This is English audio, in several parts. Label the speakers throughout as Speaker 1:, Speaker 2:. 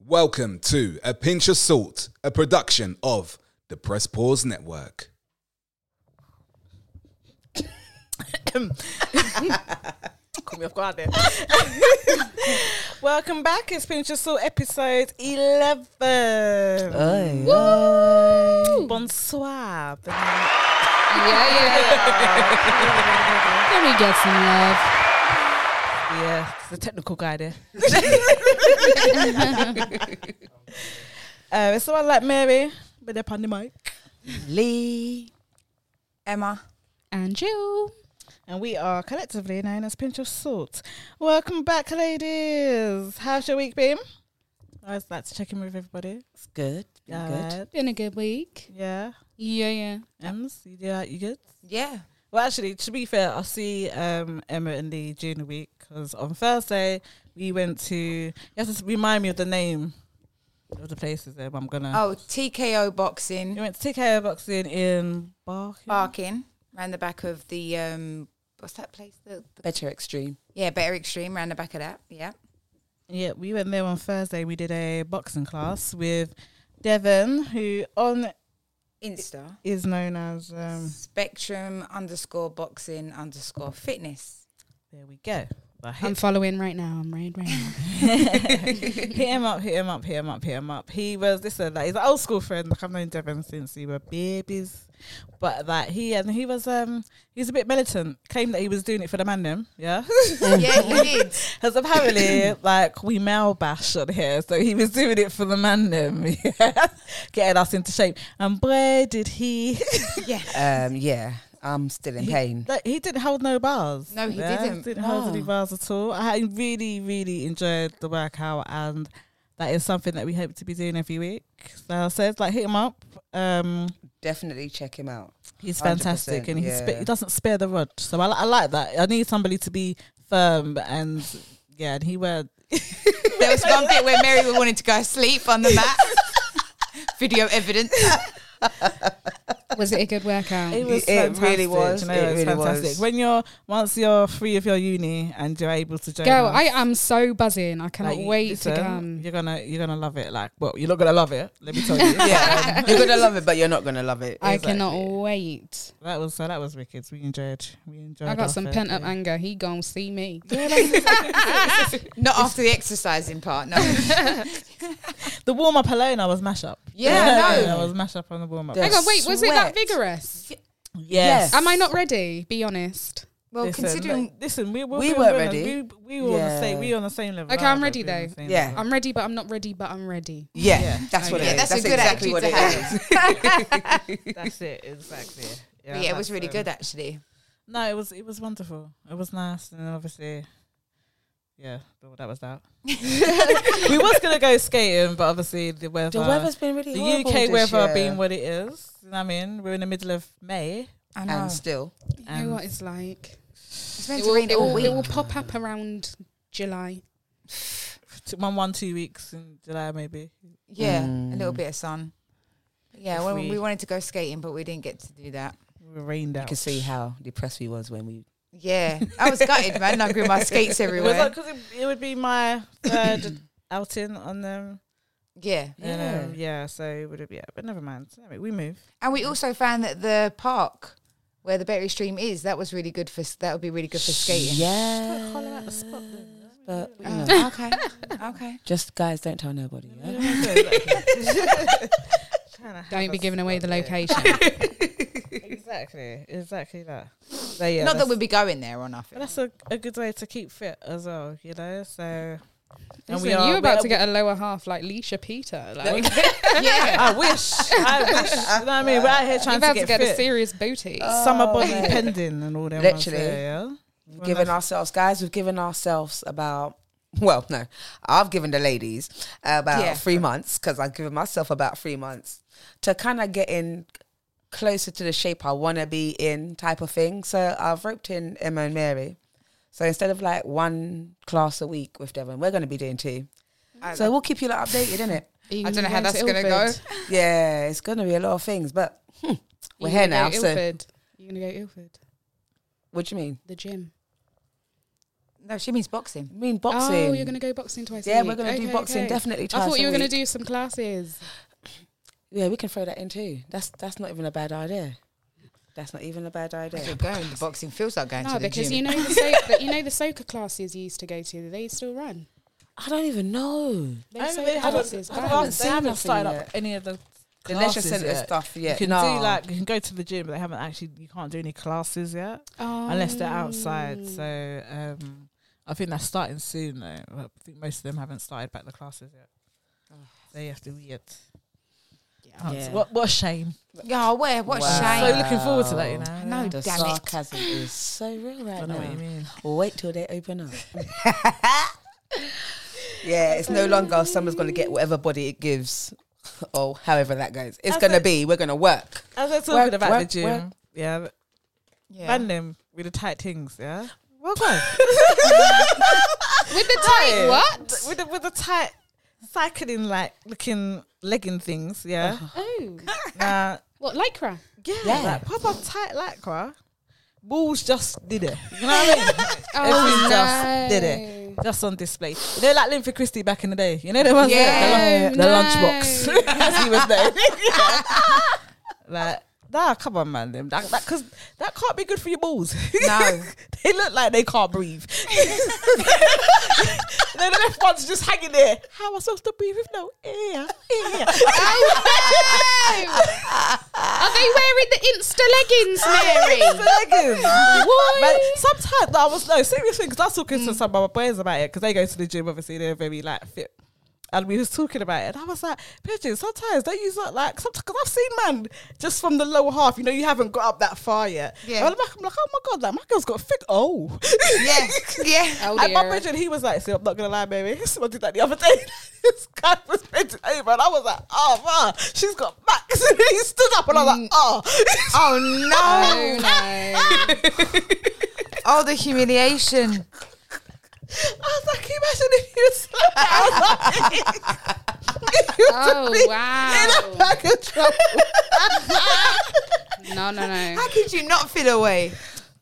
Speaker 1: Welcome to A Pinch of Salt, a production of the Press Pause Network.
Speaker 2: Caught me off guard there. Welcome back. It's Pinch of Salt episode 11. Woo! Bonsoir.
Speaker 3: Yeah, yeah, yeah. Let me get some love.
Speaker 2: Yeah, it's the technical guy there. uh, it's someone like Mary, but they're on the mic.
Speaker 4: Lee, Emma.
Speaker 3: And you.
Speaker 2: And we are collectively known as Pinch of Salt. Welcome back, ladies. How's your week been? I always like to check in with everybody.
Speaker 4: It's good. Been good.
Speaker 2: Alright.
Speaker 3: Been a good week.
Speaker 2: Yeah.
Speaker 3: Yeah, yeah.
Speaker 2: Ems, you, do that, you good?
Speaker 4: Yeah.
Speaker 2: Well, actually, to be fair, I'll see um, Emma and Lee during the week because on Thursday we went to. You have to remind me of the name of the places there. But I'm gonna.
Speaker 4: Oh, TKO
Speaker 2: We
Speaker 4: boxing,
Speaker 2: went to TKO Boxing in Barking.
Speaker 5: barking round the back of the um what's that place the, the-
Speaker 4: better extreme.
Speaker 5: yeah better extreme round the back of that yeah
Speaker 2: Yeah, we went there on Thursday. We did a boxing class with Devon, who on
Speaker 5: insta
Speaker 2: is known as. Um,
Speaker 5: spectrum underscore boxing underscore fitness
Speaker 2: there we go. But
Speaker 3: I'm
Speaker 2: hit,
Speaker 3: following right now. I'm right right now.
Speaker 2: hit him up, hit him up, hit him up, hit him up. He was this like he's an old school friend. Like I've known Devon since we were babies. But like he and he was um he's a bit militant. Claimed that he was doing it for the man them, yeah.
Speaker 5: yeah you did
Speaker 2: Because apparently, like, we male bash on here, so he was doing it for the man them, yeah. getting us into shape. And boy, did he!
Speaker 4: Um, yeah, I'm still in pain.
Speaker 2: like, he didn't hold no bars.
Speaker 5: No, he didn't.
Speaker 2: Didn't hold any bars at all. I really, really enjoyed the workout, and that is something that we hope to be doing every week. So I said, like, hit him up. Um,
Speaker 4: Definitely check him out.
Speaker 2: He's fantastic,
Speaker 4: 100%,
Speaker 2: and he sp-
Speaker 4: yeah.
Speaker 2: he doesn't spare the rod. So I, li- I like that. I need somebody to be firm, and yeah, and he were
Speaker 5: there was one bit where mary wanted to go sleep on the mat video evidence
Speaker 3: Was it a good
Speaker 2: It
Speaker 3: workout?
Speaker 2: was
Speaker 4: It really
Speaker 2: fantastic,
Speaker 4: was.
Speaker 2: You know,
Speaker 4: It
Speaker 2: it's
Speaker 4: really
Speaker 2: fantastic.
Speaker 4: was.
Speaker 2: When you're once you're free of your uni and you're able to join,
Speaker 3: Girl,
Speaker 2: us,
Speaker 3: I am so buzzing. I
Speaker 2: like,
Speaker 3: cannot
Speaker 2: you-
Speaker 3: wait
Speaker 2: listen,
Speaker 3: to um, come.
Speaker 2: You're gonna you're gonna love it. Like, well, you're not gonna love it. Let me tell you.
Speaker 4: Yeah, you're gonna love it, but you're not gonna love it.
Speaker 3: I cannot wait.
Speaker 2: That was so. That was wicked. We enjoyed. We enjoyed.
Speaker 3: I
Speaker 2: our
Speaker 3: got some
Speaker 2: fair
Speaker 3: pent up
Speaker 2: day.
Speaker 3: anger. He gon' see me.
Speaker 5: not after the exercising part no
Speaker 2: The warm up alone, I was mash up.
Speaker 5: Yeah, I know.
Speaker 2: I was mash up on the warm up.
Speaker 4: Yeah.
Speaker 3: Hang on, wait, was it that
Speaker 4: Sweat.
Speaker 3: vigorous?
Speaker 2: Yes.
Speaker 3: Am I not ready? Be honest.
Speaker 5: well
Speaker 2: Listen,
Speaker 5: considering
Speaker 2: like, listen, we,
Speaker 4: we weren't
Speaker 2: on-
Speaker 4: ready.
Speaker 2: We, we were on the
Speaker 4: Yeah.
Speaker 2: same. We were on the same level.
Speaker 3: Okay,
Speaker 2: I
Speaker 3: I'm
Speaker 2: was
Speaker 3: ready
Speaker 2: like, we were on the
Speaker 3: though.
Speaker 2: same
Speaker 4: Yeah.
Speaker 2: level.
Speaker 3: I'm ready, but I'm not ready, but I'm ready.
Speaker 4: Yeah,
Speaker 2: Yeah.
Speaker 4: that's what it
Speaker 5: yeah
Speaker 4: is.
Speaker 5: that's, a good attitude
Speaker 4: exactly what
Speaker 5: to
Speaker 4: it
Speaker 5: have
Speaker 4: is.
Speaker 2: That's it. Exactly.
Speaker 5: But yeah it was
Speaker 2: that's,
Speaker 5: really
Speaker 2: um,
Speaker 5: good actually
Speaker 2: No, it was it was wonderful. It was nice, and then obviously, yeah, but that was that. we was gonna go skating, but obviously the weather,
Speaker 4: The weather's been really
Speaker 2: the
Speaker 4: horrible
Speaker 2: UK
Speaker 4: this
Speaker 2: weather
Speaker 4: year.
Speaker 2: being what it is. You know what I mean, we're in the middle of May.
Speaker 5: i know
Speaker 4: and still,
Speaker 3: You
Speaker 2: And-
Speaker 3: know what it's like?
Speaker 5: it's
Speaker 3: It
Speaker 5: meant
Speaker 3: will,
Speaker 5: to rain
Speaker 3: it
Speaker 5: all
Speaker 3: will-
Speaker 5: week
Speaker 3: it will pop up around July.
Speaker 2: T- One, one, two weeks in July maybe.
Speaker 5: yeah a little
Speaker 4: Mm.
Speaker 5: bit of sun yeah
Speaker 2: If
Speaker 5: well,
Speaker 2: we-
Speaker 5: we wanted to go skating but we didn't get to do that
Speaker 2: We were rained out.
Speaker 4: you can see how depressed we was when we.
Speaker 5: Yeah, I was gutted, man. I grew my
Speaker 2: It
Speaker 5: skates
Speaker 2: was
Speaker 5: everywhere.
Speaker 2: like 'cause it, it would be my third outing on them.
Speaker 5: Yeah,
Speaker 2: Yeah, um, yeah. So it would have yeah, but never mind. Anyway, we move.
Speaker 5: and we also found that the park where the Berry Stream is that was really good for. s- That would be really good for skating.
Speaker 4: Yeah, but you know,
Speaker 5: Oh, okay, okay.
Speaker 4: just guys, don't tell nobody. yeah?
Speaker 3: Don't be giving away the
Speaker 2: location.
Speaker 3: location.
Speaker 2: exactly, exactly that. So, yeah,
Speaker 5: Not that
Speaker 2: that's-
Speaker 5: we'll be going there or nothing.
Speaker 2: but that's a, a good way to keep fit as well, you know. So, and
Speaker 3: Listen, you were about to get a lower half like Leisha Peter. Like you're
Speaker 5: yeah,
Speaker 2: I wish, I wish. You know what I mean? We're out here trying
Speaker 3: about
Speaker 2: to get,
Speaker 3: a
Speaker 2: fit. Uh,
Speaker 3: serious booty.
Speaker 2: Summer body pending and all that.
Speaker 4: Literally.
Speaker 2: yeah.
Speaker 4: We've given ourselves, guys, we've given ourselves about, well, no, I've given the ladies about
Speaker 5: Yeah.
Speaker 4: three months because I've given myself about three months to kind of get in closer to the shape I want to be in type of thing. So I've roped in Emma and Mary. So instead of like one class a week with Devon, we're going to be doing two. So we'll keep you like updated, innit?
Speaker 5: I don't know how that's gonna go.
Speaker 4: Yeah, it's going to be a lot of things, but hmm, we're
Speaker 3: We're
Speaker 4: here now. So
Speaker 3: You're gonna go Ilford,
Speaker 4: what do you mean?
Speaker 3: the gym.
Speaker 5: No, she means boxing.
Speaker 4: I mean, boxing.
Speaker 3: Oh, you're gonna go boxing twice. a
Speaker 4: Yeah, we're
Speaker 3: week.
Speaker 4: gonna do
Speaker 3: Okay,
Speaker 4: boxing
Speaker 3: okay.
Speaker 4: definitely
Speaker 3: I
Speaker 4: twice
Speaker 3: thought
Speaker 4: a
Speaker 3: you were gonna
Speaker 4: week.
Speaker 3: do some classes.
Speaker 4: yeah, we can throw that in too. That's that's not even a bad idea. That's not even a bad
Speaker 5: You're
Speaker 4: idea.
Speaker 5: going. The boxing feels like going
Speaker 3: No,
Speaker 5: to the
Speaker 3: because
Speaker 5: gym.
Speaker 3: you know the so- the- you know the soca classes you used to go to. They still run.
Speaker 4: I don't even know.
Speaker 2: I
Speaker 3: Those soca
Speaker 2: Oh, they haven't,
Speaker 3: classes,
Speaker 2: I
Speaker 3: guys.
Speaker 2: haven't, they
Speaker 4: seen
Speaker 2: haven't
Speaker 4: nothing
Speaker 2: started
Speaker 4: yet.
Speaker 2: up any of the
Speaker 4: The leisure
Speaker 2: classes
Speaker 4: centre
Speaker 2: yet.
Speaker 4: stuff
Speaker 2: You
Speaker 4: yet.
Speaker 2: can
Speaker 4: no.
Speaker 2: do like you can go to the gym, but they haven't actually. You can't do any classes yet
Speaker 3: Oh.
Speaker 2: unless they're outside.
Speaker 3: Um,
Speaker 2: So um, I think that's starting soon though. But I think most of them haven't started back the classes yet. They have to yet. Can't-
Speaker 4: Yeah.
Speaker 2: What what a shame.
Speaker 5: Yeah, oh, where? What
Speaker 4: Wow.
Speaker 5: shame.
Speaker 2: So looking forward to that, you know.
Speaker 5: No,
Speaker 2: Yeah.
Speaker 5: damn
Speaker 4: the
Speaker 5: it.
Speaker 4: sarcasm is so real
Speaker 2: I
Speaker 4: right
Speaker 2: don't know
Speaker 4: now.
Speaker 2: what you mean.
Speaker 4: Well, wait till they open up. yeah, it's no longer someone's going to get whatever body it gives, or however that goes. It's
Speaker 2: That's
Speaker 4: going to
Speaker 2: it.
Speaker 4: be. We're going to work.
Speaker 2: As they're talking
Speaker 4: Work,
Speaker 2: about the
Speaker 4: work,
Speaker 2: gym,
Speaker 4: work.
Speaker 2: yeah, ban
Speaker 5: Yeah.
Speaker 2: them with the tight things, yeah. Well, go
Speaker 3: With the tight what?
Speaker 2: with the, with the tight cycling like looking legging things, yeah.
Speaker 3: Oh,
Speaker 2: Nah,
Speaker 3: what lycra?
Speaker 2: Uh-huh. yeah,
Speaker 4: Yeah.
Speaker 2: like proper tight like bruh. Balls just did it. You know what I mean?
Speaker 3: Oh
Speaker 2: Everything just did it. Just on display. You know, like Linford Christie back in the day. You know, there was
Speaker 5: Yeah,
Speaker 2: the,
Speaker 3: no.
Speaker 2: lunchbox, as he was known. Yeah. Like, nah, come on, man. Them that, that, cause that can't be good for your balls.
Speaker 5: No.
Speaker 2: they look like they can't breathe. then the left one's just hanging there. How am I supposed to breathe with no air? Air.
Speaker 3: Are they wearing the Insta leggings,
Speaker 2: It's
Speaker 3: Mary?
Speaker 2: the leggings.
Speaker 3: Why?
Speaker 2: But sometimes no, I was no seriously because I was talking to some of my boys about it because they go to the gym. Obviously, they're very like fit, and we was talking about it. And I was like, "Pigeon, sometimes they use that like because I've seen man just from the lower half. You know, you haven't got up that far yet.
Speaker 5: Yeah.
Speaker 2: And I'm like, I'm like, oh my god, like my girl's got fit. Oh,
Speaker 5: Yeah. Yeah.
Speaker 3: Oh
Speaker 2: and my
Speaker 3: dear.
Speaker 2: Bridget, he was like, "See, I'm not gonna lie, baby. Someone did that the other day. this guy was bent over, and I was like, oh man, she's got max. and he stood up, and I was like, oh, oh
Speaker 5: Oh, Oh, the humiliation.
Speaker 2: I was like, can you imagine if you slapped out like
Speaker 3: Oh,
Speaker 2: in a
Speaker 3: wow.
Speaker 2: bag of trouble?
Speaker 3: No, no, no.
Speaker 5: How could you not feel away?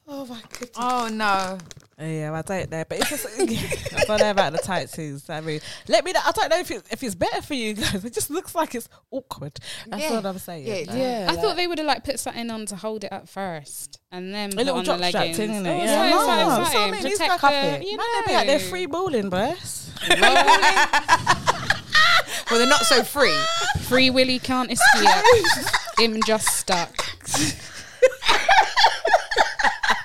Speaker 2: Oh my goodness.
Speaker 5: Oh, no.
Speaker 2: Yeah, I don't know, but it's just I don't know about the tight suits. I mean, let me. know. I don't know if it, if it's better for you guys. It just looks like it's awkward. That's
Speaker 5: Yeah.
Speaker 2: what I'm saying.
Speaker 5: Yeah,
Speaker 2: Like,
Speaker 5: yeah.
Speaker 3: I thought they would have like put something on to hold it up first, and then put
Speaker 2: little
Speaker 3: on the
Speaker 2: drop strap
Speaker 3: leggings.
Speaker 2: thing, innit?
Speaker 3: Oh,
Speaker 2: Yeah. Yeah.
Speaker 3: so- so exciting.
Speaker 2: So, I mean, these
Speaker 3: Protect
Speaker 2: guys-
Speaker 3: the- you
Speaker 2: Man, they be out there
Speaker 3: know.
Speaker 2: free balling, boys.
Speaker 5: Well, they're not so free.
Speaker 3: Free Willy can't escape. Him just stuck.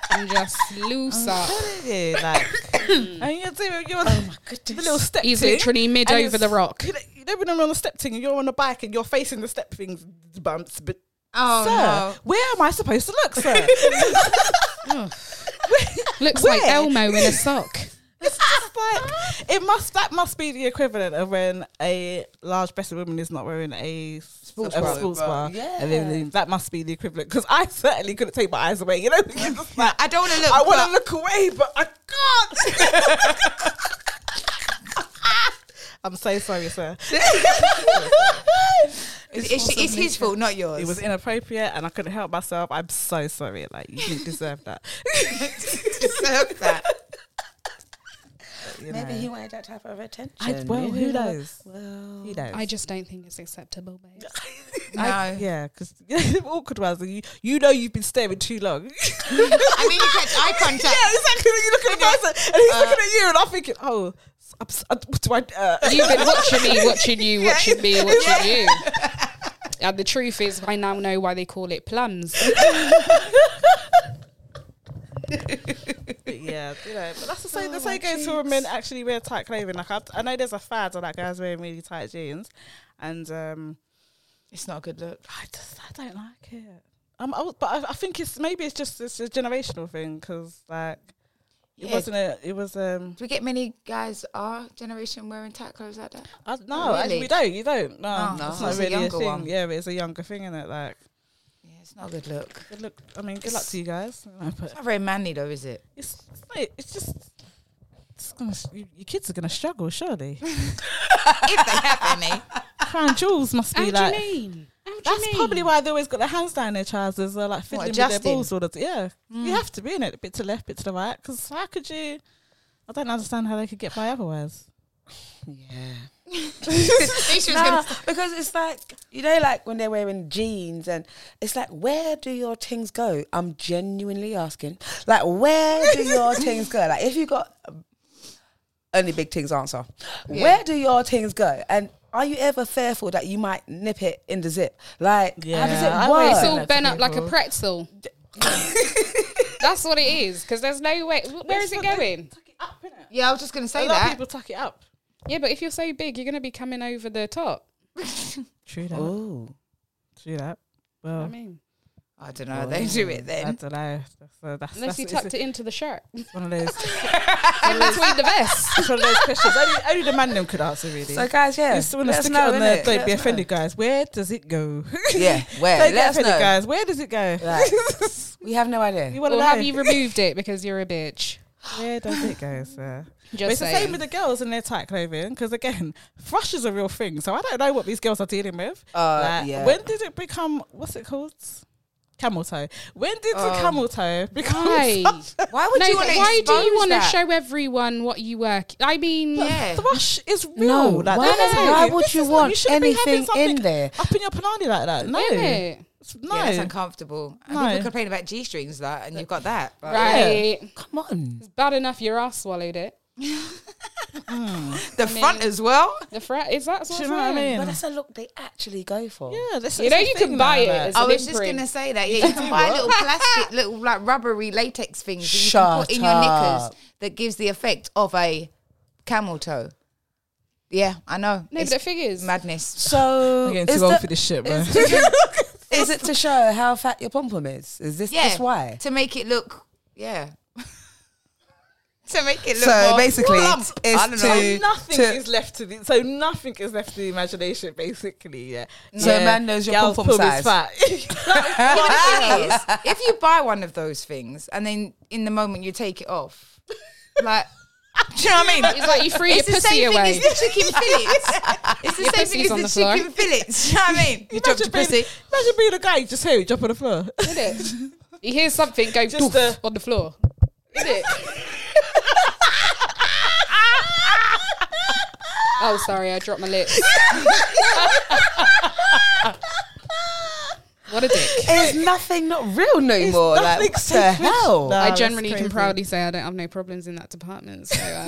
Speaker 3: I'm just loose up.
Speaker 2: Yeah, like, and you're doing you're oh my goodness. the little step.
Speaker 3: He's
Speaker 2: thing,
Speaker 3: literally mid
Speaker 2: and
Speaker 3: over
Speaker 2: it's-
Speaker 3: the rock.
Speaker 2: You know, you know when I'm on the step thing and you're on the bike and you're facing the step things bumps, but
Speaker 5: Oh,
Speaker 2: sir,
Speaker 5: no.
Speaker 2: where am I supposed to look, sir?
Speaker 3: Looks like
Speaker 2: Where?
Speaker 3: Elmo in a sock.
Speaker 2: it's just like it must that must be the equivalent of when a large breasted woman is not wearing a sports,
Speaker 4: bra.
Speaker 2: sports
Speaker 4: Bra.
Speaker 2: bra. And then that must be the equivalent because I certainly couldn't take my eyes away. You know, It's just like,
Speaker 5: I don't want to look.
Speaker 2: I want
Speaker 5: but-
Speaker 2: to look away, but I can't. I'm so sorry, sir.
Speaker 5: It's, it's, it's his fault, not yours.
Speaker 2: It was inappropriate, and I couldn't help myself. I'm so sorry. Like you didn't deserve that.
Speaker 5: Deserve that.
Speaker 2: You
Speaker 4: Maybe
Speaker 2: know.
Speaker 4: he wanted that type of attention.
Speaker 2: I, well,
Speaker 4: you
Speaker 2: who
Speaker 4: know.
Speaker 2: knows?
Speaker 4: Well,
Speaker 2: Who knows?
Speaker 3: I just don't think it's acceptable, babe.
Speaker 5: No.
Speaker 2: I- yeah, because awkward ones. and You you know you've been staring too long.
Speaker 5: I mean, you catch eye contact.
Speaker 2: yeah, exactly. You look at the person, and he's looking at you, and I'm thinking, oh, I'm, s- I- what do I? Uh,
Speaker 3: You've been watching me, watching you, watching me, watching you. And the truth is, I now know why they call it plums.
Speaker 2: But yeah, you know, but that's the same. the same goes for men actually wear tight clothing. Like I, I know there's a fad of like guys wearing really tight jeans, and um,
Speaker 5: It's not a good look.
Speaker 2: I just I don't like it. Um, I, w- but I, I think it's maybe it's just it's a generational thing because like it
Speaker 5: Yeah.
Speaker 2: wasn't a it was um
Speaker 5: Do we get many guys our generation wearing tight clothes like that?
Speaker 2: I, no actually
Speaker 5: Really?
Speaker 2: we don't you don't no
Speaker 5: Oh,
Speaker 2: it's
Speaker 5: no.
Speaker 2: not
Speaker 5: It's a
Speaker 2: really a,
Speaker 5: younger
Speaker 2: thing
Speaker 5: one.
Speaker 2: yeah but it's a younger thing in it like
Speaker 5: Yeah, it's not a good look.
Speaker 2: good look I mean good luck to you guys You know, but
Speaker 5: Not very manly though, is it?
Speaker 2: it's it's, not- it's just. It's gonna, s- you- your kids are gonna struggle, surely.
Speaker 5: if they have any.
Speaker 2: Crown jewels must
Speaker 3: How
Speaker 2: be
Speaker 3: do
Speaker 2: like
Speaker 3: you mean? How do you
Speaker 2: That's
Speaker 3: mean?
Speaker 2: probably why they always got their hands down their trousers, uh, like fiddling with their
Speaker 5: adjusting?
Speaker 2: balls all the time. Yeah, you have to be in it, a bit to left, bit to the right, because how could you? I I don't understand how they could get by otherwise.
Speaker 4: Yeah.
Speaker 3: think she was
Speaker 4: Nah,
Speaker 2: Ah.
Speaker 3: gonna-
Speaker 4: because it's like you know, like when they're wearing jeans, and it's like, where do your things go? I'm genuinely asking, like, where do your things go? Like, if you got only big things answer, where do your things go? And are you ever fearful that you might nip it in the zip? Like, how does
Speaker 2: Yeah, I always
Speaker 4: it work?
Speaker 3: It's
Speaker 2: That
Speaker 3: all
Speaker 2: to
Speaker 3: bent up like a
Speaker 2: people.
Speaker 3: pretzel. That's what it is. Because there's no way. wh- Where is it going?
Speaker 2: Tuck it up, innit?
Speaker 5: Yeah, I was just going to
Speaker 2: A
Speaker 5: say
Speaker 2: lot of
Speaker 5: that.
Speaker 2: people tuck it up.
Speaker 3: Yeah, but if you're so big, you're gonna be coming over the top.
Speaker 2: True that.
Speaker 4: Ooh.
Speaker 2: Oh. True that. Well,
Speaker 3: I mean,
Speaker 5: I don't know. They do it
Speaker 2: I
Speaker 5: then.
Speaker 2: don't know. That's, uh, that's,
Speaker 3: unless
Speaker 2: that's
Speaker 3: you
Speaker 2: it's-
Speaker 3: tucked it into the shirt,
Speaker 2: it's one of those.
Speaker 3: in between the vest.
Speaker 2: It's one of those questions. Only, only the man them could answer really.
Speaker 4: So, guys, yeah,
Speaker 2: Just wanna
Speaker 4: let us
Speaker 2: stick it
Speaker 4: know,
Speaker 2: on there.
Speaker 4: innit?
Speaker 2: Don't
Speaker 4: Let
Speaker 2: be
Speaker 4: us know.
Speaker 2: offended, guys. Where does it go?
Speaker 4: Yeah, where?
Speaker 2: Don't
Speaker 4: Let
Speaker 2: get
Speaker 4: us
Speaker 2: offended,
Speaker 4: know.
Speaker 2: guys. Where does it go?
Speaker 4: Like, we have no idea.
Speaker 2: You want to
Speaker 3: Or
Speaker 2: know?
Speaker 3: have you removed it because you're a bitch?
Speaker 2: Where does it go, sir? But
Speaker 3: Just
Speaker 2: it's the same
Speaker 3: saying.
Speaker 2: with the girls and their tight clothing because again, thrush is a real thing. So I don't know what these girls are dealing with.
Speaker 4: Uh,
Speaker 2: Like,
Speaker 4: yeah.
Speaker 2: When did it become? What's it called? Camel toe. When did the
Speaker 5: Oh.
Speaker 2: camel toe become?
Speaker 3: Why?
Speaker 5: Why would
Speaker 3: No,
Speaker 5: you want to
Speaker 3: why do you want to
Speaker 5: that?
Speaker 3: show everyone what you work? I mean,
Speaker 5: Yeah.
Speaker 2: Thrush is real. like,
Speaker 4: why-
Speaker 2: that's
Speaker 4: why
Speaker 2: not-
Speaker 4: would
Speaker 2: this
Speaker 4: you
Speaker 2: is-
Speaker 4: want
Speaker 2: shouldn't be having
Speaker 4: anything in
Speaker 2: something
Speaker 4: there?
Speaker 2: Up in your panani like that? No,
Speaker 3: innit?
Speaker 2: It's- no.
Speaker 5: Yeah, that's uncomfortable. And
Speaker 2: No.
Speaker 5: People complain about G strings that, and you've got that. But
Speaker 3: right?
Speaker 4: Come on.
Speaker 3: It's bad enough your ass swallowed it.
Speaker 5: The front as well.
Speaker 3: The fret is that
Speaker 2: Do
Speaker 3: what
Speaker 2: you know what I mean?
Speaker 4: But that's a look they actually go for.
Speaker 2: yeah, this
Speaker 3: You
Speaker 2: is
Speaker 3: know
Speaker 2: the
Speaker 3: you can
Speaker 2: thing
Speaker 3: buy
Speaker 2: now,
Speaker 3: it
Speaker 2: like-
Speaker 3: as
Speaker 5: I
Speaker 3: an
Speaker 5: was just
Speaker 3: imprint.
Speaker 5: gonna say that. Yeah, you can buy little plastic, little like rubbery latex things that you can put in your
Speaker 4: Shut
Speaker 5: knickers
Speaker 4: up.
Speaker 5: that gives the effect of a camel toe. Yeah, I know.
Speaker 3: No,
Speaker 5: it's
Speaker 3: but the thing is,
Speaker 5: madness.
Speaker 4: So
Speaker 2: I'm getting
Speaker 4: is,
Speaker 2: too old
Speaker 4: Oh, the-
Speaker 2: for this shit, man.
Speaker 4: is it to show how fat your pom pom is? Is this
Speaker 5: Yeah,
Speaker 4: just why?
Speaker 5: to make it look. Yeah, to make it look.
Speaker 4: So
Speaker 5: more
Speaker 4: basically,
Speaker 5: plump.
Speaker 4: it's
Speaker 5: I don't
Speaker 4: to-
Speaker 5: know.
Speaker 2: So nothing
Speaker 4: to-
Speaker 2: is left to the so nothing is left to the imagination basically yeah
Speaker 4: So
Speaker 2: yeah.
Speaker 4: a man knows your
Speaker 2: Girls'
Speaker 4: pom-pom
Speaker 2: pom is
Speaker 4: size.
Speaker 2: fat.
Speaker 5: But the thing is, if you buy one of those things and then in the moment you take it off, like, do you know what I mean?
Speaker 3: It's like you threw your
Speaker 5: It's the
Speaker 3: pussy
Speaker 5: same
Speaker 3: away.
Speaker 5: thing as the chicken fillets. It's the
Speaker 3: Your
Speaker 5: same
Speaker 3: pussy's
Speaker 5: thing
Speaker 3: on the
Speaker 5: as the,
Speaker 3: floor.
Speaker 5: chicken fillets. Do you know what I mean? You dropped your
Speaker 2: imagine,
Speaker 5: pussy.
Speaker 2: being, imagine being a guy you just hear it drop on the floor
Speaker 3: Isn't it? You hear something go
Speaker 2: Just
Speaker 3: doof
Speaker 2: the-
Speaker 3: on the floor. Is it? oh, sorry, I dropped my lips. what a dick.
Speaker 4: Is nothing not real no more? Like
Speaker 2: nothing
Speaker 4: what the
Speaker 2: sacred. Nah.
Speaker 4: hell?
Speaker 2: Oh,
Speaker 3: I
Speaker 2: that's
Speaker 3: generally can
Speaker 2: crazy.
Speaker 3: proudly say I don't have no problems in that department. So, um,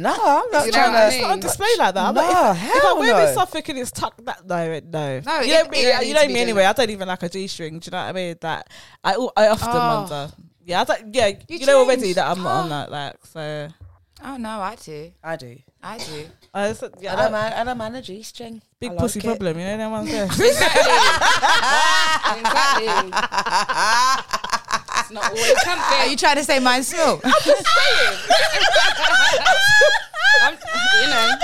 Speaker 4: No, I'm not
Speaker 3: You know
Speaker 4: trying
Speaker 3: what I
Speaker 2: It's
Speaker 3: mean?
Speaker 4: to.
Speaker 2: not on display like that. I'm
Speaker 4: No,
Speaker 2: like, if, if
Speaker 4: hell
Speaker 2: I'm wearing
Speaker 4: no.
Speaker 2: something and it's tucked that no, it- no.
Speaker 5: No,
Speaker 2: you
Speaker 5: it-
Speaker 2: know me.
Speaker 5: it don't
Speaker 2: you
Speaker 5: need
Speaker 2: know
Speaker 5: to
Speaker 2: me
Speaker 5: be doing
Speaker 2: anyway.
Speaker 5: that.
Speaker 2: I don't even like a g-string. Do you know what I mean? That I al- I often
Speaker 5: Oh.
Speaker 2: wonder. Yeah, I don't, yeah. You,
Speaker 5: You
Speaker 2: know already
Speaker 5: changed.
Speaker 2: that I'm not
Speaker 5: Oh.
Speaker 2: on that. Like so.
Speaker 5: Oh no, I do.
Speaker 4: I do.
Speaker 5: I do.
Speaker 2: I just, yeah,
Speaker 4: I
Speaker 2: that
Speaker 4: don't mind. I don't mind a G string.
Speaker 2: big pussy problem. You know that one's there.
Speaker 3: exactly. It's not always something.
Speaker 5: Are you trying to say mine's small?
Speaker 3: I'm, you know.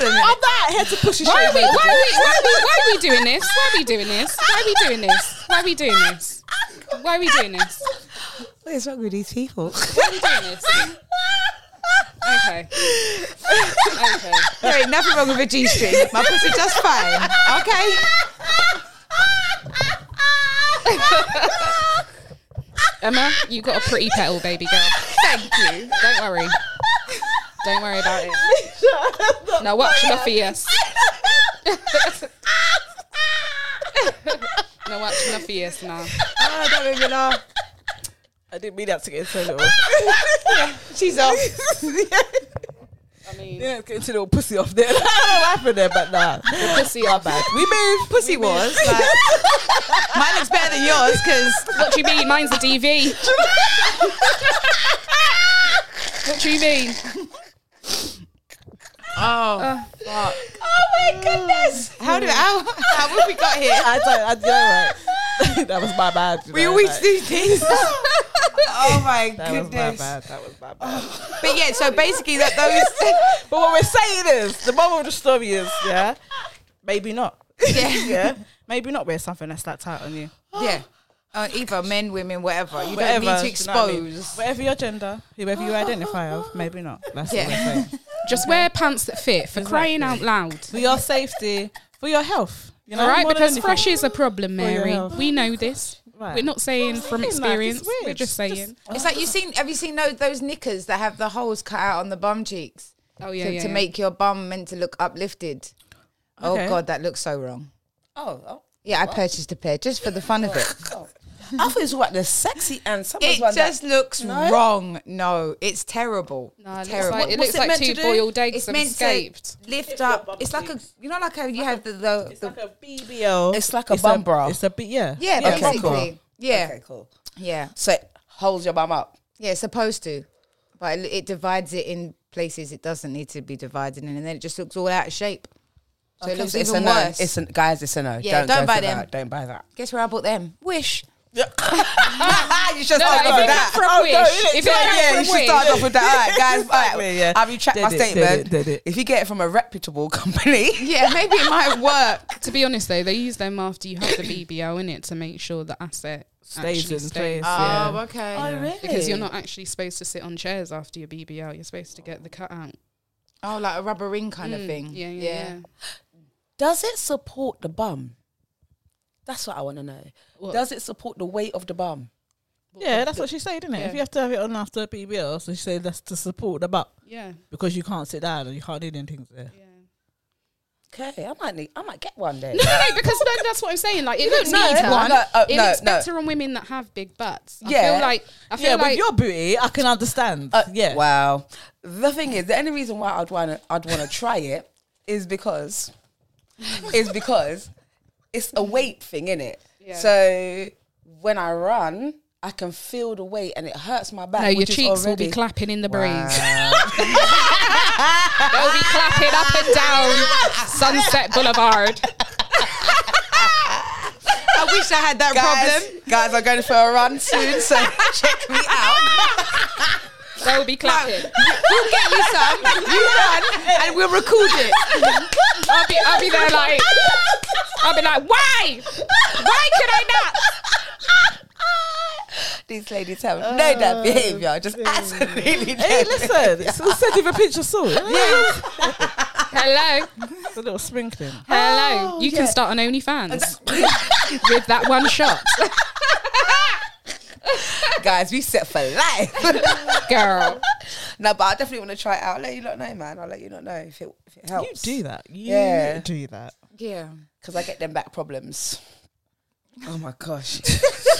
Speaker 2: I'm not here to push your
Speaker 3: Why
Speaker 2: shit.
Speaker 3: are we? Why are we? Why are we? Why are we doing this? Why are we doing this? Why are we doing this? Why are we doing this? Why are we doing this?
Speaker 4: What is wrong with these people?
Speaker 3: Why are we doing this? Okay. Okay.
Speaker 5: there ain't nothing wrong with a G string. My pussy just fine. Okay.
Speaker 3: Emma, you got a pretty petal, baby girl.
Speaker 5: Thank you.
Speaker 3: Don't worry. Don't worry about it. Now watch my fierce. now watch my fierce now.
Speaker 5: Oh,
Speaker 2: Ah,
Speaker 5: that made me laugh.
Speaker 2: I didn't mean that to get so little.
Speaker 5: She's off.
Speaker 3: I mean,
Speaker 2: Yeah, it's getting to little pussy off there. I don't know what happened there, but nah.
Speaker 3: pussy are bad.
Speaker 2: We move.
Speaker 5: Pussy was. Like, mine looks better than yours because
Speaker 3: What do you mean? Mine's a DV. what do you mean?
Speaker 5: oh, oh my goodness. How did how how have we got here?
Speaker 2: I don't. I don't. Right. that was my bad. you
Speaker 5: We
Speaker 2: know,
Speaker 5: always
Speaker 2: like,
Speaker 5: do this. oh my
Speaker 2: That was my
Speaker 5: goodness.
Speaker 2: bad. That was my bad.
Speaker 5: But yeah, so basically that those
Speaker 2: But what we're saying is, the moral of the story is, yeah, maybe not.
Speaker 5: Yeah.
Speaker 2: yeah, maybe not wear something that's that tight on you.
Speaker 5: Yeah. Uh, either men, women, whatever. You
Speaker 2: Whatever,
Speaker 5: don't need
Speaker 2: do
Speaker 5: to
Speaker 2: you know what I mean?
Speaker 5: expose.
Speaker 2: Whatever your gender, whoever you identify of, maybe not. That's
Speaker 5: Yeah.
Speaker 2: what we're saying.
Speaker 3: Just wear pants that fit for crying out loud.
Speaker 2: For your safety, for your health, you know,
Speaker 3: All right,
Speaker 2: more than
Speaker 3: because
Speaker 2: anything.
Speaker 3: fresh is a problem,
Speaker 2: your
Speaker 3: Mary.
Speaker 2: health.
Speaker 3: We know this.
Speaker 2: Right.
Speaker 3: We're not saying
Speaker 2: I'm saying,
Speaker 3: from
Speaker 2: like, it's
Speaker 3: experience. we're
Speaker 2: weird.
Speaker 3: just saying.
Speaker 5: It's like you seen. Have you seen those, those knickers that have the holes cut out on the bum cheeks
Speaker 3: oh yeah,
Speaker 5: to,
Speaker 3: yeah,
Speaker 5: to
Speaker 3: yeah.
Speaker 5: make your bum meant to look uplifted?
Speaker 2: Okay.
Speaker 5: Oh God, that looks so wrong.
Speaker 4: Oh, oh.
Speaker 5: Yeah, I purchased a pair just for the fun of it.
Speaker 4: I thought it was what the sexy and someone's
Speaker 5: It
Speaker 4: one
Speaker 5: just
Speaker 4: that,
Speaker 5: looks wrong. No, it's terrible.
Speaker 3: No, it looks
Speaker 5: terrible.
Speaker 3: like, it
Speaker 5: What's
Speaker 3: looks
Speaker 5: it
Speaker 3: like
Speaker 5: meant
Speaker 3: two
Speaker 5: to do?
Speaker 3: boiled eggs
Speaker 5: It's
Speaker 3: have
Speaker 5: meant
Speaker 3: escaped.
Speaker 5: to lift
Speaker 2: got
Speaker 5: up.
Speaker 2: bum
Speaker 5: It's like a,
Speaker 2: cheeks.
Speaker 5: you know, like how you have the the,
Speaker 2: It's
Speaker 5: the
Speaker 2: like a BBL.
Speaker 4: It's like a
Speaker 2: it's
Speaker 4: bum bra.
Speaker 2: It's a bit yeah.
Speaker 5: yeah,
Speaker 4: Okay,
Speaker 5: basically,
Speaker 4: cool.
Speaker 5: yeah,
Speaker 4: Okay, cool.
Speaker 5: yeah,
Speaker 4: So it holds your bum up.
Speaker 5: yeah. It's supposed to, but it, it divides it in places it doesn't need to be divided in, and then it just looks all out of shape. So it
Speaker 4: Okay,
Speaker 5: looks
Speaker 4: so it's
Speaker 5: even
Speaker 4: a no.
Speaker 5: worse.
Speaker 4: It's a, guys, it's a no.
Speaker 5: Yeah,
Speaker 4: don't
Speaker 5: don't
Speaker 4: go
Speaker 5: buy
Speaker 4: for
Speaker 5: them.
Speaker 4: That. Don't buy that.
Speaker 5: Guess where I bought them? Wish.
Speaker 4: Ah, you should
Speaker 3: No,
Speaker 4: start
Speaker 3: no,
Speaker 4: off
Speaker 3: if
Speaker 4: with
Speaker 3: it
Speaker 4: that.
Speaker 3: come from
Speaker 4: Oh, no,
Speaker 3: Wish, if
Speaker 4: innit?
Speaker 3: it
Speaker 4: yeah,
Speaker 3: come
Speaker 4: yeah,
Speaker 3: from
Speaker 4: you should
Speaker 3: Wish.
Speaker 4: start off with that. All right, guys, all right.
Speaker 2: Exactly, yeah.
Speaker 4: I retract my
Speaker 2: Did it, did it,
Speaker 4: statement.
Speaker 2: did it.
Speaker 4: If you get it from a reputable company,
Speaker 5: Yeah, maybe it might work.
Speaker 3: To be honest though, they use them after you have the BBL in it to make sure the asset
Speaker 2: Stays
Speaker 3: actually
Speaker 2: in
Speaker 3: stays.
Speaker 2: place. yeah.
Speaker 5: Oh, okay.
Speaker 4: really?
Speaker 3: Because you're not actually supposed to sit on chairs after your BBL. You're supposed to get the cut out.
Speaker 5: Oh, like a rubber ring kind of
Speaker 3: Mm,
Speaker 5: thing.
Speaker 3: Yeah, yeah, yeah.
Speaker 4: Does it support the bum? That's what I want to know.
Speaker 3: What?
Speaker 4: Does it support the weight of the bum?
Speaker 2: Yeah, that's what she said, didn't it? If you have to have it on after a BBL, so she said that's to support the butt
Speaker 3: Yeah,
Speaker 2: because you can't sit down and you can't do anything there.
Speaker 3: yeah.
Speaker 4: Okay, I might need. I might get one then.
Speaker 3: No, no, no, because no, uh, that's what I'm saying. Like, it looks
Speaker 4: No,
Speaker 3: needs
Speaker 4: no,
Speaker 3: one.
Speaker 4: no, oh,
Speaker 3: it
Speaker 4: no,
Speaker 3: looks
Speaker 4: no.
Speaker 3: better on women that have big butts. I
Speaker 4: Yeah.
Speaker 3: feel like I feel
Speaker 2: yeah,
Speaker 3: like
Speaker 2: with your booty, I can understand.
Speaker 4: Uh,
Speaker 2: yeah.
Speaker 4: Wow. The thing is, the only reason why I'd want to I'd want to try it is because is because it's a weight thing, in it.
Speaker 3: Yeah.
Speaker 4: So when I run, I can feel the weight and it hurts my back.
Speaker 3: no, your
Speaker 4: which is
Speaker 3: cheeks will be
Speaker 4: already-
Speaker 3: clapping in the breeze. They'll be clapping up and down Sunset Boulevard.
Speaker 5: I wish I had that
Speaker 4: Guys,
Speaker 5: problem.
Speaker 4: guys, I'm going for a run soon, so check me out.
Speaker 3: They'll be clapping.
Speaker 5: We'll get you some. You run, and we'll record it.
Speaker 3: I'll be, I'll be there like, I'll be like, why? Why could I not?
Speaker 4: These ladies have no that behaviour, just absolutely.
Speaker 2: Hey,
Speaker 4: no-
Speaker 2: listen, it's all said with a pinch of salt.
Speaker 3: Hello,
Speaker 2: It's a little sprinkling.
Speaker 3: hello.
Speaker 5: Oh,
Speaker 3: you can start on OnlyFans with that one shot,
Speaker 4: Guys, we set for life.
Speaker 3: girl.
Speaker 4: no, but I definitely want to try it out. I'll let you not know, man. I'll let you not know if it, if it
Speaker 2: You
Speaker 4: helps.
Speaker 2: do that. You
Speaker 4: Yeah.
Speaker 2: do that.
Speaker 5: Yeah.
Speaker 4: because I get them back problems. Oh my gosh!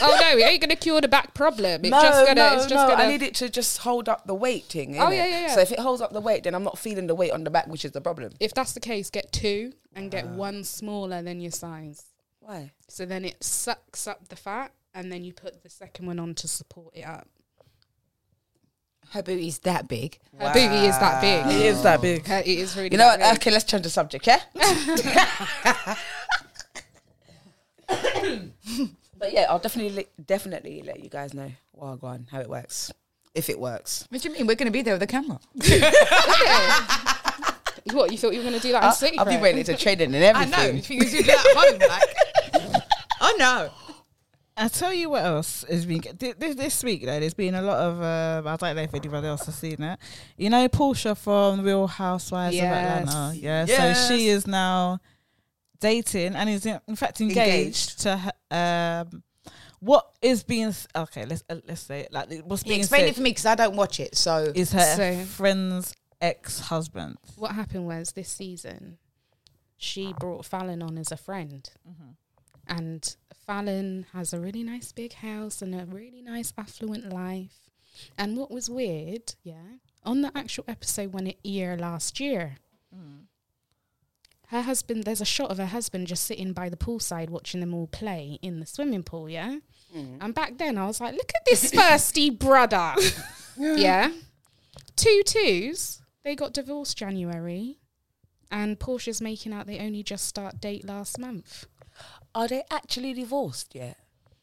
Speaker 3: Oh no, it ain't gonna cure the back problem. It's just gonna, it's just gonna.
Speaker 4: I need it to just hold up the weight thing.
Speaker 3: Oh,
Speaker 4: innit?
Speaker 3: yeah, yeah, yeah.
Speaker 4: So if it holds up the weight, then I'm not feeling the weight on the back, which is the problem.
Speaker 3: if that's the case, get two and get one smaller than your size.
Speaker 4: Why?
Speaker 3: So then it sucks up the fat, and then you put the second one on to support it up.
Speaker 5: Her booty's that big.
Speaker 3: Her booty is that
Speaker 2: It
Speaker 3: big.
Speaker 2: is that big.
Speaker 3: Her- it is really.
Speaker 4: You know
Speaker 3: that
Speaker 4: what?
Speaker 3: big.
Speaker 4: Okay, let's change the subject. Yeah. but yeah, I'll definitely li- definitely let you guys know while go on how it works, if it works.
Speaker 5: What do you mean? We're going to be there with a camera.
Speaker 3: What you thought you were gonna do that in
Speaker 4: I'll,
Speaker 3: secret?
Speaker 4: Uh, I'll be waiting to training and
Speaker 5: I know.
Speaker 4: everything.
Speaker 5: Things you do at home, like. Oh no.
Speaker 2: I tell you what else has been thi- thi- this week though. There's been a lot of uh, I don't know if anybody else has seen it. You know Portia from Real Housewives
Speaker 3: Yes.
Speaker 2: of Atlanta. Yeah,
Speaker 4: Yes.
Speaker 2: so she is now dating and is in in fact engaged, to to um, what is being s- okay. Let's uh, let's say it, like what's
Speaker 5: Yeah,
Speaker 2: being
Speaker 5: explain it
Speaker 2: said
Speaker 5: for me because I don't watch it. So
Speaker 2: is her
Speaker 3: So-
Speaker 2: friend's ex husband.
Speaker 3: what happened was this season, she brought Fallon on as a friend, and Fallon has a really nice big house and a really nice affluent life. And what was weird, yeah, on the actual episode when it aired last year, her husband, there's a shot of her husband just sitting by the poolside watching them all play in the swimming pool, yeah? And back then I was like, look at this thirsty brother. yeah. Two twos. They got divorced January. And Portia's making out they only just start date last month.
Speaker 4: Are they actually divorced yet?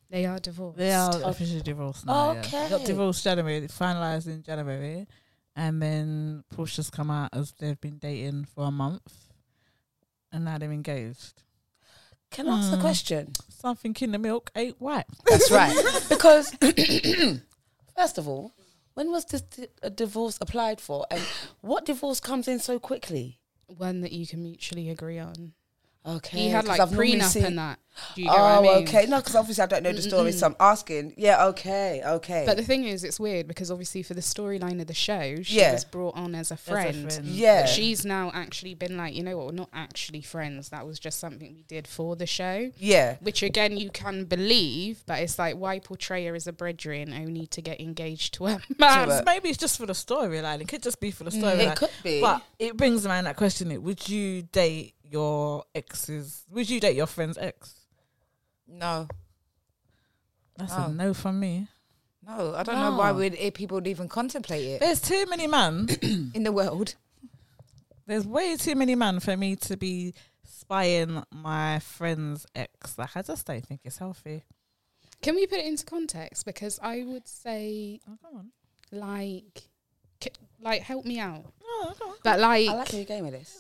Speaker 3: They are divorced.
Speaker 2: They are officially divorced now. Oh, yeah.
Speaker 4: Okay.
Speaker 2: Got divorced January, finalised in January. And then Portia's come out as they've been dating for a month. And now they're engaged.
Speaker 4: Can I ask a
Speaker 2: Mm.
Speaker 4: question?
Speaker 2: Something in the milk ain't white.
Speaker 4: That's right. because first of all, when was this di- a divorce applied for, and what divorce comes in so quickly?
Speaker 3: One that you can mutually agree on.
Speaker 4: Okay.
Speaker 3: He had
Speaker 4: 'cause
Speaker 3: like
Speaker 4: I've normally
Speaker 3: prenup
Speaker 4: seen-
Speaker 3: and that. Do you
Speaker 4: oh,
Speaker 3: get what I mean?
Speaker 4: okay. No, because obviously I don't know the story, so I'm asking. Yeah, okay, okay.
Speaker 3: But the thing is, it's weird because obviously for the storyline of the show, she
Speaker 4: Yeah.
Speaker 3: was brought on as a friend.
Speaker 2: friend.
Speaker 4: yeah.
Speaker 3: But she's now actually been like, you know what, we're not actually friends. That was just something we did for the show.
Speaker 4: yeah.
Speaker 3: Which again, you can believe, but it's like, why portray her as a brethren only to get engaged to a man?
Speaker 4: a- But-
Speaker 2: maybe it's just for the storyline. It could just be for the storyline.
Speaker 4: It could be.
Speaker 2: But it brings to mind that question: it, Would you date your ex's? Would you date your friend's ex?
Speaker 5: No.
Speaker 2: That's
Speaker 5: Oh.
Speaker 2: a no from me.
Speaker 5: No, I don't know why
Speaker 2: No.
Speaker 5: we'd, if people would even contemplate it
Speaker 2: There's too many man.
Speaker 5: in the world.
Speaker 2: There's way too many man for me to be spying my friend's ex. Like I just don't think it's healthy.
Speaker 3: Can we put it into context? Because I would say,
Speaker 2: Oh, come on.
Speaker 3: like, c- like help me out.
Speaker 2: No, come on.
Speaker 3: But like,
Speaker 4: I like how you game with this.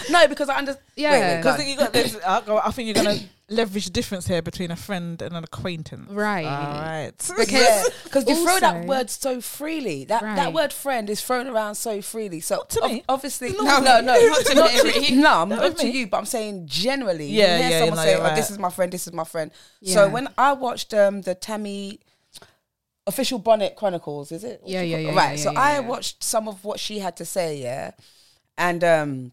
Speaker 4: no, because I understand.
Speaker 3: yeah,
Speaker 4: go
Speaker 2: Because you got this. I go- I think you're gonna leverage the difference here between a friend and an acquaintance.
Speaker 3: right.
Speaker 2: All right.
Speaker 4: Because you throw that
Speaker 3: Also-
Speaker 4: word so freely. That
Speaker 3: Right.
Speaker 4: that word friend is thrown around so freely. So
Speaker 2: to
Speaker 4: ob-
Speaker 2: me.
Speaker 4: obviously,
Speaker 2: Not
Speaker 4: no,
Speaker 2: to
Speaker 4: no, no,
Speaker 2: me.
Speaker 4: not to, not to, no,
Speaker 2: Not
Speaker 4: I'm not
Speaker 2: with
Speaker 4: to
Speaker 2: me.
Speaker 4: you. But I'm saying generally.
Speaker 2: Yeah,
Speaker 4: you hear
Speaker 2: yeah,
Speaker 4: someone
Speaker 2: no,
Speaker 4: say,
Speaker 2: you're
Speaker 4: "Oh,
Speaker 2: right.
Speaker 4: this is my friend. This is my friend."
Speaker 3: Yeah.
Speaker 4: So when I watched um, the Tammy official Bonnet Chronicles, is it? What's
Speaker 3: Yeah,
Speaker 4: it
Speaker 3: yeah,
Speaker 4: called?
Speaker 3: yeah,
Speaker 4: Right.
Speaker 3: yeah,
Speaker 4: so
Speaker 3: yeah,
Speaker 4: I
Speaker 3: yeah.
Speaker 4: watched some of what she had to say. Yeah, and um,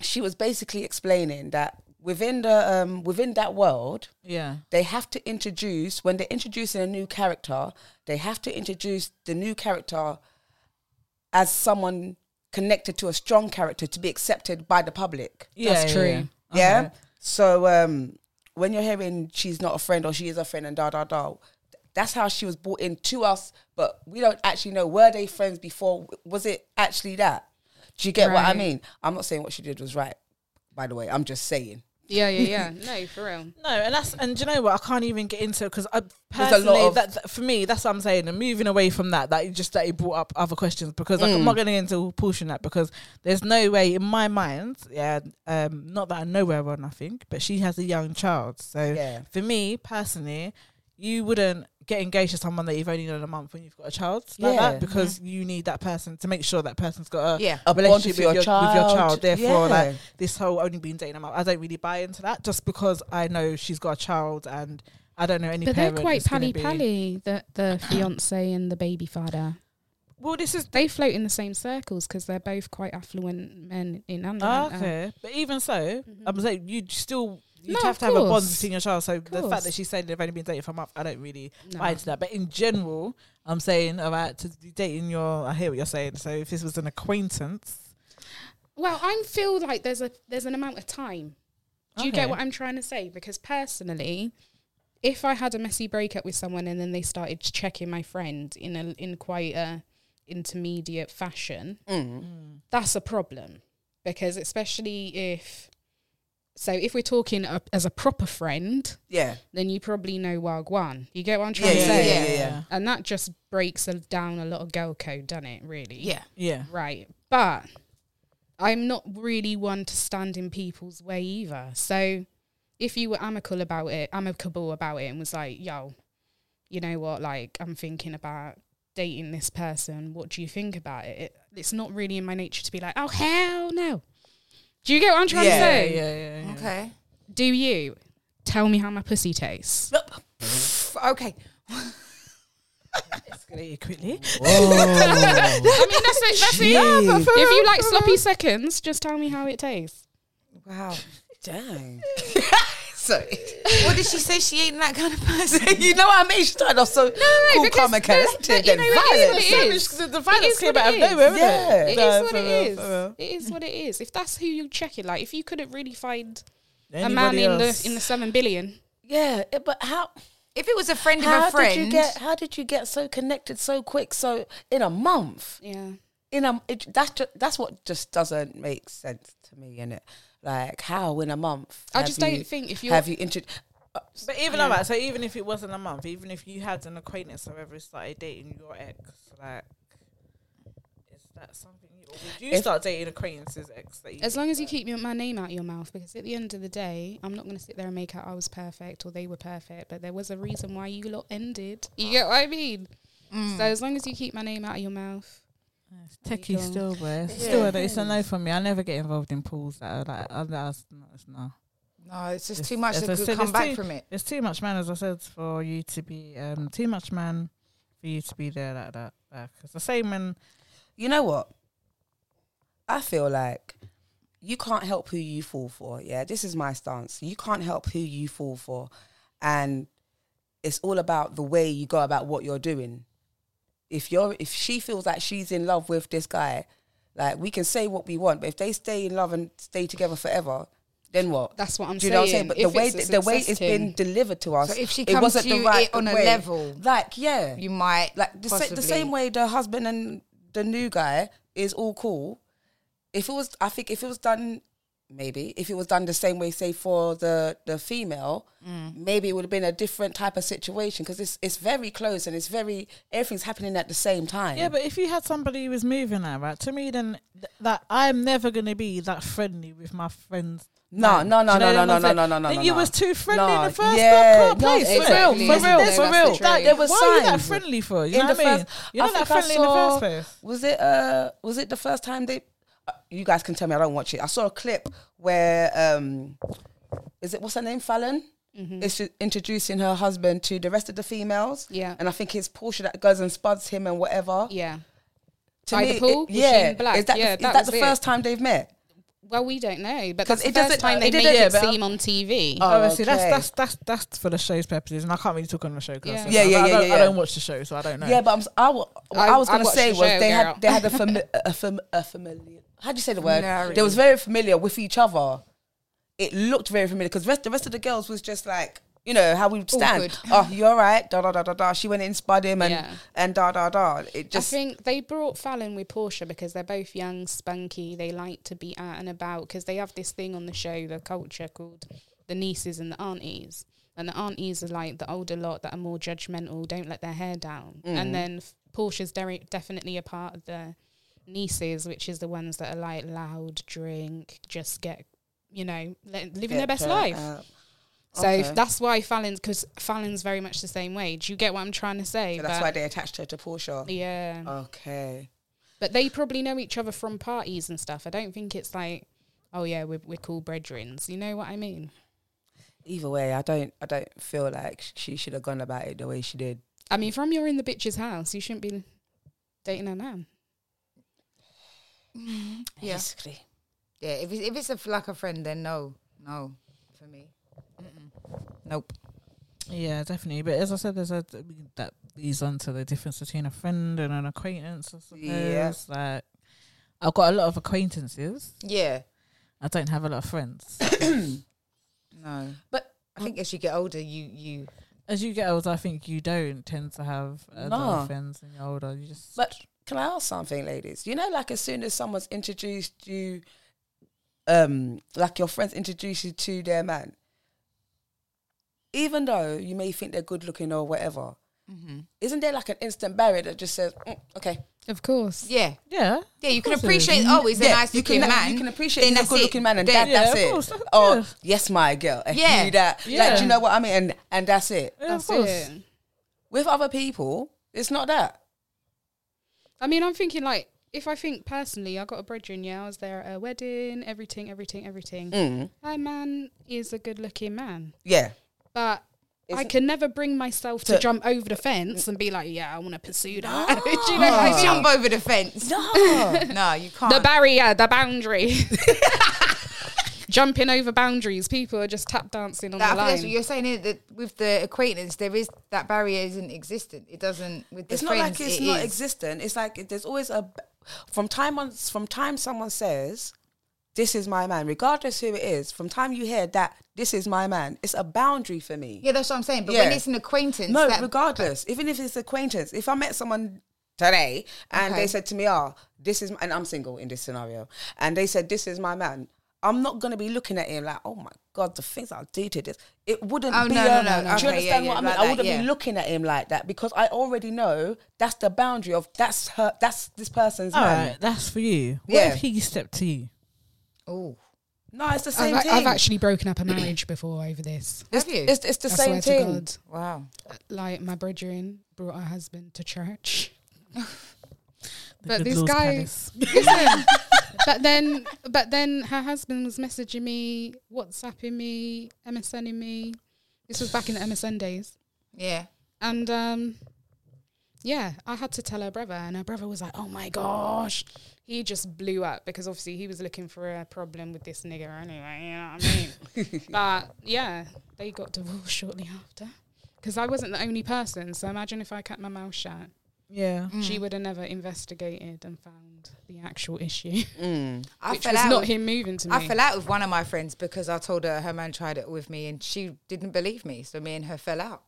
Speaker 4: she was basically explaining that within the um, within that world
Speaker 2: Yeah.
Speaker 4: they have to introduce when they're introducing a new character they have to introduce the new character as someone connected to a strong character to be accepted by the public
Speaker 2: Yeah.
Speaker 3: That's
Speaker 2: yeah,
Speaker 3: true.
Speaker 2: yeah.
Speaker 4: yeah
Speaker 2: Okay.
Speaker 4: so um when you're hearing she's not a friend or she is a friend and da da da that's how she was brought in to us but we don't actually know were they friends before was it actually that do you get what i
Speaker 3: Right.
Speaker 4: mean i'm not saying what she did was right by the way i'm just saying
Speaker 3: Yeah, yeah, yeah. No, for real.
Speaker 2: No, and that's and do you know what? I can't even get into because I
Speaker 4: There's a lot
Speaker 2: personally
Speaker 4: of-
Speaker 2: that, that- for me that's what I'm saying. And moving away from that, that it just that it brought up other questions because like, I'm
Speaker 4: Mm.
Speaker 2: not going to into portion that because there's no way in my mind, yeah, um, not that I know her or nothing, but she has a young child, so
Speaker 4: Yeah.
Speaker 2: for me personally, you wouldn't get engaged to someone that you've only known a month when you've got a child like
Speaker 4: Yeah.
Speaker 2: that because you need that person to make sure that person's got a
Speaker 5: Yeah.
Speaker 4: A bond
Speaker 2: relationship
Speaker 4: with
Speaker 2: with
Speaker 4: your
Speaker 2: your, with your
Speaker 4: child.
Speaker 2: child. Therefore,
Speaker 4: Yeah.
Speaker 2: like this whole only being dating a month, I don't really buy into that just because I know she's got a child and I don't know any.
Speaker 3: But they're
Speaker 2: parent
Speaker 3: quite
Speaker 2: that's gonna
Speaker 3: pally
Speaker 2: be-
Speaker 3: pally. The the fiance and the baby father.
Speaker 2: Well, this is
Speaker 3: They float in the same circles because they're both quite affluent men in
Speaker 2: Ah,
Speaker 3: Underland.
Speaker 2: okay, but even so, I'm saying you'd still. You'd
Speaker 3: Mm-hmm. No,
Speaker 2: have to
Speaker 3: of
Speaker 2: have a bond
Speaker 3: course.
Speaker 2: between your child. So the
Speaker 3: course.
Speaker 2: fact that she's saying they've only been dating for a month, I don't really
Speaker 3: No.
Speaker 2: buy into that. But in general, I'm saying all right to be dating your. I hear what you're saying. So if this was an acquaintance,
Speaker 3: Well, I feel like there's a there's an amount of time. Do you get
Speaker 2: Okay.
Speaker 3: what I'm trying to say? Because personally, if I had a messy breakup with someone and then they started checking my friend in a in quite a intermediate fashion,
Speaker 4: Mm.
Speaker 3: that's a problem. Because especially if so if we're talking a, as a proper friend,
Speaker 4: yeah
Speaker 3: then you probably know Wagwan. You get what I'm
Speaker 4: Yeah,
Speaker 3: trying to
Speaker 4: yeah,
Speaker 3: say?
Speaker 4: yeah, yeah, yeah.
Speaker 3: And that just breaks a- down a lot of girl code, doesn't it? Really?
Speaker 5: Yeah.
Speaker 2: yeah,
Speaker 3: Right. But I'm not really one to stand in people's way either. So if you were amicable about it, amicable about it, and was like, "Yo, you know what? Like, I'm thinking about dating this person. What do you think about it?" it it's not really in my nature to be like, "Oh hell no." Do you get what I'm trying
Speaker 4: Yeah,
Speaker 3: to
Speaker 2: yeah,
Speaker 3: say?
Speaker 2: yeah, yeah, yeah.
Speaker 5: Okay.
Speaker 3: Do you? Tell me how my pussy tastes.
Speaker 5: Okay.
Speaker 2: Escalated quickly.
Speaker 3: I mean, that's it. That's it. If you like sloppy seconds, just tell me how it tastes.
Speaker 5: Wow.
Speaker 4: dang sorry
Speaker 5: what did she say? She ain't that kind of person.
Speaker 4: you know what I mean? She started off so cool,
Speaker 3: because-
Speaker 4: calm and
Speaker 3: no,
Speaker 4: collected.
Speaker 3: but you
Speaker 4: then
Speaker 3: know what it is,
Speaker 4: violent.
Speaker 3: it
Speaker 2: Yeah,
Speaker 3: is.
Speaker 2: because the- the
Speaker 3: It is
Speaker 2: violence came
Speaker 3: what
Speaker 2: out
Speaker 3: it
Speaker 2: of
Speaker 3: is.
Speaker 2: nowhere,
Speaker 4: Yeah.
Speaker 2: isn't it?
Speaker 3: It
Speaker 2: No,
Speaker 3: is what
Speaker 2: for
Speaker 3: it
Speaker 2: real,
Speaker 3: is.
Speaker 2: for real.
Speaker 3: It is what it is. If that's who you check it, like if you couldn't really find
Speaker 2: Anybody
Speaker 3: a man in
Speaker 2: else?
Speaker 3: the in the seven billion,
Speaker 4: Yeah, it- but how?
Speaker 5: If it was a friend of
Speaker 4: How
Speaker 5: a friend,
Speaker 4: did you get? How did you get so connected so quick? So in a month,
Speaker 3: yeah,
Speaker 4: in a it, that's just, that's what just doesn't make sense to me, in it. Like how in a month?
Speaker 3: I
Speaker 4: have
Speaker 3: just
Speaker 4: you-
Speaker 3: don't think if you
Speaker 4: have you intro. uh,
Speaker 2: But even like that, so even if it wasn't a month, even if you had an acquaintance, however, started dating your ex, like, is that something you, or would you
Speaker 4: If-
Speaker 2: start dating acquaintances' ex? That you
Speaker 3: as long as you keep your, my name out your mouth, because at the end of the day, I'm not going to sit there and make out I was perfect or they were perfect, but there was a reason
Speaker 4: Mm.
Speaker 3: why you lot ended. You get what I mean? So as long as you keep my name out of your mouth,
Speaker 2: It's techie still, but it's still a, it's a no for me. I never get involved in pools that are like other. us- No, it's no.
Speaker 5: No, it's just
Speaker 2: It's-
Speaker 5: too much
Speaker 2: it's
Speaker 5: that
Speaker 2: a-
Speaker 5: could
Speaker 2: it's
Speaker 5: come back
Speaker 2: too-
Speaker 5: from it.
Speaker 2: It's too much man, as I said, for you to be um too much man for you to be there like that. Like, it's the same when
Speaker 4: You know what? I feel like you can't help who you fall for. Yeah, this is my stance. You can't help who you fall for. And it's all about the way you go about what you're doing. If you're if she feels like she's in love with this guy, like we can say what we want, but if they stay in love and stay together forever, then what?
Speaker 3: That's what I'm
Speaker 4: Do
Speaker 3: saying.
Speaker 4: you know what I'm saying? But the
Speaker 3: If
Speaker 4: way
Speaker 3: it's a
Speaker 4: the way
Speaker 3: success
Speaker 4: it's been
Speaker 3: thing.
Speaker 4: delivered to us,
Speaker 5: So if she
Speaker 4: it
Speaker 5: comes
Speaker 4: wasn't
Speaker 5: to
Speaker 4: the
Speaker 5: you
Speaker 4: right
Speaker 5: it on a
Speaker 4: way.
Speaker 5: level,
Speaker 4: like yeah,
Speaker 5: you might
Speaker 4: like the, sa- the
Speaker 5: possibly-
Speaker 4: same way the husband and the new guy is all cool. If it was, I think if it was done, maybe if it was done the same way, say for the the female, maybe it would have been a different type of situation because it's it's very close and it's very everything's happening at the same time.
Speaker 2: yeah, but if you had somebody who was moving like that, to me then th- that I'm never gonna be that friendly with my friends.
Speaker 4: no,
Speaker 2: man.
Speaker 4: no, no,
Speaker 2: Do you know
Speaker 4: no, no,
Speaker 2: what
Speaker 4: no,
Speaker 2: I'm
Speaker 4: no,
Speaker 2: saying?
Speaker 4: no, no,
Speaker 2: Then
Speaker 4: no.
Speaker 2: you
Speaker 4: no.
Speaker 2: was too friendly in
Speaker 4: No,
Speaker 2: the first
Speaker 4: yeah,
Speaker 2: yeah, place.
Speaker 4: no,
Speaker 2: for
Speaker 5: exactly.
Speaker 2: real, for real,
Speaker 5: That's
Speaker 2: for
Speaker 5: the
Speaker 2: real. Like,
Speaker 5: truth.
Speaker 2: there
Speaker 4: There
Speaker 2: was
Speaker 4: were
Speaker 2: why are you that
Speaker 4: signs.
Speaker 2: friendly for? You
Speaker 4: in
Speaker 2: know
Speaker 4: the
Speaker 2: what I mean?
Speaker 4: first,
Speaker 2: You're
Speaker 4: I
Speaker 2: not that
Speaker 4: think I
Speaker 2: friendly in the first
Speaker 4: saw-
Speaker 2: place.
Speaker 4: Was it uh was it the first time they uh, you guys can tell me I don't watch it. I saw a clip where um is it what's her name? Fallon?
Speaker 3: Mm-hmm.
Speaker 4: Is introducing her husband to the rest of the females.
Speaker 3: Yeah.
Speaker 4: And I think it's Portia that goes and spuds him and whatever.
Speaker 3: Yeah.
Speaker 4: To
Speaker 3: By the pool? Was she in
Speaker 4: yeah.
Speaker 3: black?
Speaker 4: Is that,
Speaker 3: Yeah,
Speaker 4: the,
Speaker 3: that
Speaker 4: is that
Speaker 3: was
Speaker 4: the
Speaker 3: it.
Speaker 4: first time they've met?
Speaker 3: Well, we don't know, but that's
Speaker 4: 'Cause
Speaker 3: the
Speaker 4: it
Speaker 3: first
Speaker 4: doesn't-
Speaker 3: time they
Speaker 4: it
Speaker 3: make
Speaker 4: didn't- yeah,
Speaker 3: it
Speaker 4: but-
Speaker 3: seem on TV.
Speaker 4: Oh,
Speaker 2: Obviously,
Speaker 4: okay.
Speaker 2: that's that's that's that's for the show's purposes, and I can't really talk on the show. Cause
Speaker 3: Yeah.
Speaker 2: I-
Speaker 4: Yeah, yeah,
Speaker 2: I,
Speaker 4: yeah,
Speaker 2: don't,
Speaker 4: yeah,
Speaker 2: I don't
Speaker 4: yeah.
Speaker 2: watch the show, so I don't know.
Speaker 4: Yeah, but I'm, si wa- what
Speaker 3: I-
Speaker 4: I was
Speaker 3: I
Speaker 4: gonna
Speaker 3: watched
Speaker 4: say
Speaker 3: the
Speaker 4: was
Speaker 3: show,
Speaker 4: they
Speaker 3: girl.
Speaker 4: had they had a fami- a, fam- a familiar. How do you say the word?
Speaker 5: Familiarity.
Speaker 4: They was very familiar with each other. It looked very familiar because rest, the rest of the girls was just like you know how we would stand.
Speaker 3: Awkward.
Speaker 4: Oh, you all right? Da da da da da. She went in, spud him, and
Speaker 3: Yeah.
Speaker 4: and da da da. It just
Speaker 3: I think they brought Fallon with Portia because they're both young, spunky. They like to be out and about because they have this thing on the show, the culture called the nieces and the aunties. And the aunties are like the older lot that are more judgmental, don't let their hair down.
Speaker 4: Mm.
Speaker 3: And then F- Portia's de- definitely a part of the nieces, which is the ones that are like loud, drink, just get, you know, le- living their best
Speaker 4: Yeah,
Speaker 3: life.
Speaker 4: uh,
Speaker 3: so
Speaker 4: okay.
Speaker 3: that's why Fallon's, because Fallon's very much the same way. Do you get what I'm trying to say?
Speaker 4: so that's why
Speaker 3: But-
Speaker 4: they Oh. attached her to Portia.
Speaker 3: yeah.
Speaker 4: Okay.
Speaker 3: But they probably know each other from parties and stuff. I don't think it's like, oh yeah, we're, we're cool brethrens. You know what I mean?
Speaker 4: Either way, I don't I don't feel like sh- she should have gone about it the way she did.
Speaker 3: I mean, from you're in the bitch's house, you shouldn't be dating her now.
Speaker 5: Yeah.
Speaker 4: Basically.
Speaker 5: Yeah, if it's, if it's a f like a friend, then no, no, for me, Mm-mm. nope.
Speaker 2: Yeah, definitely. But as I said, there's a that leads on to the difference between a friend and an acquaintance. I suppose.
Speaker 4: Yeah.
Speaker 2: Like, I've got a lot of acquaintances.
Speaker 5: Yeah,
Speaker 2: I don't have a lot of friends.
Speaker 5: no.
Speaker 4: But-
Speaker 5: I think as you get older, you you
Speaker 2: as you get older, I think you don't tend to have a lot
Speaker 4: Nah.
Speaker 2: of friends when you're older. You just
Speaker 4: But can I ask something, ladies? You know, like as soon as someone's introduced you, um, like your friends introduce you to their man, even though you may think they're good looking or whatever,
Speaker 5: Mm-hmm.
Speaker 4: isn't there like an instant barrier that just says, "Mm, okay,
Speaker 3: Of course.
Speaker 5: yeah
Speaker 2: yeah,
Speaker 5: yeah you can
Speaker 2: Of course it
Speaker 5: appreciate
Speaker 2: is. Mm.
Speaker 5: oh he's a
Speaker 4: yeah,
Speaker 5: nice
Speaker 4: you
Speaker 5: looking
Speaker 4: can,
Speaker 5: man.
Speaker 4: you can appreciate
Speaker 5: Then
Speaker 4: he's a
Speaker 5: that's
Speaker 4: good
Speaker 5: it.
Speaker 4: looking man, and
Speaker 5: Then-
Speaker 4: that,
Speaker 2: Yeah,
Speaker 4: that's
Speaker 2: of
Speaker 4: it.
Speaker 2: course, of
Speaker 4: oh,
Speaker 2: course.
Speaker 4: yes, my girl, and
Speaker 5: Yeah.
Speaker 4: you that, like,
Speaker 2: Yeah.
Speaker 4: do you know what I mean? And and that's it.
Speaker 2: yeah
Speaker 3: That's
Speaker 2: of course.
Speaker 3: it.
Speaker 4: With other people, it's not that.
Speaker 3: I mean, I'm thinking like, if I think personally, I got a brethren, yeah, I was there at a wedding, everything, everything, everything.
Speaker 4: Mm.
Speaker 3: Her man is a good looking man.
Speaker 4: Yeah,
Speaker 3: But I
Speaker 4: Isn't-
Speaker 3: can never bring myself to,
Speaker 4: To-
Speaker 3: jump over the fence and be like, yeah, I want to pursue that. Do you
Speaker 4: Oh.
Speaker 3: know what I mean?
Speaker 5: jump over the fence. No, no, you can't.
Speaker 3: the barrier, the boundary. Jumping over boundaries. People are just tap dancing on
Speaker 5: That- I
Speaker 3: the
Speaker 5: think that's
Speaker 3: line.
Speaker 5: what you're saying is that with the acquaintance, there is that barrier isn't existent. It doesn't with the
Speaker 4: it's not
Speaker 5: friends.
Speaker 4: like it's
Speaker 5: it
Speaker 4: not
Speaker 5: is.
Speaker 4: existent. It's like there's always a from time on from time someone says, "This is my man," regardless who it is. From time you hear that, "This is my man," it's a boundary for me.
Speaker 5: Yeah, that's what I'm saying. But when
Speaker 4: Yeah.
Speaker 5: it's an acquaintance,
Speaker 4: no,
Speaker 5: that,
Speaker 4: regardless, even if it's acquaintance. If I met someone today and
Speaker 5: Okay.
Speaker 4: they said to me, "Ah, this is," my, and I'm single in this scenario, and they said, "This is my man." I'm not gonna be looking at him like, oh my god, the things I'll do to this. It wouldn't
Speaker 5: Oh,
Speaker 4: be.
Speaker 5: no, no, no,
Speaker 4: a-
Speaker 5: no.
Speaker 4: Do you
Speaker 5: Okay, yeah,
Speaker 4: understand
Speaker 5: yeah,
Speaker 4: what I mean?
Speaker 5: like
Speaker 4: I
Speaker 5: that,
Speaker 4: wouldn't
Speaker 5: yeah.
Speaker 4: be looking at him like that because I already know that's the boundary of that's her, that's this person's
Speaker 2: All
Speaker 4: man.
Speaker 2: right, that's for you. What
Speaker 4: Yeah.
Speaker 2: if he stepped to you?
Speaker 5: oh,
Speaker 4: No, it's the
Speaker 3: I've,
Speaker 4: same
Speaker 3: a-
Speaker 4: thing.
Speaker 3: I've actually broken up a marriage before over this.
Speaker 5: have you?
Speaker 4: it's, it's the
Speaker 3: I swear
Speaker 4: same
Speaker 3: to
Speaker 4: thing.
Speaker 3: God.
Speaker 5: wow.
Speaker 3: Like, my brethren brought her husband to church.
Speaker 2: The
Speaker 3: But
Speaker 2: good
Speaker 3: this
Speaker 2: Lord's
Speaker 3: guy-
Speaker 2: palace.
Speaker 3: Listen, but then, but then her husband was messaging me, WhatsApping me, MSNing me. This was back in the MSN days,
Speaker 5: Yeah.
Speaker 3: and um, yeah, I had to tell her brother, and her brother was like, "Oh my gosh." He just blew up because obviously he was looking for a problem with this nigger anyway, you know what I mean? but yeah, they got divorced shortly after because I wasn't the only person. So imagine if I kept my mouth shut.
Speaker 2: Yeah.
Speaker 3: She would have never investigated and found the actual issue.
Speaker 5: I
Speaker 3: Which
Speaker 5: fell
Speaker 3: was
Speaker 5: out.
Speaker 3: not
Speaker 5: with,
Speaker 3: him moving to me.
Speaker 5: I fell out with one of my friends because I told her her man tried it with me and she didn't believe me. So me and her fell out.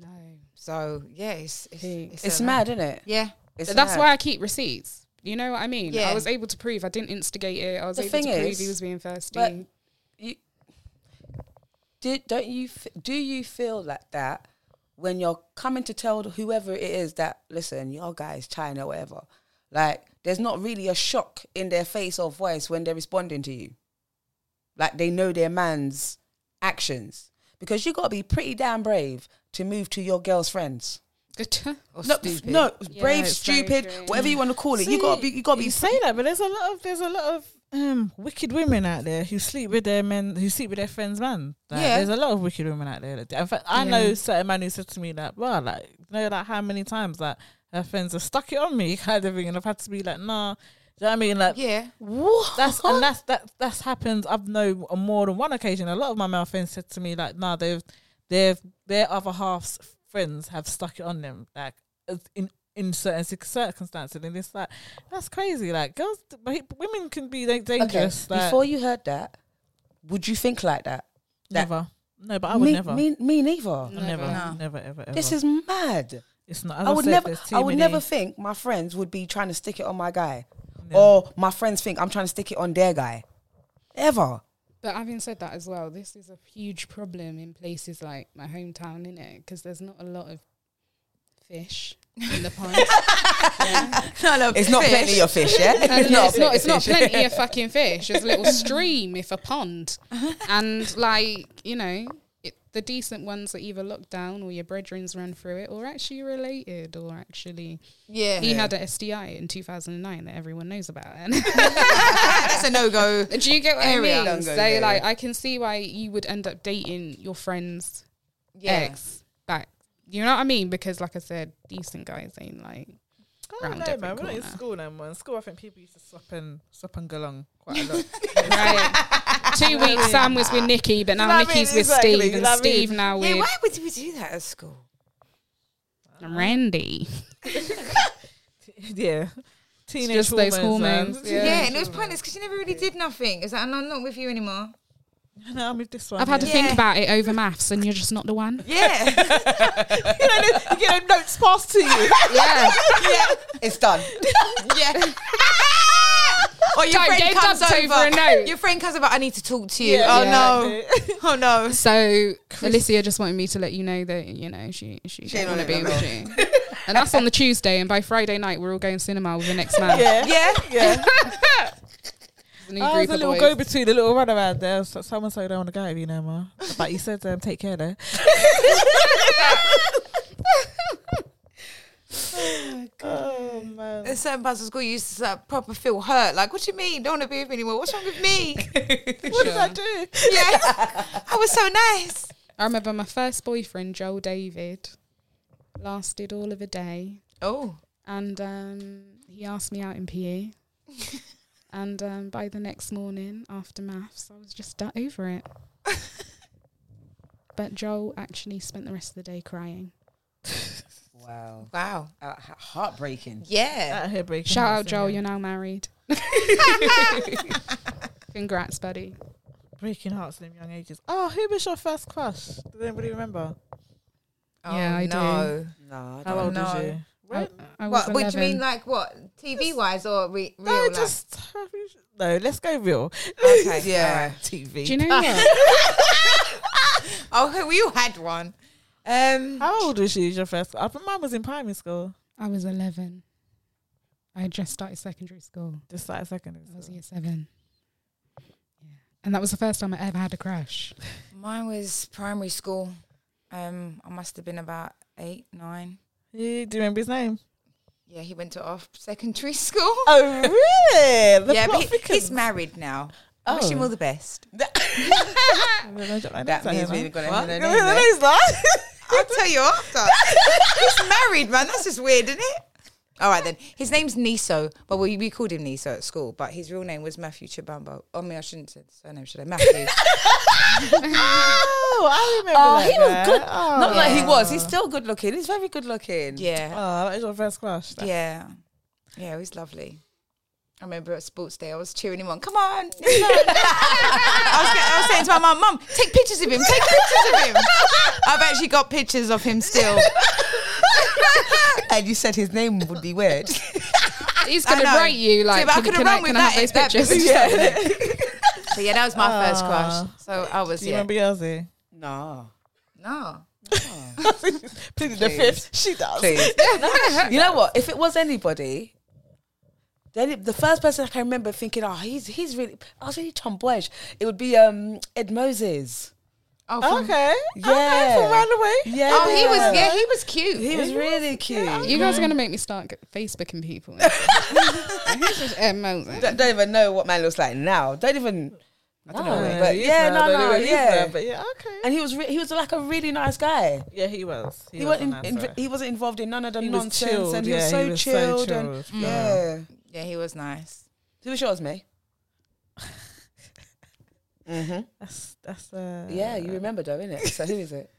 Speaker 3: no.
Speaker 5: So yeah, it's it's,
Speaker 3: Peak.
Speaker 4: It's
Speaker 5: a-
Speaker 4: mad, isn't it?
Speaker 5: Yeah.
Speaker 4: It's
Speaker 3: That's
Speaker 4: mad.
Speaker 3: why I keep receipts. You know what I mean?
Speaker 5: Yeah.
Speaker 3: I was able to prove I didn't instigate it. I was
Speaker 4: The
Speaker 3: able
Speaker 4: thing
Speaker 3: to prove
Speaker 4: is-
Speaker 3: he was being thirsty.
Speaker 4: but- you do, don't you f- do you feel like that when you're coming to tell whoever it is that listen your guy is China whatever like there's not really a shock in their face or voice when they're responding to you like they know their man's actions because you got to be pretty damn brave to move to your girl's friends
Speaker 5: Or
Speaker 4: no,
Speaker 5: stupid.
Speaker 4: no
Speaker 3: Yeah,
Speaker 4: brave
Speaker 3: it's very
Speaker 4: stupid
Speaker 3: brave.
Speaker 4: whatever you want to call it you got to be you got to be
Speaker 2: You say that, but there's a lot of there's a lot of um, wicked women out there who sleep with their men, who sleep with their friends' man. Like,
Speaker 5: Yeah.
Speaker 2: there's a lot of wicked women out there. In fact, I know certain man who said to me like, "Well, like, you know, like how many times like her friends have stuck it on me kind of thing," and I've had to be like, "Nah." Do you know what I mean? Like,
Speaker 5: Yeah.
Speaker 2: that's and that's that that's happened. I've known on more than one occasion. A lot of my male friends said to me like, "Nah, they've they've their other half's friends have stuck it on them like as- in in certain cir- circumstances." And it's like that's crazy. Like girls, but women can be like dangerous. Like,
Speaker 4: before you heard that would you think like that that-
Speaker 2: never, no, but I would
Speaker 4: me,
Speaker 2: never,
Speaker 4: me, me neither
Speaker 2: I never,
Speaker 5: No.
Speaker 2: never, ever, ever.
Speaker 4: this is mad
Speaker 2: it's not.
Speaker 4: I would never, I would never think my friends would be trying to stick it on my guy,
Speaker 2: No.
Speaker 4: or my friends think I'm trying to stick it on their guy, ever.
Speaker 3: But having said that as well, this is a huge problem in places like my hometown, innit? Because there's not a lot of fish in the pond.
Speaker 5: No, no.
Speaker 4: It's not plenty of fish, yeah.
Speaker 3: And
Speaker 4: not
Speaker 3: it's not. It's not
Speaker 4: fish.
Speaker 3: plenty of fucking fish. There's a little stream, if a pond, and like you know, it, the decent ones are either locked down or your brethren's run through it, or actually related, or actually
Speaker 5: Yeah.
Speaker 3: he had an SDI in 2009 that everyone knows about. And
Speaker 5: That's a no go.
Speaker 3: do you get what
Speaker 5: Area.
Speaker 3: I mean?
Speaker 5: Don't
Speaker 3: So
Speaker 5: go there.
Speaker 3: like, I can see why you would end up dating your friend's ex back. You know what I mean? Because like I said, decent guys ain't like.
Speaker 2: I
Speaker 3: round
Speaker 2: don't know,
Speaker 3: every
Speaker 2: man. We're not in
Speaker 3: corner.
Speaker 2: school no more. In school, I think people used to swap and swap and go along quite a lot.
Speaker 3: Right. Two weeks Sam was with Nikki, but now
Speaker 2: You know what I mean?
Speaker 3: Nikki's with
Speaker 2: Exactly,
Speaker 3: Steve,
Speaker 2: you
Speaker 3: and
Speaker 2: know what I mean?
Speaker 3: Steve now
Speaker 5: Yeah,
Speaker 3: with
Speaker 5: why would we do that at school?
Speaker 3: Randy.
Speaker 2: yeah, teenage
Speaker 3: just those hormones,
Speaker 2: man.
Speaker 5: Yeah, and it was pointless because you never really did nothing. It's like, I'm not with you anymore.
Speaker 2: No, I'm with this one.
Speaker 3: I've had to
Speaker 2: yeah.
Speaker 3: think
Speaker 5: Yeah.
Speaker 3: about it over maths, and you're just not the one.
Speaker 5: Yeah.
Speaker 2: you know, you get a notes passed to you.
Speaker 5: yeah.
Speaker 4: It's done.
Speaker 5: Yeah. or your
Speaker 3: Don't
Speaker 5: friend
Speaker 3: get
Speaker 5: comes
Speaker 3: dumped
Speaker 5: over.
Speaker 3: over a note.
Speaker 5: Your friend comes over. I need to talk to you.
Speaker 2: Yeah,
Speaker 5: oh
Speaker 3: yeah.
Speaker 5: no. Oh no.
Speaker 3: So Alicia just wanted me to let you know that you know she she,
Speaker 5: ain't
Speaker 3: don't want to
Speaker 5: on
Speaker 3: be
Speaker 5: it
Speaker 3: with you, and that's on the Tuesday. And by Friday night, we're all going cinema with the next man.
Speaker 2: Yeah.
Speaker 5: Yeah.
Speaker 2: Yeah,
Speaker 3: The new
Speaker 2: I was
Speaker 3: group
Speaker 2: a
Speaker 3: of
Speaker 2: little
Speaker 3: boys.
Speaker 2: go-between, a little runaround there. So someone said I don't want to go with you no more, but you said um, take care though. oh man,
Speaker 5: There's certain parts of school you used to like, proper feel hurt. Like, what do you mean? Don't want to be with me anymore. What's wrong with me?
Speaker 2: what did I do?
Speaker 5: yeah. I was so nice.
Speaker 3: I remember my first boyfriend, Joel David, lasted all of a day.
Speaker 5: Oh.
Speaker 3: and um, he asked me out in PE. and um, by the next morning after maths, I was just that over it. but Joel actually spent the rest of the day crying.
Speaker 4: Wow,
Speaker 5: Wow.
Speaker 4: Uh, he- heartbreaking.
Speaker 5: Yeah.
Speaker 2: Out here breaking
Speaker 3: Shout out,
Speaker 2: hearts,
Speaker 3: Joel,
Speaker 2: innit?
Speaker 3: you're now married. Congrats, buddy.
Speaker 2: breaking hearts in them young ages. Oh, who was your first crush? Does anybody remember?
Speaker 5: Oh,
Speaker 3: Yeah, I do.
Speaker 5: no.
Speaker 4: No, I
Speaker 2: How
Speaker 4: don't.
Speaker 2: old
Speaker 5: no.
Speaker 2: was you?
Speaker 3: I, I was
Speaker 5: What, what do you
Speaker 3: 11.
Speaker 5: mean, like what? TV wise or re- real
Speaker 2: No,
Speaker 5: life?
Speaker 2: just no. Let's go real.
Speaker 5: Okay. Yeah.
Speaker 2: TV.
Speaker 3: Do you know what?
Speaker 5: Okay, we all Oh, had one. Um,
Speaker 2: How old was you your first? I think mine was in primary school.
Speaker 3: I was 11. I had just started secondary school.
Speaker 2: Just like secondary
Speaker 3: I was
Speaker 2: school.
Speaker 3: year seven. Yeah. And that was the first time I ever had a crush.
Speaker 5: mine was primary school. Um, I must have been about eight, nine.
Speaker 2: You, do you remember his name?
Speaker 5: Yeah, he went to off secondary school.
Speaker 2: Oh, really? The Oh.
Speaker 5: yeah, but
Speaker 2: plot
Speaker 5: he-
Speaker 2: thickens.
Speaker 5: he's married now. I Wish him all the best.
Speaker 2: I don't know, don't like
Speaker 4: That
Speaker 2: to
Speaker 4: means
Speaker 2: hear
Speaker 4: we're
Speaker 2: that.
Speaker 4: gonna
Speaker 5: What?
Speaker 4: have an
Speaker 2: You know
Speaker 4: name
Speaker 2: what it's like?
Speaker 5: I'll tell you after. he's married, man. That's just weird, isn't it? All right then. His name's Niso, but we, we called him Niso at school. But his real name was Matthew Chibambo. Oh, I mean, I shouldn't say the surname, should I? Matthew.
Speaker 2: Oh, I remember.
Speaker 4: Oh,
Speaker 2: that
Speaker 4: he was
Speaker 2: now.
Speaker 4: good.
Speaker 2: Oh.
Speaker 4: Not like he was. He's still good looking. He's very good looking.
Speaker 5: yeah,
Speaker 2: Oh, that was your first crush. That-
Speaker 5: yeah, yeah. He was lovely. I remember at sports day, I was cheering him on. Come on! Niso." I, was, I was saying to my mum, "Mum, take pictures of him. Take pictures of him." I've actually got pictures of him still.
Speaker 4: And you said his name would be weird.
Speaker 3: He's
Speaker 5: I
Speaker 3: gonna
Speaker 5: know.
Speaker 3: write you like.
Speaker 5: See, but I
Speaker 3: can-
Speaker 5: could have
Speaker 3: can
Speaker 5: run with
Speaker 3: can I have
Speaker 5: that.
Speaker 3: those
Speaker 5: if that
Speaker 3: pictures?
Speaker 5: business happened. so yeah, that was my first
Speaker 2: Aw.
Speaker 5: crush. So I was
Speaker 2: Do you
Speaker 5: yeah.
Speaker 2: remember eh? Yazzie?
Speaker 4: No.
Speaker 5: No.
Speaker 2: Pleaded the fifth. She does.
Speaker 4: Please. you know what? If it was anybody, then it, the first person I can remember thinking, oh, he's he's really, I was really tomboyish. It would be um Ed Moses.
Speaker 5: Oh, from-
Speaker 2: Okay.
Speaker 4: Yeah.
Speaker 2: Okay, from right away.
Speaker 4: Yeah.
Speaker 5: Oh, he was yeah, he was cute.
Speaker 4: He was really cute.
Speaker 3: You guys are gonna make me start g- Facebooking people. Who's this Ed Moses?
Speaker 4: Don't, don't even know what man looks like now. Don't even. I don't know. But
Speaker 2: he's
Speaker 4: yeah,
Speaker 2: not,
Speaker 4: no,
Speaker 2: don't
Speaker 4: no,
Speaker 2: even- he's
Speaker 4: yeah.
Speaker 2: not, But yeah, okay.
Speaker 4: And he was re- he was like a really nice guy.
Speaker 2: Yeah, he was.
Speaker 4: He,
Speaker 2: was
Speaker 4: wasn't
Speaker 2: a
Speaker 4: in,
Speaker 2: nice guy.
Speaker 4: he wasn't involved in none of the
Speaker 2: He was
Speaker 4: nonsense,
Speaker 2: chilled,
Speaker 4: and he was
Speaker 2: yeah,
Speaker 4: so
Speaker 2: he was so
Speaker 4: chilled. and,
Speaker 2: chilled, yeah.
Speaker 4: yeah.
Speaker 5: Yeah, he was nice.
Speaker 4: Who was yours, me? mm-hmm.
Speaker 2: That's that's uh
Speaker 4: Yeah, you remember though, innit? So who is it?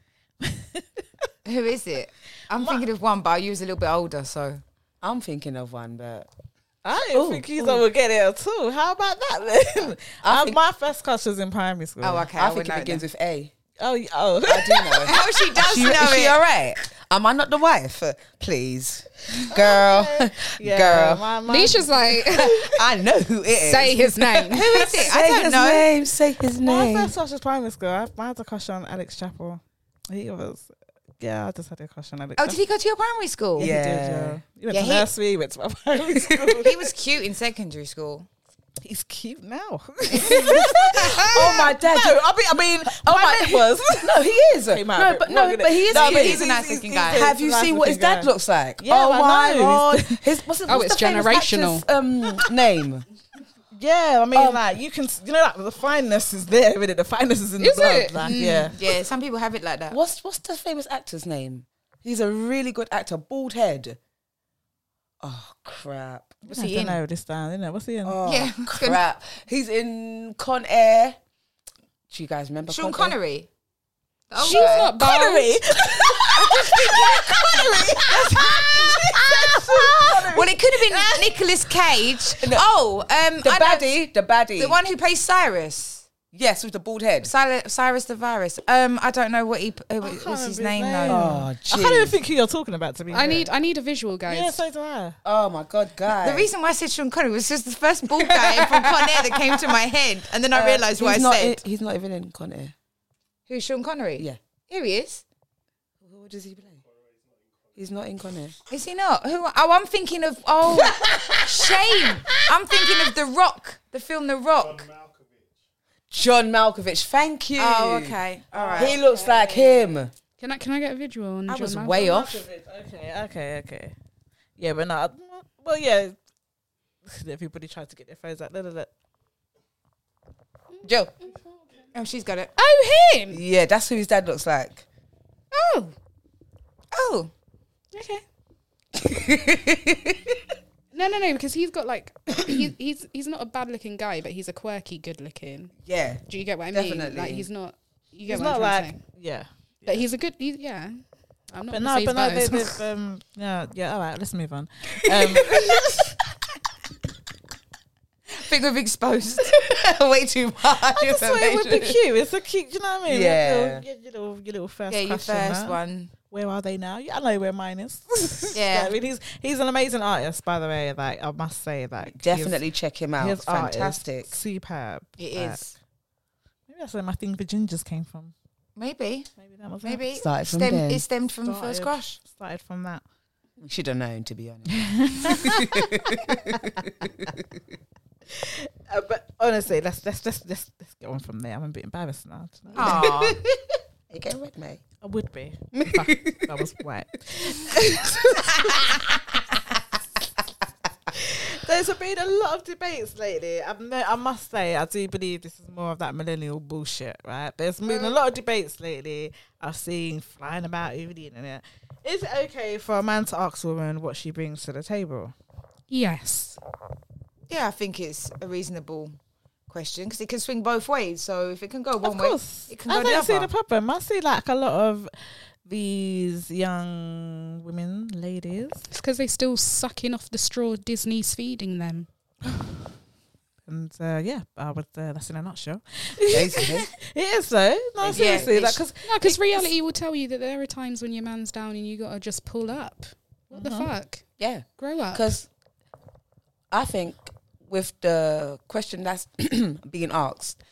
Speaker 5: Who is it? I'm thinking of one, but you was a little bit older, so
Speaker 4: I'm thinking of one, but
Speaker 2: I didn't think you would get it at all. How about that then? I my first crush was in primary school.
Speaker 5: oh okay.
Speaker 4: I,
Speaker 5: I,
Speaker 4: think
Speaker 5: would
Speaker 4: it
Speaker 5: know
Speaker 4: begins
Speaker 5: then.
Speaker 4: with A.
Speaker 2: Oh, y- oh.
Speaker 4: I do know.
Speaker 5: Oh, she does
Speaker 4: she,
Speaker 5: know
Speaker 4: is she
Speaker 5: it.
Speaker 4: all right? Am I not the wife? Please, girl,
Speaker 2: Yeah,
Speaker 4: girl.
Speaker 2: My, my,
Speaker 3: Nisha's like,
Speaker 4: I know who it is.
Speaker 3: say his name.
Speaker 5: Who is it?
Speaker 4: Say
Speaker 5: I don't
Speaker 4: his
Speaker 5: know.
Speaker 4: name. Say his
Speaker 2: my
Speaker 4: name.
Speaker 2: first crush was primary school. I, I had a crush on Alex Chappell. He was yeah, I just had a crush on Alex.
Speaker 5: Oh, did he go to your primary school?
Speaker 2: Chappell. Yeah, he did.
Speaker 4: Yeah.
Speaker 2: Yeah, he went
Speaker 5: Yeah,
Speaker 2: to
Speaker 5: he-
Speaker 2: nursery. He went to my primary school.
Speaker 5: He was cute in secondary school.
Speaker 2: He's cute now.
Speaker 4: Oh my dad!
Speaker 2: no, I mean, I mean,
Speaker 4: Oh
Speaker 2: my
Speaker 4: my-
Speaker 2: mate was.
Speaker 4: No, he is.
Speaker 2: Came out
Speaker 4: No,
Speaker 2: of it.
Speaker 4: but
Speaker 2: Not
Speaker 4: no,
Speaker 2: gonna-
Speaker 4: but he is.
Speaker 5: No,
Speaker 4: cute.
Speaker 5: but he's a nice looking
Speaker 2: he's-
Speaker 5: guy.
Speaker 2: he's-
Speaker 4: Have you
Speaker 2: he's a
Speaker 4: seen
Speaker 2: nice
Speaker 4: what his
Speaker 2: looking
Speaker 4: dad
Speaker 2: guy.
Speaker 4: looks like?
Speaker 2: Yeah,
Speaker 4: oh
Speaker 2: I
Speaker 4: my
Speaker 2: know.
Speaker 4: lord! His what's,
Speaker 3: Oh,
Speaker 4: what's
Speaker 3: it's
Speaker 4: the famous
Speaker 3: generational.
Speaker 4: actor's, um, name.
Speaker 2: Yeah, I mean,
Speaker 4: Um,
Speaker 2: like you can, s- you know, like the fineness is there, really. The fineness is Mm. in the
Speaker 3: Is
Speaker 2: blood.
Speaker 3: it?
Speaker 2: Like, yeah.
Speaker 5: Yeah, some people have it like that.
Speaker 4: What's what's the famous actor's name? He's a really good actor. Bald head. Oh crap!
Speaker 5: Was
Speaker 2: I
Speaker 5: he
Speaker 2: don't
Speaker 5: in?
Speaker 2: know this time, isn't it? What's he in?
Speaker 4: Oh
Speaker 5: Yeah.
Speaker 4: crap! He's in Con Air. Do you guys remember
Speaker 5: Sean
Speaker 4: Con Air?
Speaker 5: Connery. Oh,
Speaker 3: She's not bald.
Speaker 5: Well, it could have been Nicolas Cage. Oh, um,
Speaker 4: The
Speaker 5: I know-
Speaker 4: baddie, the baddie.
Speaker 5: the one who plays Cyrus.
Speaker 4: yes, with the bald head.
Speaker 5: Sil- Cyrus the Virus. Um, I don't know what he uh, what was
Speaker 2: remember
Speaker 5: his
Speaker 2: his
Speaker 5: name
Speaker 2: name.
Speaker 5: though.
Speaker 4: Oh,
Speaker 2: I can't even
Speaker 4: jeez.
Speaker 2: think who you're talking about. To be
Speaker 3: I
Speaker 2: fair.
Speaker 3: need I need a visual, guys.
Speaker 2: Yeah, so do I.
Speaker 4: Oh my god, guys!
Speaker 5: The reason why I said Sean Connery was just the first bald guy from Con Air that came to my head, and then I realised what I
Speaker 4: not
Speaker 5: said.
Speaker 4: in- Uh, he's not even in Con Air.
Speaker 5: Who's Sean Connery?
Speaker 4: Yeah.
Speaker 5: here he is.
Speaker 4: What does he play? He's not in Con Air.
Speaker 5: Is he not? Who? Oh, I'm thinking of oh, shame. I'm thinking of The Rock, the film The Rock.
Speaker 4: John Malkovich. Thank you.
Speaker 5: Oh, okay, all right.
Speaker 4: He looks like him.
Speaker 3: Can I can I get a visual? On
Speaker 4: I
Speaker 3: John
Speaker 4: was
Speaker 3: Malkovich?
Speaker 4: way off.
Speaker 2: Okay, okay, okay. Yeah, but no. Well, yeah. Everybody tried to get their phones out. Look, look, look.
Speaker 4: Joe.
Speaker 5: Oh, she's got it.
Speaker 3: Oh him.
Speaker 4: Yeah, that's who his dad looks like.
Speaker 5: Oh, oh,
Speaker 3: Okay. no, no, no, because he's got like he's he's he's not a bad looking guy, but he's a quirky good looking.
Speaker 4: Yeah.
Speaker 3: Do you get what I mean?
Speaker 4: Definitely.
Speaker 3: Like he's not. You get
Speaker 2: It's
Speaker 3: what
Speaker 2: not
Speaker 3: I'm trying to
Speaker 2: like
Speaker 3: say.
Speaker 2: yeah.
Speaker 3: But he's a good. He's, yeah. I'm not.
Speaker 2: But
Speaker 3: gonna
Speaker 2: no,
Speaker 3: say
Speaker 2: but no, they,
Speaker 3: he's bad.
Speaker 2: they've, um, yeah, yeah. All right, let's move on. Um,
Speaker 5: I think we've exposed.
Speaker 4: Way too much. I
Speaker 2: I just thought it would be cute. It's a cute. You know what I mean?
Speaker 4: Yeah.
Speaker 2: Your little, your, your little, your little first.
Speaker 5: yeah, your
Speaker 2: crush and
Speaker 5: first
Speaker 2: that.
Speaker 5: one.
Speaker 2: where are they now? Yeah, I know where mine is.
Speaker 5: Yeah.
Speaker 2: I mean, he's he's an amazing artist, by the way. Like I must say, like his-
Speaker 4: Definitely check him out.
Speaker 2: his art is
Speaker 4: Fantastic.
Speaker 2: superb.
Speaker 5: It
Speaker 2: Like,
Speaker 5: is
Speaker 2: Maybe that's where my thing for gingers came from.
Speaker 5: maybe,
Speaker 2: Maybe that was it.
Speaker 5: maybe
Speaker 4: Started from
Speaker 5: stem,
Speaker 4: there.
Speaker 5: it stemmed from first
Speaker 2: Started.
Speaker 5: crush.
Speaker 2: started from that.
Speaker 4: We should have known, to be honest.
Speaker 2: Uh, but honestly, let's let's let's let's let's get on from there. I'm a bit embarrassed now.
Speaker 5: Aw.
Speaker 4: you go with me.
Speaker 2: I would be. If I, if I was white. There's been a lot of debates lately. I, no, I must say, I do believe this is more of that millennial bullshit, right? There's been a lot of debates lately. I've seen flying about over the internet. Is it okay for a man to ask a woman what she brings to the table?
Speaker 3: Yes.
Speaker 5: Yeah, I think it's a reasonable question because it can swing both ways. So if it can go one way, it can
Speaker 2: I
Speaker 5: go the
Speaker 2: don't see
Speaker 5: other.
Speaker 2: the problem. I see like a lot of these young women, ladies.
Speaker 3: It's because they're still sucking off the straw Disney's feeding them.
Speaker 2: And uh, yeah, I would. Uh, that's in a nutshell.
Speaker 4: Basically.
Speaker 2: It is though. No,
Speaker 5: Yeah,
Speaker 2: seriously,
Speaker 5: it's-
Speaker 2: like 'cause
Speaker 3: No, because reality will tell you that there are times when your man's down and you gotta just pull up. What
Speaker 2: Uh-huh.
Speaker 3: the fuck?
Speaker 4: yeah.
Speaker 3: Grow up.
Speaker 4: Because I think with the question that's being asked,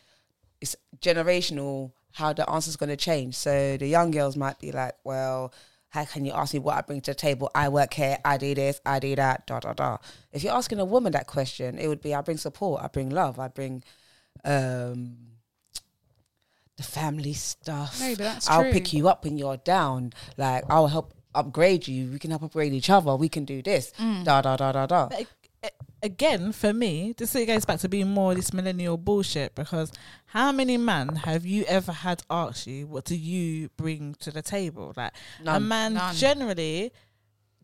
Speaker 4: it's generational how the answer's going to change. So the young girls might be like, well, how can you ask me what I bring to the table? I work here, I do this, I do that, da da da. If you're asking a woman that question, it would be I bring support, I bring love, I bring um, the family stuff.
Speaker 3: No, but that's
Speaker 4: I'll
Speaker 3: true.
Speaker 4: pick you up when you're down. Like I'll help upgrade you. We can help upgrade each other. We can do this.
Speaker 3: Mm.
Speaker 4: Da da da da da.
Speaker 2: But ag- again, for me, this it goes back to being more this millennial bullshit because how many men have you ever had ask you, what do you bring to the table? Like a
Speaker 4: None.
Speaker 2: man generally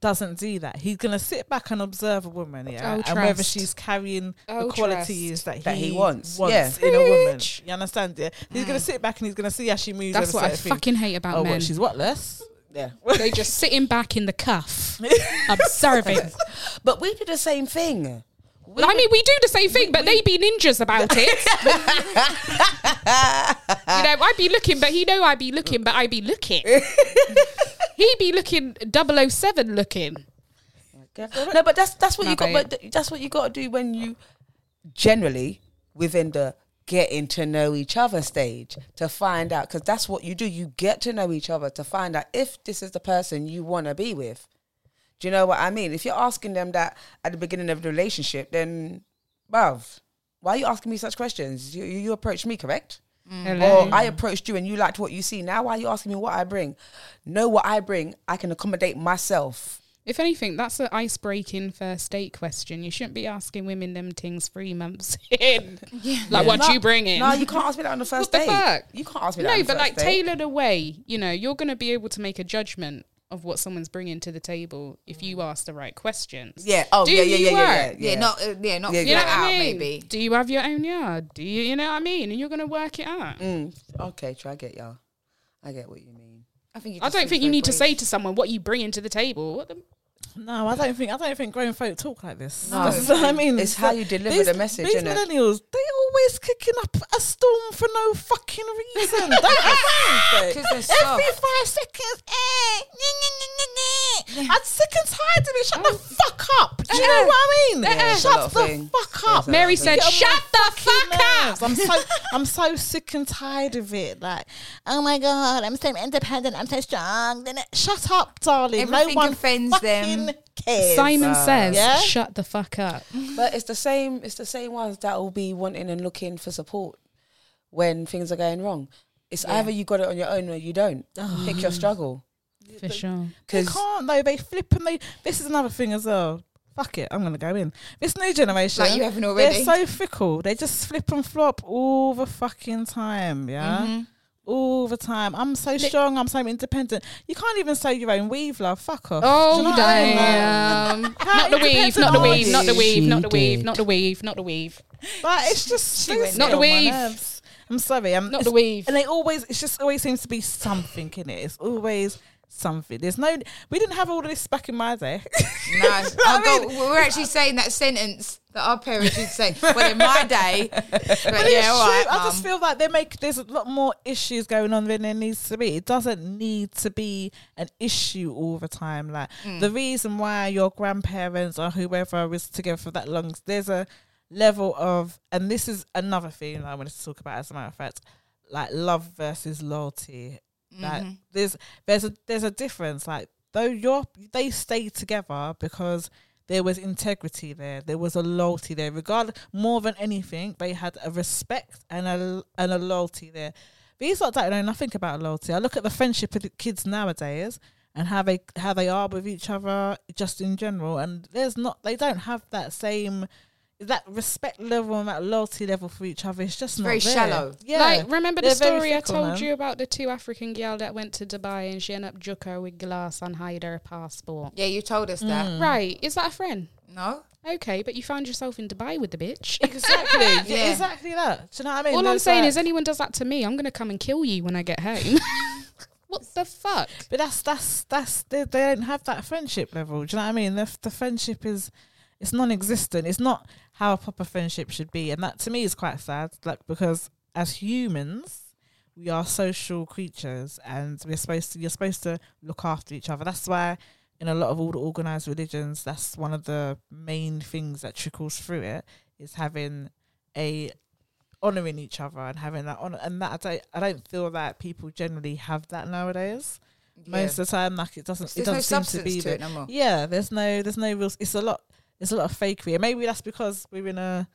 Speaker 2: doesn't do that. He's gonna sit back and observe a woman, yeah,
Speaker 3: Oh,
Speaker 2: and whether
Speaker 3: trust.
Speaker 2: she's carrying
Speaker 3: Oh,
Speaker 2: the qualities that he,
Speaker 4: That he wants, yeah.
Speaker 2: in a woman.
Speaker 3: Preach.
Speaker 2: You understand? Yeah, he's gonna sit back and he's gonna see how she moves.
Speaker 3: That's
Speaker 2: over
Speaker 3: what I
Speaker 2: certain things.
Speaker 3: fucking hate about
Speaker 2: Oh,
Speaker 3: men.
Speaker 2: what, she's what less?
Speaker 4: Yeah.
Speaker 3: they just sitting back in the cuff, observing.
Speaker 4: But we do the same thing.
Speaker 3: Well, I mean, we do the same thing, but they be ninjas about it. you know, I be looking, but he know I be looking, but I be looking. he be looking 007 looking.
Speaker 4: Yeah. No, but that's that's what
Speaker 3: Nah,
Speaker 4: you got.
Speaker 3: babe.
Speaker 4: But th- that's what you got to do when you generally within the getting to know each other stage to find out because that's what you do. You get to know each other to find out if this is the person you want to be with. Do you know what I mean? If you're asking them that at the beginning of the relationship, then, bruv, why are you asking me such questions? You, you you approached me, correct?
Speaker 3: Mm.
Speaker 4: Or I approached you and you liked what you see. Now, why are you asking me what I bring? Know what I bring. I can accommodate myself.
Speaker 3: If anything, that's an ice-breaking first date question. You shouldn't be asking women them things three months in. Like, what
Speaker 4: No,
Speaker 3: you bring in?
Speaker 4: No, you can't ask me that on the first
Speaker 3: the
Speaker 4: date.
Speaker 3: fuck?
Speaker 4: You can't ask me that.
Speaker 3: No,
Speaker 4: on the
Speaker 3: but
Speaker 4: first
Speaker 3: like
Speaker 4: date.
Speaker 3: tailored away, you know, you're going to be able to make a judgment of what someone's bringing to the table if you ask the right questions.
Speaker 4: Yeah. Oh,
Speaker 3: Do
Speaker 4: yeah, yeah,
Speaker 3: you
Speaker 4: yeah, yeah,
Speaker 3: work?
Speaker 5: yeah,
Speaker 4: yeah, yeah.
Speaker 5: not uh, yeah, not flat
Speaker 4: Yeah,
Speaker 3: You know
Speaker 4: yeah.
Speaker 3: what
Speaker 5: out
Speaker 3: I mean?
Speaker 5: maybe.
Speaker 3: Do you have your own yard? Do you, you know what I mean? And you're going to work it out.
Speaker 4: Mm. Okay, try. I get y'all. I get what you mean.
Speaker 5: I think. you
Speaker 3: I
Speaker 5: just
Speaker 3: don't
Speaker 5: switch
Speaker 3: think you
Speaker 5: both
Speaker 3: need to
Speaker 5: ways.
Speaker 3: say to someone what you bringing to the table. What the,
Speaker 2: No, I don't think I don't think grown folk talk like this.
Speaker 4: No.
Speaker 2: That's what I mean.
Speaker 4: It's how you deliver
Speaker 2: these-
Speaker 4: the message,
Speaker 2: These
Speaker 4: innit?
Speaker 2: millennials, they always kicking up a storm for no fucking reason. Don't you think?
Speaker 5: 'Cause they're
Speaker 2: Every
Speaker 5: soft.
Speaker 2: five seconds, eh, nyeh, nyeh, nyeh, nyeh, nyeh. I'm sick and tired of it. Shut the
Speaker 4: Mm.
Speaker 2: fuck up. Do you know what I mean?
Speaker 4: Yeah, it's a lot
Speaker 2: Shut
Speaker 4: of
Speaker 2: the
Speaker 4: thing.
Speaker 2: fuck up.
Speaker 4: It's a lot
Speaker 3: Mary
Speaker 4: of
Speaker 3: said,
Speaker 4: thing.
Speaker 2: Get on my
Speaker 3: shut the fuck
Speaker 2: nerves.
Speaker 3: up.
Speaker 2: I'm so I'm so sick and tired of it. Like, oh my god, I'm so independent. I'm so strong. Then it- shut up, darling.
Speaker 5: Everything
Speaker 2: no one
Speaker 5: offends
Speaker 2: fucking
Speaker 5: them.
Speaker 2: Cares.
Speaker 3: Simon says,
Speaker 2: Yeah?
Speaker 3: shut the fuck up.
Speaker 4: But it's the same. It's the same ones that will be wanting and looking for support when things are going wrong. It's either you got it on your own or you don't. Pick your struggle.
Speaker 3: For sure.
Speaker 2: They
Speaker 4: Because
Speaker 2: can't though. They flip and they. This is another thing as well. Fuck it, I'm gonna go in. This new generation,
Speaker 5: Like you haven't already.
Speaker 2: they're so fickle. They just flip and flop all the fucking time. Yeah.
Speaker 5: Mm-hmm.
Speaker 2: All the time. I'm so strong. I'm so independent. You can't even sew your own weave, love. Fuck off. Do you know
Speaker 3: Oh,
Speaker 2: what I mean? Like,
Speaker 3: damn. Not the weave,
Speaker 2: independent
Speaker 3: not the
Speaker 2: are
Speaker 3: weave, not the
Speaker 2: you?
Speaker 3: weave, not the
Speaker 4: She
Speaker 3: weave,
Speaker 4: did.
Speaker 3: not the weave, not the weave.
Speaker 2: Like it's just
Speaker 5: She went
Speaker 2: it's
Speaker 3: Not the
Speaker 2: on my
Speaker 3: weave.
Speaker 2: nerves. I'm sorry. I'm
Speaker 3: Not
Speaker 2: it's-
Speaker 3: the weave.
Speaker 2: And they always, it just always seems to be something in it. It's always something. There's no, we didn't have all this back in my day.
Speaker 5: No, I'll go, we're actually saying that sentence that our parents would say. Well, in my day, but,
Speaker 2: But it's
Speaker 5: yeah, all right,
Speaker 2: true. I just
Speaker 5: Mum.
Speaker 2: feel like they make there's a lot more issues going on than there needs to be. It doesn't need to be an issue all the time. Like
Speaker 5: Mm.
Speaker 2: the reason why your grandparents or whoever was together for that long, there's a level of, and this is another thing I wanted to talk about. As a matter of fact, like love versus loyalty. Like
Speaker 5: Mm-hmm.
Speaker 2: there's there's a there's a difference. Like though your they stayed together because there was integrity there. There was a loyalty there. Regardless, more than anything, they had a respect and a and a loyalty there. These lot don't know nothing about loyalty. I look at the friendship of the kids nowadays, and how they how they are with each other just in general and there's not they don't have that same that respect level and that loyalty level for each other it's just not
Speaker 5: very
Speaker 2: there.
Speaker 5: shallow.
Speaker 2: yeah
Speaker 3: Like, remember the
Speaker 2: They're very
Speaker 3: story I
Speaker 2: fickle,
Speaker 3: told
Speaker 2: man.
Speaker 3: you about the two African girl that went to Dubai and she ended up jucker with glass and hide her passport?
Speaker 2: Mm.
Speaker 5: Yeah, you told us that.
Speaker 3: Right, is that a friend?
Speaker 5: No?
Speaker 3: Okay, but you found yourself in Dubai with the bitch.
Speaker 2: exactly
Speaker 5: Yeah.
Speaker 2: exactly that do you know what i mean
Speaker 3: All I'm
Speaker 2: It's
Speaker 3: saying
Speaker 2: like-
Speaker 3: is, anyone does that to me, I'm gonna come and kill you when I get home. what the fuck?
Speaker 2: But that's that's that's they, they don't have that friendship level. Do you know what I mean? The, the friendship is it's non-existent. It's not how a proper friendship should be, and that to me is quite sad. Like because as humans, we are social creatures, and we're supposed to you're supposed to look after each other. That's why in a lot of all the organized religions, that's one of the main things that trickles through it is having a honoring each other and having that honor and that I don't, I don't feel that people generally have that nowadays most of the time like it doesn't it
Speaker 5: There's no
Speaker 2: doesn't seem
Speaker 5: substance
Speaker 2: to be
Speaker 5: to it
Speaker 2: there.
Speaker 5: no more.
Speaker 2: yeah there's no there's no real it's a lot it's a lot of fakery and maybe that's because we're in a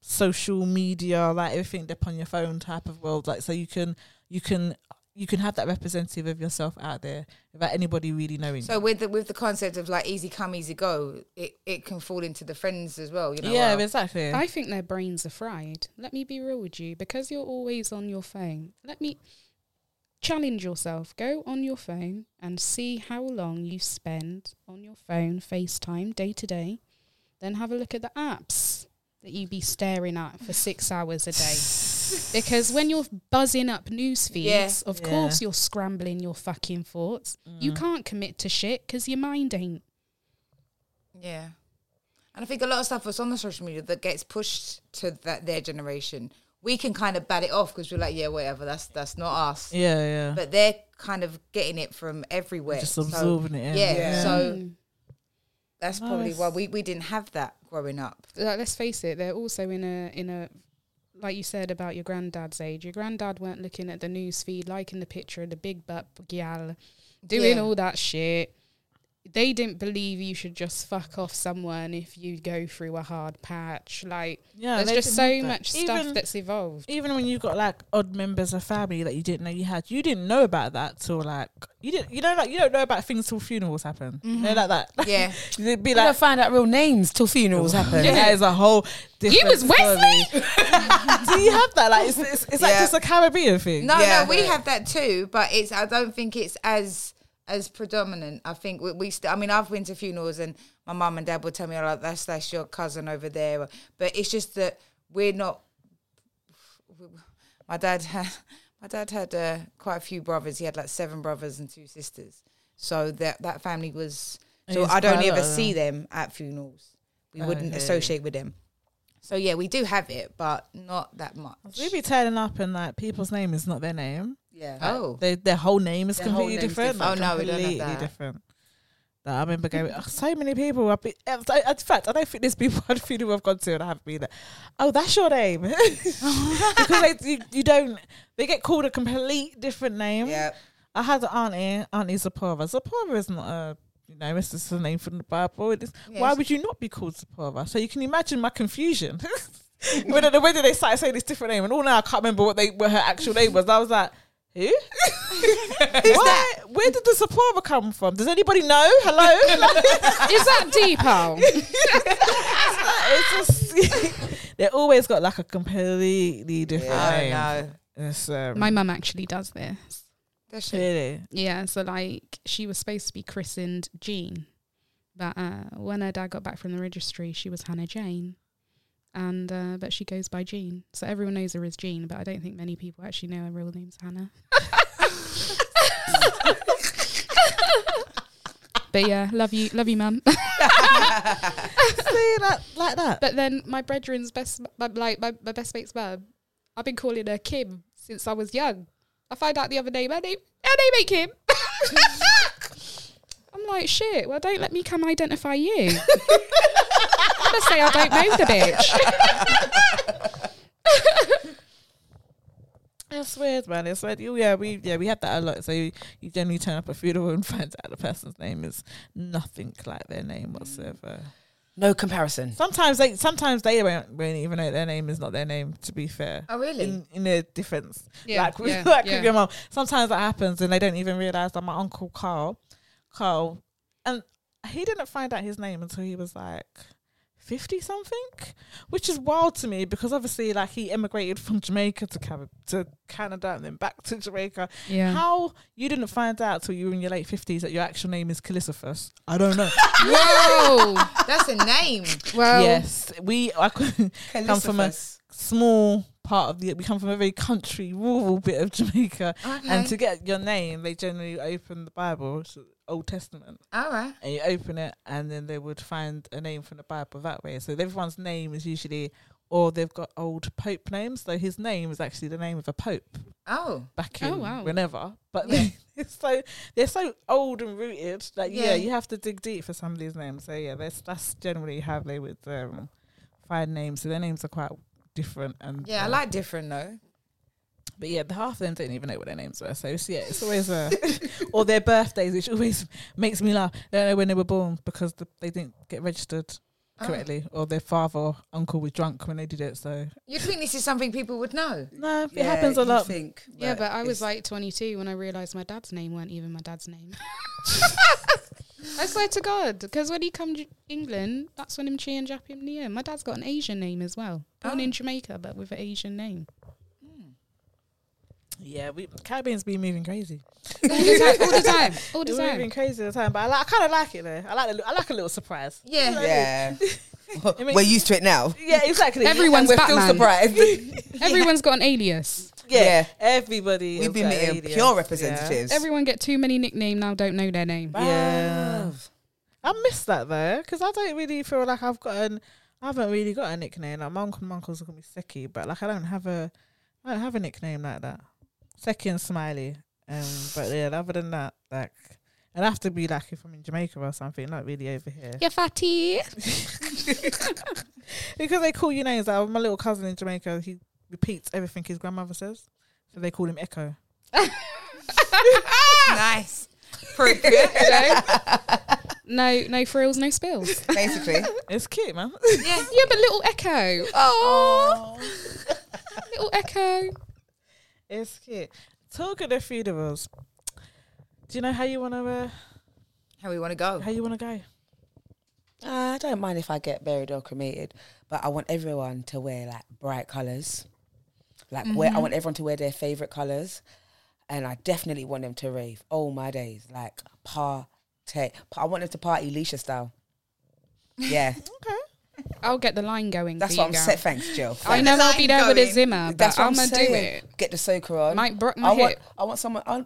Speaker 2: social media like everything up on your phone type of world like so you can you can you can have that representative of yourself out there without anybody really knowing
Speaker 5: So with the with the concept of like easy come, easy go, it, it can fall into the friends as well, you know.
Speaker 2: yeah
Speaker 5: uh,
Speaker 2: exactly
Speaker 3: I think their brains are fried. Let me be real with you, because you're always on your phone. Let me challenge yourself. Go on your phone and see how long you spend on your phone, FaceTime, day to day. Then have a look at the apps that you be staring at for six hours a day. Because when you're buzzing up news feeds,
Speaker 5: Yeah. Mm.
Speaker 3: of
Speaker 2: Yeah.
Speaker 3: course you're scrambling your fucking thoughts. You can't commit to shit because your mind ain't.
Speaker 5: yeah. And I think a lot of stuff that's on the social media that gets pushed to that their generation. We can kind of bat it off because we're like, yeah, whatever, that's that's not us.
Speaker 2: yeah yeah
Speaker 5: But they're kind of getting it from everywhere.
Speaker 2: just
Speaker 5: So,
Speaker 2: absorbing it in.
Speaker 5: Yeah,
Speaker 4: Yeah.
Speaker 5: So
Speaker 3: Mm.
Speaker 5: that's probably
Speaker 2: Nice.
Speaker 5: why we, we didn't have that growing up.
Speaker 3: like, let's face it, they're also in a in a like you said about your granddad's age. Your granddad weren't looking at the news feed, liking the picture of the big butt gal, doing
Speaker 5: Yeah.
Speaker 3: all that shit. They didn't believe you should just fuck off someone if you go through a hard patch. Like
Speaker 2: Yeah, they
Speaker 3: there's just
Speaker 2: didn't
Speaker 3: so
Speaker 2: have that.
Speaker 3: much stuff
Speaker 2: Even-
Speaker 3: that's evolved.
Speaker 2: even when you've got like odd members of family that you didn't know you had, you didn't know about that till like you didn't you know like you don't know about things till funerals happen. You
Speaker 3: Mm-hmm.
Speaker 2: know like that.
Speaker 5: Yeah.
Speaker 2: It'd be
Speaker 4: You don't
Speaker 2: like
Speaker 4: find out real names till funerals happen.
Speaker 2: that is a whole different
Speaker 3: was Wesley?
Speaker 2: story. Do you have that? Like it's it's, it's like
Speaker 5: Yeah.
Speaker 2: just a Caribbean thing.
Speaker 5: No,
Speaker 4: Yeah.
Speaker 5: no, we have that too, but it's I don't think it's as as predominant. I think we, we st- I mean, I've been to funerals and my mum and dad will tell me "Oh, like that's that's your cousin over there, but it's just that we're not. My dad had my dad had uh, quite a few brothers. He had like seven brothers and two sisters, so that that family was. So
Speaker 2: It's
Speaker 5: I don't
Speaker 2: quite a lot
Speaker 5: ever
Speaker 2: of
Speaker 5: see them at funerals. We wouldn't
Speaker 2: Okay.
Speaker 5: associate with them. So yeah, we do have it, but not that much.
Speaker 2: We be turning up and like people's name is not their name.
Speaker 4: Yeah.
Speaker 5: Oh,
Speaker 2: They, their whole name is
Speaker 4: Their whole
Speaker 2: completely
Speaker 4: name's
Speaker 2: different.
Speaker 5: different.
Speaker 2: like,
Speaker 5: Oh, no, we don't have
Speaker 2: completely
Speaker 5: that.
Speaker 2: different. Like, I remember going. oh, so many people. I've been, in fact, I don't think there's been one funeral I've gone to and I haven't been. Like, oh, that's your name because they, you, you don't. They get called a complete different name.
Speaker 4: Yeah.
Speaker 2: I had an auntie, Auntie Zipporah. Zipporah is not a, you know, it's just a name from the Bible. It is, Why would you not be called Zipporah? So you can imagine my confusion. when at the wedding they started saying this different name, and all now I can't remember what they what her actual name was. I was like, who? Who's that? Where did the Zipporah come from? Does anybody know? Hello? Like,
Speaker 3: Is that deep, Al?
Speaker 2: it's just they always got like a completely different name.
Speaker 5: oh no.
Speaker 2: It's, um,
Speaker 3: My mum actually does this.
Speaker 5: That's
Speaker 2: really.
Speaker 3: Yeah, so like she was supposed to be christened Jean, but uh, when her dad got back from the registry, she was Hannah Jane, and uh, but she goes by Jean, so everyone knows her as Jean, but I don't think many people actually know her real name's Hannah. but yeah, love you, love you, mum.
Speaker 2: See that like that.
Speaker 3: but then my brethren's best, my, like my, my best mate's mum, I've been calling her Kim since I was young. I found out the other day, my name, her name ain't Kim. I'm like, shit, well, don't let me come identify you. I'm going to say I don't know the bitch.
Speaker 2: It's weird, man. It's weird. You- Yeah, we yeah we have that a lot. So you, you generally turn up a funeral and find out the person's name is nothing like their name whatsoever.
Speaker 4: No comparison.
Speaker 2: Sometimes they sometimes they won't, won't even know their name is not their name. To be fair,
Speaker 5: Oh, really?
Speaker 2: In, in a difference,
Speaker 3: Yeah,
Speaker 2: like with,
Speaker 3: yeah,
Speaker 2: like
Speaker 3: yeah.
Speaker 2: with your mom, sometimes that happens and they don't even realize that my uncle Carl. Carl, and he didn't find out his name until he was like fifty something, which is wild to me because obviously, like he immigrated from Jamaica to Cab- to Canada and then back to Jamaica.
Speaker 3: Yeah.
Speaker 2: How you didn't find out till you were in your late fifties that your actual name is Callisophus? I don't know.
Speaker 3: Whoa.
Speaker 5: That's a name.
Speaker 3: Well,
Speaker 2: yes, we I couldn't come from a small part of the we come from a very country rural bit of Jamaica and to get your name they generally open the Bible so Old Testament
Speaker 5: All right.
Speaker 2: and you open it and then they would find a name from the Bible that way so everyone's name is usually or they've got old pope names so his name is actually the name of a pope
Speaker 5: Oh.
Speaker 2: back in
Speaker 3: Oh, wow.
Speaker 2: whenever but
Speaker 5: Yeah.
Speaker 2: it's so they're so old and rooted that yeah.
Speaker 5: Yeah.
Speaker 2: you have to dig deep for some of these names so yeah that's that's generally how they would um find names so their names are quite different and
Speaker 5: Yeah, I
Speaker 2: uh,
Speaker 5: like different though.
Speaker 2: But yeah, the half of them don't even know what their names were. So it's, yeah, it's always uh, or their birthdays, which always makes me laugh. They don't know when they were born because the, they didn't get registered
Speaker 5: Oh.
Speaker 2: correctly, or their father or uncle was drunk when they did it. So
Speaker 5: You'd think this is something people would know.
Speaker 2: no, it happens a lot.
Speaker 4: Think,
Speaker 3: Yeah, but I was
Speaker 4: it's-
Speaker 3: like 22 when I realized my dad's name weren't even my dad's name. I swear to God, because when he come to England, that's when him change up him name. My dad's got an Asian name as well, born
Speaker 4: Ah.
Speaker 3: in Jamaica, but with an Asian name.
Speaker 2: Yeah, we Caribbean's been moving crazy.
Speaker 3: All the time, all the time, all the
Speaker 2: We're moving
Speaker 3: time.
Speaker 2: crazy all the time, but I, like, I kind of like it though. I like the, I like a little surprise.
Speaker 5: Yeah.
Speaker 4: yeah.
Speaker 2: mean-
Speaker 4: We're used to it now.
Speaker 2: Yeah, exactly.
Speaker 3: Everyone's
Speaker 4: We're still
Speaker 3: Batman.
Speaker 4: surprised.
Speaker 3: Everyone's got an alias.
Speaker 2: yeah,
Speaker 4: Yeah.
Speaker 2: everybody.
Speaker 4: We've
Speaker 2: has
Speaker 4: been
Speaker 2: got
Speaker 4: meeting
Speaker 2: aliens.
Speaker 4: pure
Speaker 2: Yeah.
Speaker 4: representatives.
Speaker 3: Everyone get too many nickname now, don't know their name.
Speaker 2: Yeah. I miss that though, because I don't really feel like I've got an. I haven't really got a nickname. Like my uncle and my uncles call me Seki, but like I don't have a. I don't have a nickname like that. Seki and Smiley. Um, but yeah, other than that, like I'd have to be like if I'm in Jamaica or something, not really over here.
Speaker 3: Yeah, fatty.
Speaker 2: Because they call you names. Like my little cousin in Jamaica, he repeats everything his grandmother says, so they call him Echo.
Speaker 5: Ah! nice.
Speaker 3: No, no frills, no spills.
Speaker 4: Basically.
Speaker 2: It's cute, man.
Speaker 5: Yeah.
Speaker 3: yeah, but little echo. Oh, little echo.
Speaker 2: it's cute. Talk of the funerals. Do you know how you wanna uh,
Speaker 5: How we want to go.
Speaker 2: how you wanna go?
Speaker 4: Uh, I don't mind if I get buried or cremated, but I want everyone to wear like bright colors. Like wear,
Speaker 3: Mm-hmm.
Speaker 4: I want everyone to wear their favorite colors, and I definitely want them to rave. Oh my days, like party. Pa- I want them to party Leisha style. Yeah,
Speaker 3: I'll get the line going.
Speaker 4: that's
Speaker 3: for
Speaker 4: what
Speaker 3: you,
Speaker 4: I'm
Speaker 3: girl.
Speaker 4: saying. Thanks, Jill.
Speaker 3: I know I'll be there with a
Speaker 5: Design
Speaker 3: Zimmer, but
Speaker 4: That's what
Speaker 3: I'm
Speaker 4: I'm
Speaker 3: gonna
Speaker 4: saying.
Speaker 3: do it.
Speaker 4: Get the soaker on.
Speaker 3: Might broke my
Speaker 4: I want.
Speaker 3: hip.
Speaker 4: I want someone. I,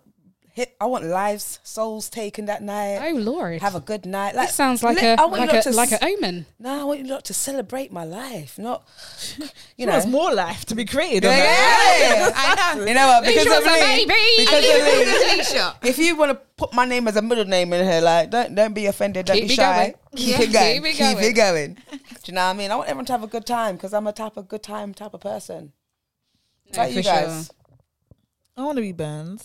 Speaker 4: hip, I want lives, souls taken that night.
Speaker 3: Oh lord,
Speaker 4: Have a good night.
Speaker 3: this sounds like
Speaker 4: let-
Speaker 3: a
Speaker 4: I want you
Speaker 3: like
Speaker 4: lot
Speaker 3: a
Speaker 4: to
Speaker 3: like
Speaker 4: s-
Speaker 3: an omen.
Speaker 4: No, I want you lot to celebrate my life, not you
Speaker 2: Well,
Speaker 4: know.
Speaker 2: it's more life to be created. on that.
Speaker 4: Yeah,
Speaker 5: I know.
Speaker 4: you know what? Because
Speaker 3: Leisha
Speaker 4: of
Speaker 3: was a
Speaker 4: me.
Speaker 3: baby.
Speaker 4: Because of me.
Speaker 5: Alicia.
Speaker 4: If you want to put my name as a middle name in here, like don't don't be offended, don't
Speaker 3: Keep
Speaker 4: be
Speaker 3: it
Speaker 4: shy.
Speaker 3: going.
Speaker 4: Keep
Speaker 5: Yeah.
Speaker 4: it going.
Speaker 3: Keep it
Speaker 4: Keep it going. Do you know what I mean? I want everyone to have a good time because I'm a type of good time type of person. What about
Speaker 3: for
Speaker 4: you guys?
Speaker 3: sure.
Speaker 2: I want to be burned.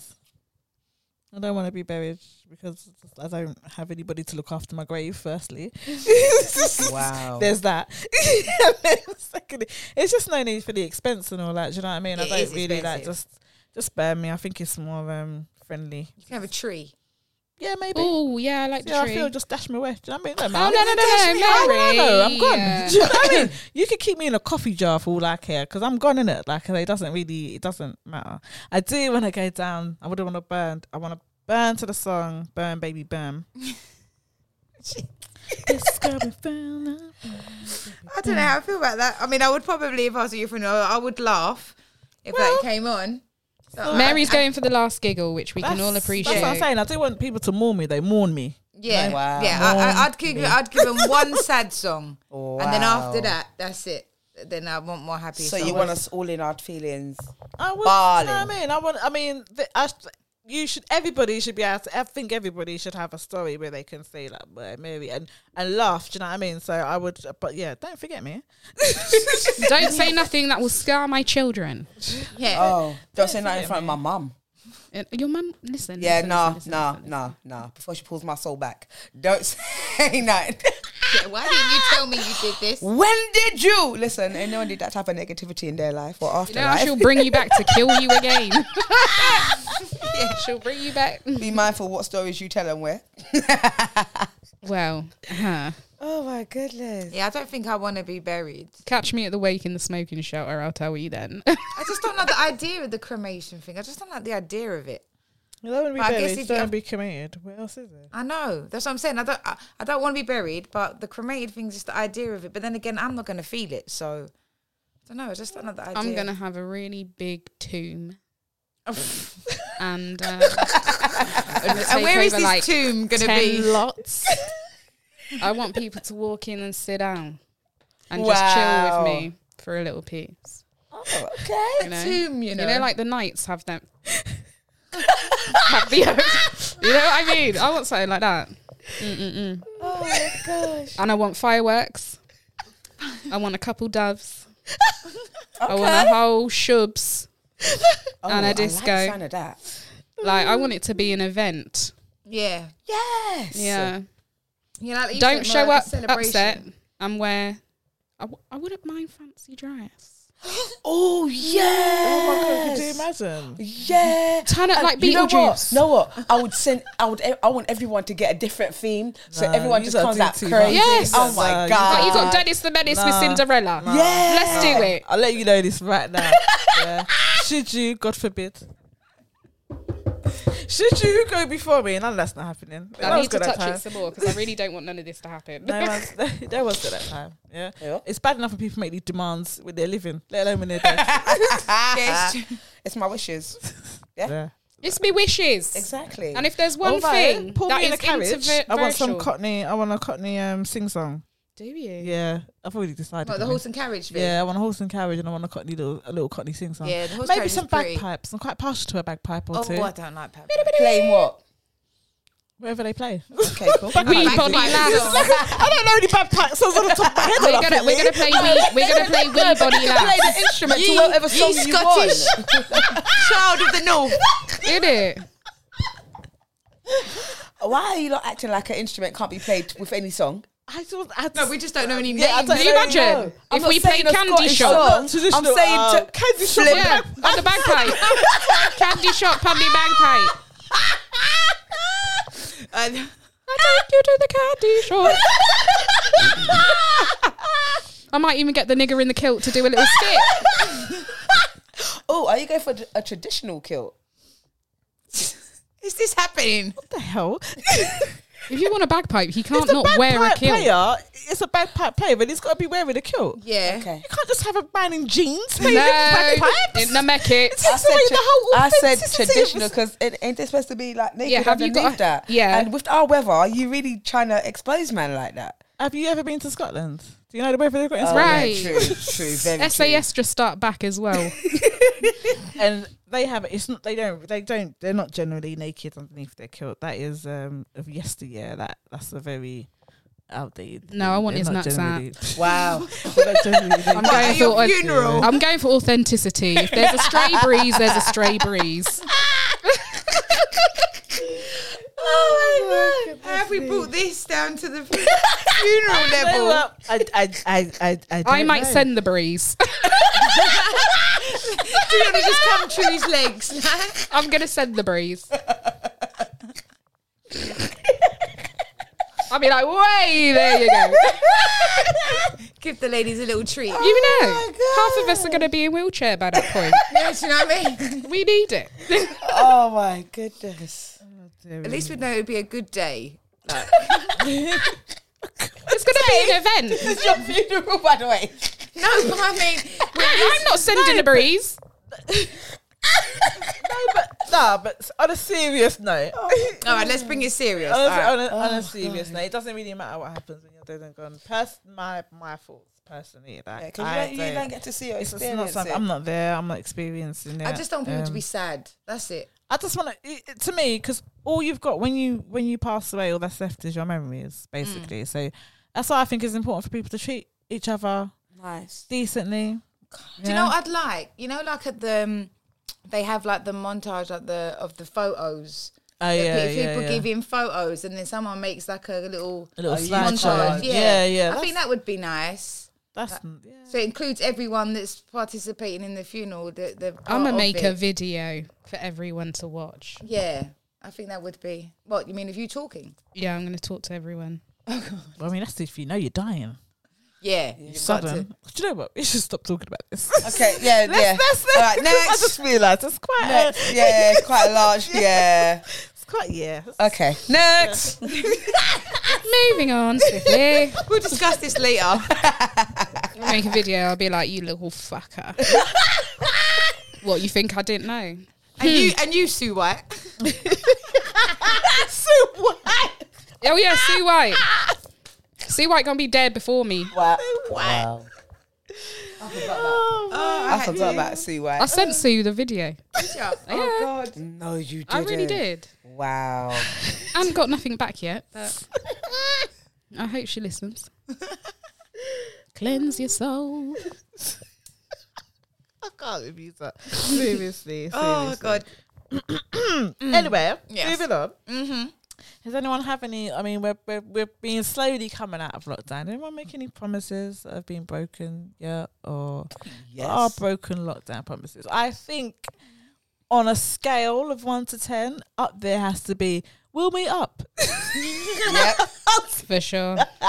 Speaker 2: I don't want to be buried because I don't have anybody to look after my grave. Firstly,
Speaker 4: Wow.
Speaker 2: there's that. And then Secondly, it's just no need for the expense and all that. Do you know what I mean? I
Speaker 5: It
Speaker 2: don't
Speaker 5: is
Speaker 2: really like
Speaker 5: expensive.
Speaker 2: just just burn me. I think it's more um friendly.
Speaker 5: You can have a tree.
Speaker 2: Yeah, maybe.
Speaker 3: Oh yeah, I like the
Speaker 2: yeah, I
Speaker 3: tree.
Speaker 2: feel just dash me away. Do you know what I mean?
Speaker 3: oh no no no no, Mary.
Speaker 2: no, I'm gone.
Speaker 3: Yeah.
Speaker 2: Do you know what I mean? You could keep me in a coffee jar for all I care because I'm gone in it. Like it doesn't really, it doesn't matter. I do want to go down. I wouldn't want to burn. I want to burn to the song, burn baby burn. this girl been found out.
Speaker 5: I don't know how I feel about that. I mean, I would probably, if I was at your funeral, I would laugh if that came on. So
Speaker 3: Mary's
Speaker 5: I-
Speaker 3: going for the last giggle, which we can all
Speaker 2: That's-
Speaker 3: appreciate.
Speaker 2: That's what I'm saying. I do want people to mourn me. They mourn me.
Speaker 5: Yeah,
Speaker 4: Wow.
Speaker 5: yeah. I, I, I'd give, I'd give them one sad song, and then after
Speaker 4: Wow.
Speaker 5: that, that's it. Then I want more happy.
Speaker 4: So
Speaker 5: songs.
Speaker 4: you want us all in our feelings?
Speaker 2: I would,
Speaker 4: Bali.
Speaker 2: You know what I mean, I want. I mean, the, I, sh- you should. Everybody should be able to. I think everybody should have a story where they can say like, "Well, maybe," and and laugh. Do you know what I mean? So I would. But yeah, don't forget me.
Speaker 3: Don't say nothing that will scar my children.
Speaker 5: Yeah.
Speaker 4: Oh, don't say that in front of my mum.
Speaker 3: Uh, Your mum, listen.
Speaker 4: Yeah,
Speaker 3: listen,
Speaker 4: no,
Speaker 3: listen,
Speaker 4: no,
Speaker 3: listen, listen.
Speaker 4: no, no. Before she pulls my soul back, don't say that.
Speaker 5: Yeah, Why didn't you tell me you did this?
Speaker 4: When did you listen? Anyone did that type of negativity in their life or
Speaker 3: You know,
Speaker 4: afterlife?
Speaker 3: she'll bring you back to kill you again. She'll bring you back.
Speaker 4: Be mindful what stories you tell and where.
Speaker 3: Well, huh.
Speaker 4: Oh my goodness.
Speaker 5: Yeah, I don't think I want to be buried.
Speaker 3: catch me at the wake in the smoking shelter. I'll tell you then.
Speaker 5: I just don't like the idea of the cremation thing. I just don't like the idea of it.
Speaker 2: You don't want to be
Speaker 5: But I guess
Speaker 2: buried,
Speaker 5: if
Speaker 2: you
Speaker 5: you
Speaker 2: don't want
Speaker 5: have-
Speaker 2: to be cremated. What else is there?
Speaker 5: I know. That's what I'm saying. I don't. I, I don't want to be buried, but the cremated thing's just the idea of it. But then again, I'm not going to feel it, so I don't know. I just don't like the idea.
Speaker 3: I'm gonna have a really big tomb, and uh,
Speaker 5: and where is this
Speaker 3: like
Speaker 5: tomb going to
Speaker 3: ten
Speaker 5: be?
Speaker 3: lots. I want people to walk in and sit down and just chill
Speaker 4: Wow. Oh,
Speaker 3: with me for a little piece.
Speaker 5: okay.
Speaker 3: You know?
Speaker 5: tomb, you know.
Speaker 3: You know, like the knights have them. have the oath. You know what I mean? I want something like that. Mm-mm-mm.
Speaker 4: Oh my gosh.
Speaker 3: And I want fireworks. I want a couple doves. I want a whole shubs. And a disco.
Speaker 4: Oh, I like the sound of that.
Speaker 3: Like I want it to be an event.
Speaker 5: yeah.
Speaker 4: Yes.
Speaker 3: Yeah.
Speaker 5: You know, like,
Speaker 3: Don't
Speaker 5: it's
Speaker 3: show
Speaker 5: more like
Speaker 3: up
Speaker 5: a celebration.
Speaker 3: upset and wear. I, w- I wouldn't mind fancy dress.
Speaker 4: Oh
Speaker 2: Oh my God, could you
Speaker 4: yes.
Speaker 2: imagine?
Speaker 4: yeah.
Speaker 3: Turn up
Speaker 4: And
Speaker 3: like
Speaker 4: you know what?
Speaker 3: Beetlejuice.
Speaker 4: Know what? I would send. I would. I want everyone to get a different theme, so
Speaker 2: Nah,
Speaker 4: everyone
Speaker 2: these
Speaker 4: just
Speaker 2: are
Speaker 4: comes
Speaker 2: too
Speaker 4: out
Speaker 2: too
Speaker 4: crazy.
Speaker 2: much.
Speaker 3: Yes.
Speaker 4: Oh
Speaker 2: Nah,
Speaker 4: my
Speaker 2: you-
Speaker 4: god.
Speaker 3: Like you got Dennis the Menace with
Speaker 2: Nah.
Speaker 3: Cinderella.
Speaker 4: Yeah.
Speaker 3: Let's do it.
Speaker 2: I'll let you know this right now. yeah. Should you, God forbid, should you go before me? None of that's not happening. No
Speaker 3: I
Speaker 2: one's
Speaker 3: need to
Speaker 2: got that
Speaker 3: touch
Speaker 2: time.
Speaker 3: it some more because I really don't want none of this to happen.
Speaker 2: No one's, no one's got that time. Yeah.
Speaker 4: Yeah.
Speaker 2: It's bad enough when people make these demands when they're living, let alone when they're dead.
Speaker 5: Yeah, it's true.
Speaker 4: It's my wishes.
Speaker 2: yeah.
Speaker 3: it's me wishes.
Speaker 4: Exactly.
Speaker 3: And if there's one
Speaker 2: All right,
Speaker 3: thing
Speaker 2: pull
Speaker 3: that
Speaker 2: me in a
Speaker 3: is
Speaker 2: carriage.
Speaker 3: interver-
Speaker 2: I want some
Speaker 3: virtual-
Speaker 2: Cockney. I want a Cockney um, sing song.
Speaker 3: Do you?
Speaker 2: Yeah, I've already decided. I
Speaker 5: What, the
Speaker 2: mean.
Speaker 5: horse and carriage thing.
Speaker 2: Yeah, I want a horse and carriage, and I want a Cockney little, a little Cockney sing song.
Speaker 5: Yeah, the horse
Speaker 2: Maybe
Speaker 5: carriage
Speaker 2: some
Speaker 5: is pretty.
Speaker 2: bagpipes. I'm quite partial to a bagpipe or
Speaker 5: Oh,
Speaker 2: two.
Speaker 5: I don't like pepper.
Speaker 4: playing what?
Speaker 2: Wherever they play.
Speaker 4: Okay, cool.
Speaker 3: We
Speaker 5: Back
Speaker 3: body
Speaker 5: bite.
Speaker 3: laugh.
Speaker 2: I don't know any bagpipe songs on the top of my head.
Speaker 3: We're gonna we're gonna play we we're gonna play we body laugh.
Speaker 4: the instrument
Speaker 5: Ye- ye Scottish. Child of the North.
Speaker 3: Did it?
Speaker 4: Why are you not acting like an instrument can't be played with any song?
Speaker 2: I don't, I
Speaker 5: No, we just don't know any
Speaker 2: Yeah, I
Speaker 5: names.
Speaker 2: don't
Speaker 3: Can you
Speaker 2: know.
Speaker 3: imagine
Speaker 4: I'm
Speaker 3: if
Speaker 4: not
Speaker 3: we played
Speaker 4: saying a
Speaker 3: Candy
Speaker 4: Scottish
Speaker 3: Shop?
Speaker 4: song.
Speaker 2: I'm saying
Speaker 4: I'm saying
Speaker 2: to
Speaker 4: to-
Speaker 2: candy shop.
Speaker 4: Flip.
Speaker 3: Yeah, on the bagpipe. Candy Shop, Pummy Bagpipe.
Speaker 5: Uh,
Speaker 3: I take you to the candy shop. I might even get the nigger in the kilt to do a little skit.
Speaker 4: Oh, are you going for a traditional kilt?
Speaker 5: is this happening?
Speaker 2: What the hell?
Speaker 3: If you want a bagpipe, he can't
Speaker 2: It's a
Speaker 3: not wear a
Speaker 2: bagpipe
Speaker 3: kilt.
Speaker 2: player. It's a bagpipe player, but he's got to be wearing a kilt.
Speaker 5: Yeah.
Speaker 4: Okay.
Speaker 2: You can't just have a man in jeans
Speaker 3: No,
Speaker 2: playing bagpipes.
Speaker 3: in the meckitt.
Speaker 2: Takes away the whole
Speaker 4: I said
Speaker 2: authenticity of-
Speaker 4: traditional because it ain't this supposed to be like naked
Speaker 3: Yeah, have you
Speaker 4: underneath
Speaker 3: got a-
Speaker 4: that.
Speaker 3: yeah.
Speaker 4: And with our weather, are you really trying to expose man like that?
Speaker 2: Have you ever been to Scotland? Do you know the weather they've got in Scotland?
Speaker 3: Right.
Speaker 4: Oh, Yeah, true, true, very true.
Speaker 3: SAS just start back as well.
Speaker 2: and they have it's not they don't they don't they're not generally naked underneath their kilt that is um of yesteryear that that's a very outdated
Speaker 3: No, I want
Speaker 2: They're
Speaker 3: his
Speaker 2: not
Speaker 3: nuts out.
Speaker 2: generally-
Speaker 4: Wow.
Speaker 2: they're not generally
Speaker 3: I'm
Speaker 2: naked.
Speaker 3: going
Speaker 5: at your
Speaker 3: for au-
Speaker 5: funeral.
Speaker 3: I'm going for authenticity. If there's a stray breeze, there's a stray breeze.
Speaker 5: Oh my god! Have we brought this down to the funeral
Speaker 2: They
Speaker 5: level?
Speaker 2: were- I, I, I, I, I,
Speaker 3: I
Speaker 2: don't
Speaker 3: might
Speaker 2: know.
Speaker 3: send the breeze.
Speaker 5: Do you want to just come through his legs? like?
Speaker 3: I'm gonna send the breeze. I'll be like, way there you go.
Speaker 5: Give the ladies a little treat.
Speaker 3: You know, half of us are gonna be in wheelchair by that point.
Speaker 5: Yeah, do you know what I mean?
Speaker 3: we need it.
Speaker 4: Oh my goodness.
Speaker 5: At least we'd know it'd be a good day.
Speaker 3: It's gonna be an event.
Speaker 4: It's your funeral, by the way.
Speaker 5: No, but I mean,
Speaker 3: I'm not sending a breeze.
Speaker 5: Oh,
Speaker 2: no, but nah, but on a serious note,
Speaker 5: all right, let's bring it serious.
Speaker 2: on, a,
Speaker 5: All right.
Speaker 2: on, a, on a serious note, it doesn't really matter what happens when you're dead and gone. Pers- my my thoughts personally, like
Speaker 4: Because
Speaker 2: I
Speaker 4: you, don't- you don't get to see your
Speaker 2: it's just not
Speaker 4: experience.
Speaker 2: something.
Speaker 4: it.
Speaker 2: I'm not there. I'm not experiencing it.
Speaker 5: I just don't want people to
Speaker 2: Um,
Speaker 5: be sad. That's it.
Speaker 2: I just want to, to me, because all you've got when you when you pass away, all that's left is your memories, basically.
Speaker 5: Mm.
Speaker 2: So that's why I think it's important for people to treat each other
Speaker 4: Nice.
Speaker 2: decently.
Speaker 5: Do you know what I'd like? You know, like at the, um, they have like the montage of the of the photos.
Speaker 2: Oh
Speaker 5: That
Speaker 2: yeah,
Speaker 5: pe-
Speaker 2: yeah,
Speaker 5: people
Speaker 2: yeah.
Speaker 5: give him photos, and then someone makes like a little
Speaker 2: a little
Speaker 4: Oh, you
Speaker 2: slideshow.
Speaker 5: montage.
Speaker 2: Yeah, yeah.
Speaker 5: I think
Speaker 2: that's-
Speaker 5: that would be nice.
Speaker 2: That's n- yeah.
Speaker 5: So it includes everyone that's participating in the funeral. The, the
Speaker 3: I'm
Speaker 5: part
Speaker 3: gonna
Speaker 5: of
Speaker 3: make a
Speaker 5: it.
Speaker 3: video for everyone to watch.
Speaker 5: Yeah, I think that would be. What you mean? If you talking?
Speaker 3: Yeah, I'm gonna talk to everyone.
Speaker 2: Well, I mean, that's if you know you're dying.
Speaker 5: Yeah, you've got to.
Speaker 2: Sudden. Do you know what? We should stop talking about this.
Speaker 4: Okay, yeah,
Speaker 2: Let's,
Speaker 4: yeah.
Speaker 2: let's,
Speaker 4: All right,
Speaker 2: because
Speaker 4: next.
Speaker 2: I just realised it's quite, uh,
Speaker 4: Next,
Speaker 2: a,
Speaker 4: yeah, it's quite a large, yeah.
Speaker 2: it's quite, yeah.
Speaker 4: Okay, next.
Speaker 3: Moving on swiftly.
Speaker 5: We'll discuss this later.
Speaker 3: I'll make a video. I'll be like, you little fucker. what you think I didn't know? Hmm.
Speaker 5: and you and you, Sue White.
Speaker 3: Oh yeah, Sue White. Sue White gonna be dead before me.
Speaker 4: Wow. wow. I
Speaker 5: Oh,
Speaker 4: forgot about Sue
Speaker 3: I
Speaker 4: White.
Speaker 3: sent Sue the video.
Speaker 5: oh God.
Speaker 4: No, you did
Speaker 3: I really did.
Speaker 4: Wow.
Speaker 3: And got nothing back yet. But I hope she listens. Cleanse your soul.
Speaker 2: I can't abuse that. Seriously.
Speaker 5: Oh
Speaker 2: seriously.
Speaker 5: God.
Speaker 2: Anyway,
Speaker 5: Yes.
Speaker 2: moving on.
Speaker 5: Mm-hmm.
Speaker 2: Does Mm. anyone have any? I mean, we're, we're we're being slowly coming out of lockdown. Anyone make any promises that have been broken yet, or
Speaker 4: Yes.
Speaker 2: are broken lockdown promises? I think on a scale of one to ten, up there has to be we'll meet up.
Speaker 4: Yep.
Speaker 3: For sure.
Speaker 4: Yep.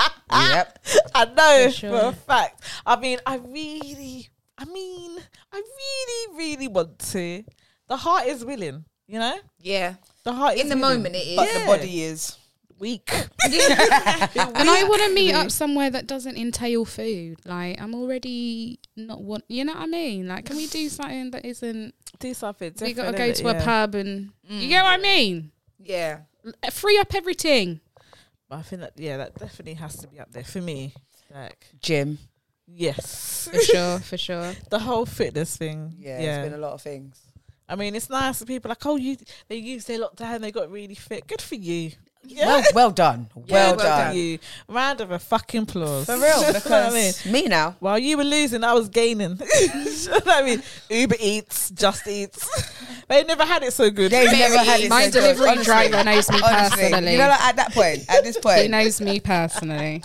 Speaker 2: I know
Speaker 3: For sure.
Speaker 2: for a fact. I mean, I really, I mean, I really, really want to. The heart is willing, you know.
Speaker 5: Yeah.
Speaker 2: The heart
Speaker 5: In
Speaker 2: is
Speaker 5: the
Speaker 2: willing,
Speaker 5: moment, it is.
Speaker 4: But
Speaker 2: Yeah.
Speaker 4: the body is.
Speaker 2: weak.
Speaker 3: And I want to meet up somewhere that doesn't entail food. Like I'm already not want. You know what I mean? Like, can we do something that isn't?
Speaker 2: Do something.
Speaker 3: we gotta
Speaker 2: different,
Speaker 3: go
Speaker 2: innit?
Speaker 3: to
Speaker 2: Yeah.
Speaker 3: a pub and you get what I mean.
Speaker 5: Yeah.
Speaker 3: L- Free up everything.
Speaker 2: But I think that yeah, that definitely has to be up there for me. Like
Speaker 4: Gym.
Speaker 2: yes,
Speaker 3: For sure. For sure.
Speaker 2: the whole fitness thing.
Speaker 4: Yeah,
Speaker 2: Yeah,
Speaker 4: it's been a lot of things.
Speaker 2: I mean, it's nice that people are like oh you they used their lockdown, they got really fit. Good for you. Yeah.
Speaker 4: Well, well done. Well,
Speaker 2: Yeah,
Speaker 4: done.
Speaker 2: for you. Round of a fucking applause.
Speaker 4: For
Speaker 2: You know
Speaker 4: real,
Speaker 2: what I mean?
Speaker 4: because me now.
Speaker 2: While you were losing, I was gaining. Do you know what I mean, Uber Eats, Just Eats. They never had it so good.
Speaker 4: They never had it
Speaker 3: My
Speaker 4: so good,
Speaker 3: delivery
Speaker 4: honestly.
Speaker 3: driver knows me
Speaker 4: Honestly,
Speaker 3: personally.
Speaker 4: you know, like, at that point, at this
Speaker 3: he
Speaker 4: point,
Speaker 3: knows me personally.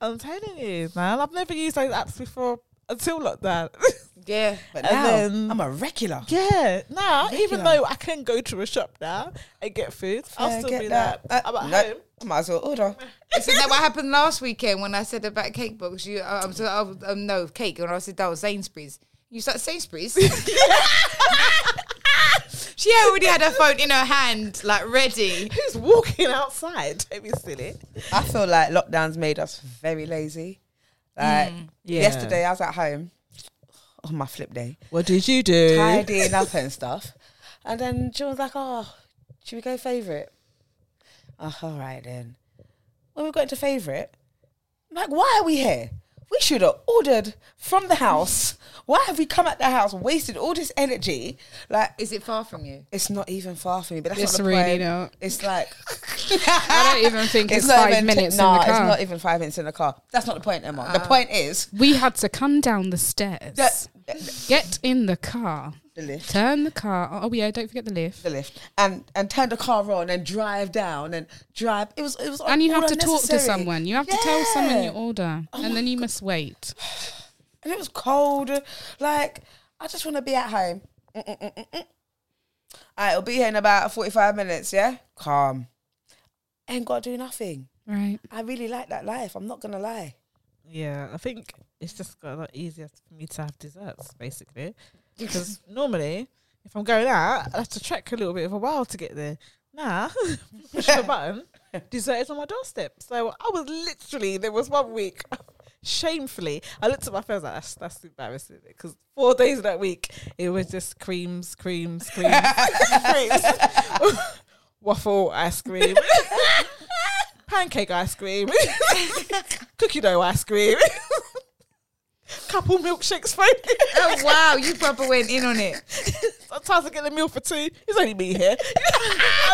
Speaker 2: I'm telling you, man. I've never used those apps before until lockdown.
Speaker 5: Yeah.
Speaker 4: but
Speaker 2: and
Speaker 4: now
Speaker 2: then-
Speaker 4: I'm a regular.
Speaker 2: Yeah, now even
Speaker 4: Regular.
Speaker 2: though I can go to a shop now and get food, I'll
Speaker 4: Yeah,
Speaker 2: still
Speaker 4: get
Speaker 2: be that.
Speaker 4: that. Uh,
Speaker 2: I'm at
Speaker 4: no,
Speaker 2: home.
Speaker 4: I might as well order.
Speaker 5: Isn't that what happened last weekend when I said about cake box? You, I was, I was, um, no cake, and I said that was Sainsbury's. You said Sainsbury's. she already had her phone in her hand, like ready.
Speaker 2: Who's walking outside? Don't be silly.
Speaker 4: I feel like lockdowns made us very lazy. Like
Speaker 3: Mm,
Speaker 2: Yeah.
Speaker 4: yesterday, I was at home on my flip day,
Speaker 2: What did you
Speaker 3: Eh?
Speaker 2: do?
Speaker 4: tidying up and stuff, and then Jill was like, "Oh, should we go favourite?" Oh, all right then. When we got into favourite, I'm like, why are we here? We should have ordered from the house. Why have we come at the house, wasted all this energy? Like,
Speaker 5: Is it far from you?
Speaker 4: it's not even far from me, but that's
Speaker 3: It's
Speaker 4: not the
Speaker 3: really
Speaker 4: point.
Speaker 3: not.
Speaker 4: It's like
Speaker 3: I don't even think it's,
Speaker 4: not
Speaker 3: five
Speaker 4: even
Speaker 3: minutes
Speaker 4: nah,
Speaker 3: in the car.
Speaker 4: it's not e- even five minutes in the car. That's not the point, Emma. the point is
Speaker 3: we had to come down the stairs,
Speaker 4: that the
Speaker 3: get in the car,
Speaker 4: lift,
Speaker 3: turn the car. Oh yeah, don't forget the lift.
Speaker 4: the lift, and and turn the car on and drive down and drive. It was it was.
Speaker 3: And you
Speaker 4: Oh, all
Speaker 3: have to talk to
Speaker 4: unnecessary.
Speaker 3: someone. You have to tell someone
Speaker 4: Yeah. Oh
Speaker 3: your order, and then you must wait.
Speaker 4: And it was cold. Like I just want to be at home. Mm-mm-mm-mm-mm. All right, it'll be here in about forty-five minutes. Yeah, calm. Ain't gotta do nothing.
Speaker 3: Right.
Speaker 4: I really like that life. I'm not gonna lie.
Speaker 2: Yeah, I think it's just got a lot easier for me to have desserts basically because normally if I'm going out, I have to trek a little bit of a while to get there. Now, push the button, dessert is on my doorstep. So I was literally there was one week. Shamefully, I looked at my friends like that's, that's embarrassing because four days of that week it was just creams, creams, creams, creams, waffle ice cream, pancake ice cream, cookie dough ice cream, couple milkshakes.
Speaker 5: Oh wow, you proper went in on it.
Speaker 2: Sometimes I get a meal for two. It's only me here.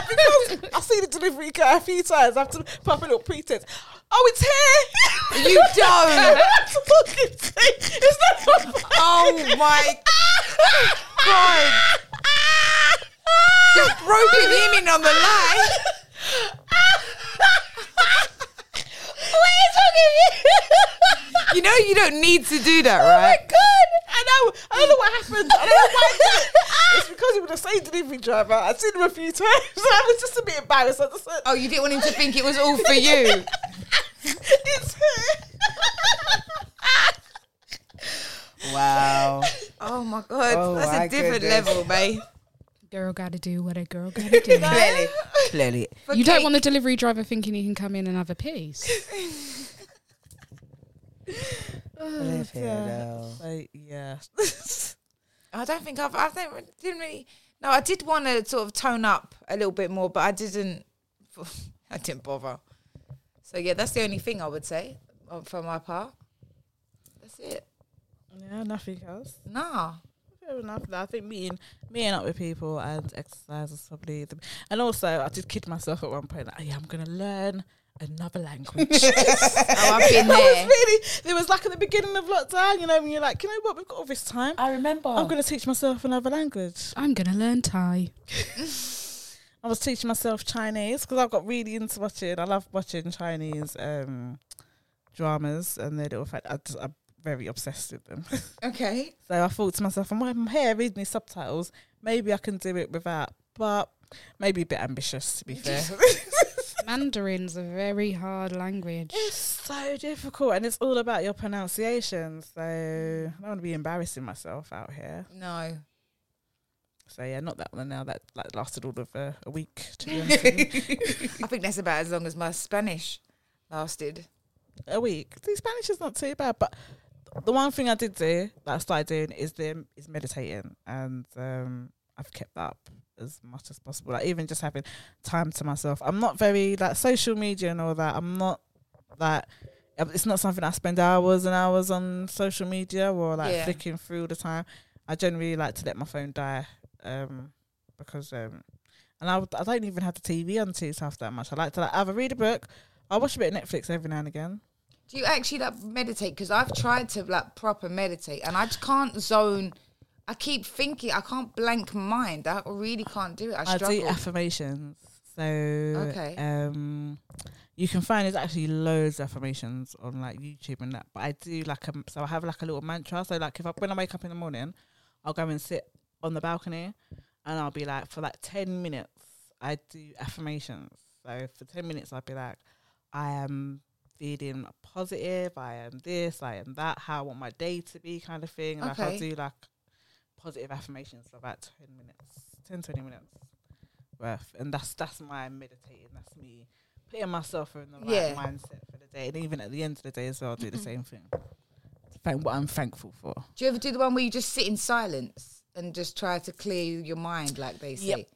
Speaker 2: because I've seen the delivery guy a few times. I have to put up a little pretense. Oh, it's here.
Speaker 5: You don't.
Speaker 2: That's fucking thing. It's not my bag.
Speaker 5: Oh my god, just roping him in on the line.
Speaker 2: What are you talking
Speaker 5: You know you don't need to do that, right?
Speaker 2: God, I know. I don't know what happened. I don't know why I did it. It's because he was the same delivery driver. I'd seen him a few times. I was just a bit embarrassed. I just said,
Speaker 5: Oh, you didn't want him to think it was all for you.
Speaker 2: it's her.
Speaker 4: Wow.
Speaker 5: Oh my god,
Speaker 4: Oh,
Speaker 5: that's
Speaker 4: my
Speaker 5: a different
Speaker 4: goodness.
Speaker 5: level, mate.
Speaker 3: Girl gotta do what a girl gotta do.
Speaker 4: Clearly. Clearly.
Speaker 3: you don't want the delivery driver thinking he can come in and have a piece. Oh,
Speaker 2: So, yeah.
Speaker 5: I don't think I've. I don't didn't really. No, I did want to sort of tone up a little bit more, but I didn't. I didn't bother. So yeah, that's the only thing I would say uh, for my part. That's it.
Speaker 2: yeah, nothing else.
Speaker 5: Nah.
Speaker 2: Fair enough. I think meeting meeting up with people and exercise is probably the. And also, I did kid myself at one point. Like, yeah, I'm gonna learn another language.
Speaker 5: Oh, I've been
Speaker 2: I was
Speaker 5: there.
Speaker 2: really. There was like at the beginning of lockdown, you know, when you're like, you know what, we've got all this time.
Speaker 4: I remember.
Speaker 5: Oh.
Speaker 2: I'm gonna teach myself another language.
Speaker 3: I'm gonna learn Thai.
Speaker 2: I was teaching myself Chinese because I've got really into watching. I love watching Chinese um, dramas and their little fact. I just, I'm very obsessed with them.
Speaker 5: Okay.
Speaker 2: so I thought to myself, I'm, I'm here reading these subtitles. Maybe I can do it without, but maybe a bit ambitious to be fair.
Speaker 3: Mandarin's a very hard language.
Speaker 2: it's so difficult and it's all about your pronunciation. So I don't want to be embarrassing myself out here.
Speaker 5: No.
Speaker 2: So yeah, not that one now. That like lasted all of uh, a week. To be honest with you.
Speaker 5: I think that's about as long as my Spanish lasted.
Speaker 2: a week. See, Spanish is not too bad, but the one thing I did do that I started doing is the is meditating, and um, I've kept that up as much as possible. Like even just having time to myself. I'm not very like social media and all that. I'm not like it's not something I spend hours and hours on social media or like
Speaker 5: Yeah.
Speaker 2: flicking through all the time. I generally like to let my phone die um, because um, and I, would- I don't even have the TV on to stuff that much. I like to like either read a book. I watch a bit of Netflix every now and again.
Speaker 5: Do you actually like meditate? Because I've tried to like proper meditate, and I just can't zone. I keep thinking. I can't blank mind. I really can't do it. I
Speaker 2: I
Speaker 5: struggle.
Speaker 2: do affirmations. So
Speaker 5: Okay.
Speaker 2: um you can find there's actually loads of affirmations on like YouTube and that. But I do like um so I have like a little mantra. So like if I when I wake up in the morning, I'll go and sit on the balcony and I'll be like for like ten minutes I do affirmations. So for ten minutes I'll be like, I am feeling positive, I am this, I am that, how I want my day to be kind of thing. Like I'll
Speaker 5: Okay.
Speaker 2: do like positive affirmations for about 10 minutes 10 20 minutes worth and that's that's my meditating that's me putting myself in the right
Speaker 5: Yeah.
Speaker 2: mindset for the day and even at the end of the day as well i'll do the same thing thank what i'm thankful for
Speaker 5: Do you ever do the one where you just sit in silence and just try to clear your mind, like they say?
Speaker 2: Yep.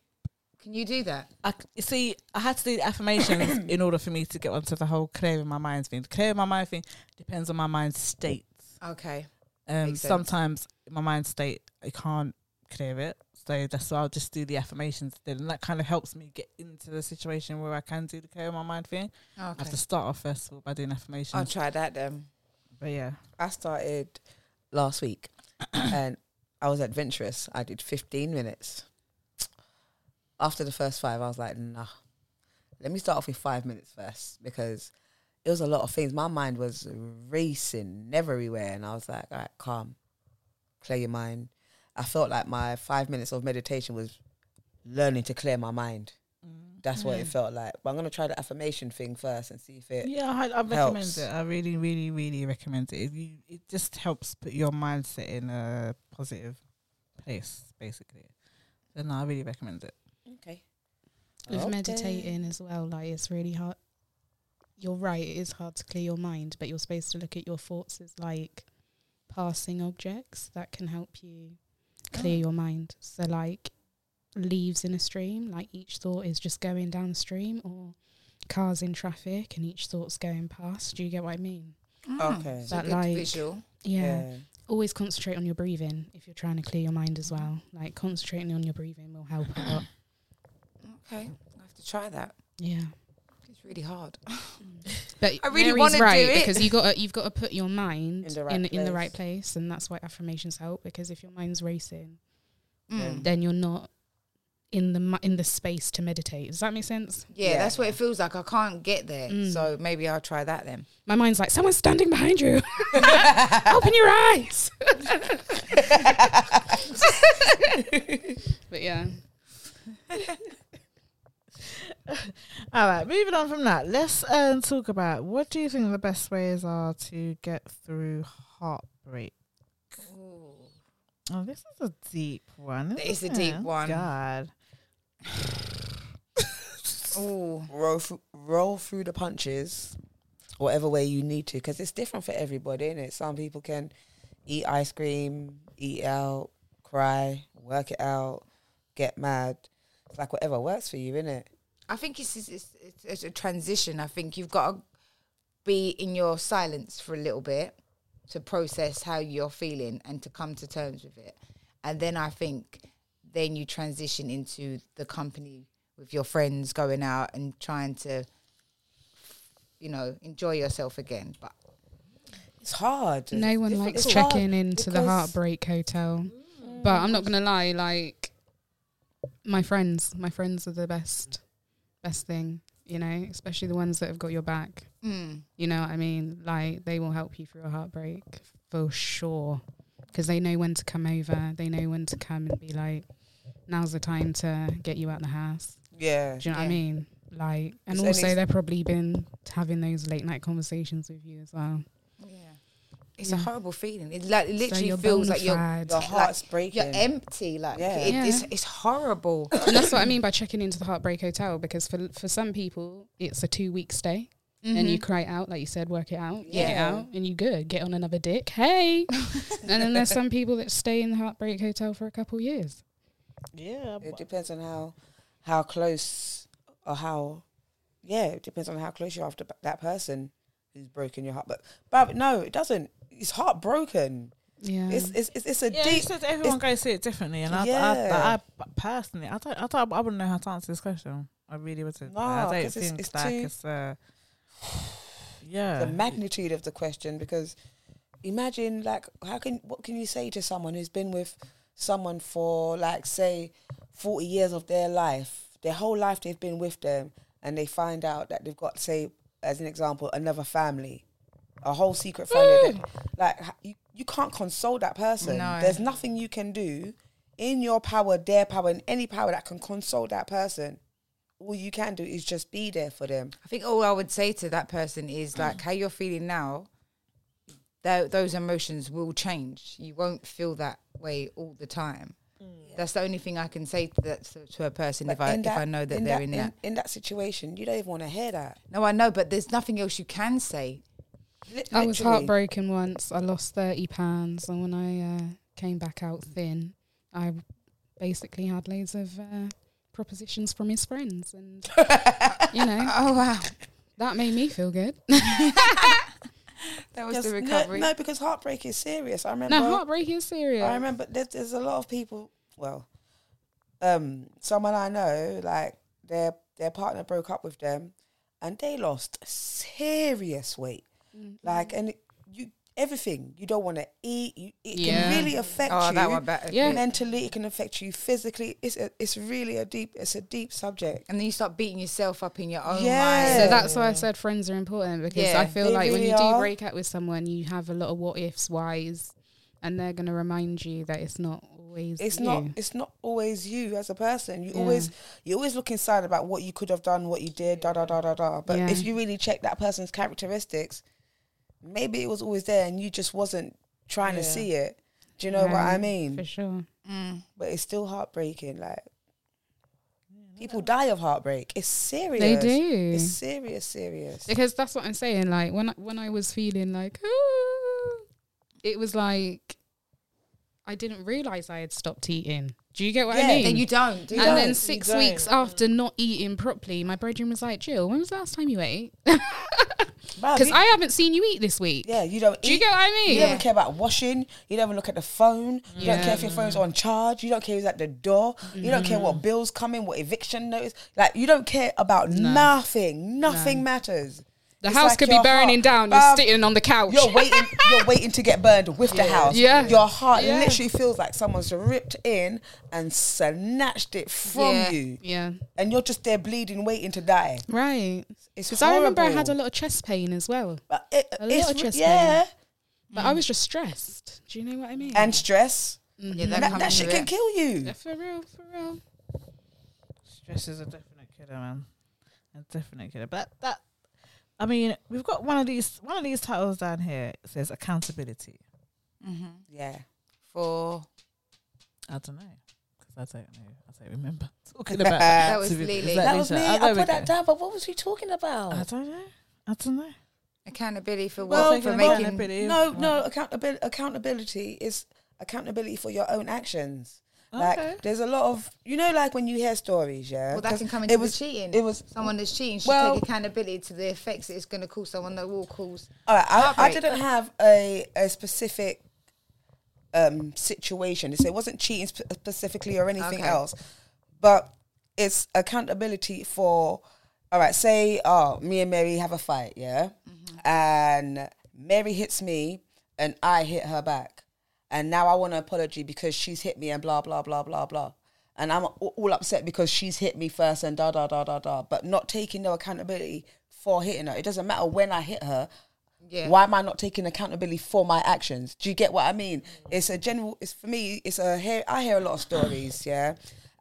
Speaker 5: Can you do that?
Speaker 2: I c- you see, I had to do the affirmations in order for me to get onto the whole clearing my mind thing. Clearing my mind thing depends on my mind state.
Speaker 5: Okay.
Speaker 2: Um,
Speaker 5: Makes sense.
Speaker 2: sometimes my mind state I can't clear it, so that's why I'll just do the affirmations then, and that kind of helps me get into the situation where I can do the clear my mind thing. I have
Speaker 5: Oh, Okay.
Speaker 2: to start off first of all by doing affirmations.
Speaker 4: I'll try that then.
Speaker 2: but yeah,
Speaker 4: I started last week and I was adventurous. I did 15 minutes. After the first five, I was like, nah, let me start off with five minutes first because it was a lot of things. My mind was racing everywhere. And I was like, all right, calm, clear your mind. I felt like my five minutes of meditation was learning to clear my mind. That's what it
Speaker 2: Mm.
Speaker 4: felt like. But I'm going to try the affirmation thing first and see if it.
Speaker 2: yeah, I, I recommend
Speaker 4: Helps.
Speaker 2: it. I really, really, really recommend it. It, you, it just helps put your mindset in a positive place, basically. So no, I really recommend it.
Speaker 4: Okay.
Speaker 3: With
Speaker 4: Okay.
Speaker 3: meditating as well, like it's really hard. You're right, it is hard to clear your mind, but you're supposed to look at your thoughts as like passing objects that can help you clear your mind. So, like leaves in a stream, like each thought is just going downstream, or cars in traffic and each thought's going past. Do you get what I mean?
Speaker 5: Mm.
Speaker 4: Okay.
Speaker 5: It's a
Speaker 3: That
Speaker 5: good
Speaker 3: like-
Speaker 5: visual.
Speaker 3: yeah.
Speaker 4: yeah.
Speaker 3: Always concentrate on your breathing if you're trying to clear your mind as well. Like, concentrating on your breathing will help a lot.
Speaker 5: Okay. I have to try that.
Speaker 3: Yeah.
Speaker 5: It's really hard.
Speaker 3: But
Speaker 5: I really
Speaker 3: Mary's
Speaker 5: wanna do
Speaker 3: right
Speaker 5: it.
Speaker 3: because you got you've got to put your mind in
Speaker 4: In
Speaker 3: the,
Speaker 4: the right
Speaker 3: in, the
Speaker 4: place.
Speaker 3: right place, and that's why affirmations help. Because if your mind's racing,
Speaker 5: Mm.
Speaker 3: then you're not in the mu- in the space to meditate. Does that make sense?
Speaker 5: Yeah, Mm.
Speaker 4: Yeah.
Speaker 5: that's what it feels like. I can't get there. So maybe I'll try that then.
Speaker 3: My mind's like, someone's standing behind you. Open your eyes. but yeah,
Speaker 2: All right, moving on from that, let's um, talk about what do you think the best ways are to get through heartbreak? Oh, this is a deep one.
Speaker 5: It's a
Speaker 2: isn't
Speaker 5: deep
Speaker 2: it?
Speaker 5: one.
Speaker 2: God.
Speaker 5: Oh,
Speaker 4: roll through, roll through the punches, whatever way you need to, because it's different for everybody, is it? Some people can eat ice cream, eat out, cry, work it out, get mad. It's like whatever works for you, innit?
Speaker 5: I think it's it's, it's it's it's a transition. I think you've got to be in your silence for a little bit to process how you're feeling and to come to terms with it. And then I think then you transition into the company with your friends going out and trying to you know enjoy yourself again. But
Speaker 4: It's hard.
Speaker 3: no
Speaker 4: It's
Speaker 3: one
Speaker 4: different.
Speaker 3: likes
Speaker 4: It's hard
Speaker 3: checking into the
Speaker 4: because- Mm.
Speaker 3: heartbreak hotel. But I'm not gonna lie, like my friends, my friends are the best, best thing. You know, especially the ones that have got your back.
Speaker 5: mm,
Speaker 3: You know what I mean? Like they will help you through a heartbreak for sure because they know when to come over. They know when to come and be like, "Now's the time to get you out the house."
Speaker 4: Yeah.
Speaker 3: Do you know what I
Speaker 5: Yeah.
Speaker 3: mean? Like, and
Speaker 4: It's only
Speaker 3: also
Speaker 4: s-
Speaker 3: they've probably been having those late night conversations with you as well.
Speaker 5: yeah. It's a
Speaker 3: Yeah.
Speaker 5: horrible feeling. It like it
Speaker 3: So
Speaker 5: literally
Speaker 3: you're
Speaker 5: feels like you're
Speaker 3: bonafide.
Speaker 4: The heart's
Speaker 5: you're
Speaker 4: breaking.
Speaker 5: empty. Like
Speaker 4: Yeah.
Speaker 5: it,
Speaker 3: Yeah.
Speaker 5: It's, it's horrible.
Speaker 3: and that's what I mean by checking into the Heartbreak Hotel because for for some people it's a two week stay and you cry out like you said, work it out, get it
Speaker 5: Mm-hmm. Yeah.
Speaker 3: out, and you good. Get on another dick, hey. and then there's some people that stay in the Heartbreak Hotel for a couple years.
Speaker 2: Yeah.
Speaker 4: It depends on how how close or how yeah, it depends on how close you are to that person who's broken your heart. But but no, it doesn't. It's heartbroken.
Speaker 3: Yeah,
Speaker 4: It's it's it's, it's a
Speaker 2: Yeah, you
Speaker 4: deep.
Speaker 2: said everyone goes through it differently, and I, I, I,
Speaker 4: Yeah.
Speaker 2: personally, I don't, I don't, I wouldn't know how to answer this question. I really wouldn't.
Speaker 4: Nah,
Speaker 2: I don't
Speaker 4: 'cause it's-
Speaker 2: think
Speaker 4: it's
Speaker 2: like
Speaker 4: too-
Speaker 2: it's uh, yeah.
Speaker 4: the magnitude of the question because imagine like how can what can you say to someone who's been with someone for like say 40 years of their life their whole life they've been with them and they find out that they've got say as an example another family a whole secret family that, like h- you, you can't console that person
Speaker 5: No.
Speaker 4: there's nothing you can do in your power their power and any power that can console that person all you can do is just be there for them
Speaker 5: I think all I would say to that person is like how you're feeling now. Tho- those emotions will change. You won't feel that way all the time. That's the only thing I can say to that to, to a person if
Speaker 4: But
Speaker 5: I
Speaker 4: in
Speaker 5: if
Speaker 4: that-
Speaker 5: I know that they're in that.
Speaker 4: in that situation, you don't even want to hear that.
Speaker 5: No, I know, but there's nothing else you can say.
Speaker 4: Lit-
Speaker 3: I was
Speaker 4: literally.
Speaker 3: heartbroken once. I lost 30 pounds, and when I uh, came back out thin, I basically had loads of uh, propositions from his friends, and you know
Speaker 5: Oh wow,
Speaker 3: that made me feel good.
Speaker 5: that was
Speaker 4: Just-
Speaker 5: the
Speaker 4: no-
Speaker 5: recovery.
Speaker 4: No, because heartbreak is serious. I remember.
Speaker 3: Now heartbreak is serious.
Speaker 4: I remember. There's, there's a lot of people. Well, um, someone I know, like their their partner broke up with them, and they lost serious weight.
Speaker 3: Mm.
Speaker 4: Like, and it- you everything you don't want to eat. You, it
Speaker 3: Yeah.
Speaker 4: can really affect
Speaker 5: Oh,
Speaker 4: you.
Speaker 5: that one better.
Speaker 3: Yeah.
Speaker 4: Mentally, it can affect you physically. It's a, it's really a deep. It's a deep subject.
Speaker 5: And then you start beating yourself up in your own
Speaker 4: Yeah.
Speaker 5: mind.
Speaker 3: So that's why I said friends are important because
Speaker 5: Yeah,
Speaker 3: I feel
Speaker 4: they
Speaker 3: like when
Speaker 4: really
Speaker 3: you do
Speaker 4: are.
Speaker 3: break up with someone, you have a lot of what ifs, whys, and they're going to remind you that it's not always
Speaker 4: it's
Speaker 3: you.
Speaker 4: not it's not always you as a person. You
Speaker 3: Yeah.
Speaker 4: always you always look inside about what you could have done, what you did, da da da da da. But
Speaker 3: Yeah.
Speaker 4: if you really check that person's characteristics, maybe it was always there and you just wasn't trying to
Speaker 5: Yeah.
Speaker 4: see it. Do you know what
Speaker 3: Right,
Speaker 4: I mean?
Speaker 3: for sure.
Speaker 5: Mm.
Speaker 4: But it's still heartbreaking. Like people die of heartbreak. It's serious.
Speaker 3: They do
Speaker 4: It's serious, serious.
Speaker 3: because that's what I'm saying. Like when I- when I was feeling like, "Ah," it was like I didn't realize I had stopped eating. Do you get what I
Speaker 4: Yeah,
Speaker 3: mean?
Speaker 5: Then you don't. Do you?
Speaker 3: and
Speaker 4: don't,
Speaker 3: then
Speaker 4: you
Speaker 3: six
Speaker 2: don't.
Speaker 3: weeks after not eating properly, my brethren was like, "Jill, when was the last time you ate?
Speaker 4: Bruv,
Speaker 3: Because
Speaker 4: you-
Speaker 3: I haven't seen you eat this week.
Speaker 4: yeah, you don't.
Speaker 3: Do you
Speaker 4: eat,
Speaker 3: get what I mean?
Speaker 4: You don't care about washing. You don't even look at the phone. You don't care if your phone's
Speaker 3: Mm.
Speaker 4: on charge. You don't care who's at the door. You don't care what bills come in, what eviction notice. Like you don't care about nothing. Nothing matters.
Speaker 3: The
Speaker 4: It's
Speaker 3: house
Speaker 4: like
Speaker 3: could be
Speaker 4: your
Speaker 3: burning
Speaker 4: heart.
Speaker 3: down. You're
Speaker 4: Bruv,
Speaker 3: sitting on the couch.
Speaker 4: You're waiting. You're waiting to get burned with the house.
Speaker 3: Yeah.
Speaker 4: Your heart
Speaker 3: Yeah.
Speaker 4: literally feels like someone's ripped in and snatched it from
Speaker 5: Yeah.
Speaker 4: you,
Speaker 3: yeah.
Speaker 4: and you're just there bleeding, waiting to die.
Speaker 3: Right.
Speaker 4: It's
Speaker 3: Because I remember I had a
Speaker 4: horrible.
Speaker 3: lot of chest pain as well.
Speaker 4: But it-
Speaker 3: a
Speaker 4: it's
Speaker 3: little
Speaker 4: re-
Speaker 3: chest
Speaker 4: yeah,
Speaker 3: But I was just stressed. Do you know what I mean?
Speaker 4: Mm.
Speaker 3: Mm.
Speaker 4: and stress.
Speaker 5: Yeah, that,
Speaker 4: That,
Speaker 5: comes
Speaker 4: that shit
Speaker 5: with
Speaker 4: can
Speaker 5: it.
Speaker 4: kill
Speaker 3: Yeah,
Speaker 4: you.
Speaker 3: for real, for real.
Speaker 2: Stress is a definite killer, man. A definite killer. But that, I mean, we've got one of these one of these titles down here. It says accountability.
Speaker 4: Yeah.
Speaker 5: For
Speaker 2: I don't know because I don't know. I don't remember talking about that.
Speaker 5: that was
Speaker 2: To be- that-
Speaker 5: Lily.
Speaker 4: That was
Speaker 2: Lisa,
Speaker 4: me.
Speaker 2: oh, there
Speaker 4: I
Speaker 2: we
Speaker 4: put that
Speaker 2: go.
Speaker 4: down. But what was we talking about?
Speaker 2: I don't know. I don't know.
Speaker 5: accountability for what?
Speaker 2: Well,
Speaker 5: for
Speaker 2: well,
Speaker 5: making.
Speaker 2: accountability.
Speaker 4: No, no, accountability accountability is accountability for your own actions.
Speaker 2: Okay.
Speaker 4: Like there's a lot of you know like when you hear stories, yeah.
Speaker 5: Well, that
Speaker 4: 'Cause
Speaker 5: can come into
Speaker 4: it was,
Speaker 5: the cheating.
Speaker 4: It was
Speaker 5: someone that's cheating should
Speaker 4: Well-
Speaker 5: take accountability to the effects it's going to cause someone that will cause.
Speaker 4: all right, I, I
Speaker 5: Heartbreak.
Speaker 4: didn't have a, a specific um situation. So it wasn't cheating sp- specifically or anything
Speaker 5: Okay.
Speaker 4: else. But it's accountability for all right, say oh, me and Mary have a fight, yeah? And Mary hits me and I hit her back. and now I want an apology because she's hit me and blah blah blah blah blah. And I'm a- all upset because she's hit me first and da da da da da. But not taking no accountability for hitting her. It doesn't matter when I hit her.
Speaker 5: Yeah.
Speaker 4: Why am I not taking accountability for my actions? Do you get what I mean? It's a general. It's for me. It's a hear. I hear a lot of stories. Yeah.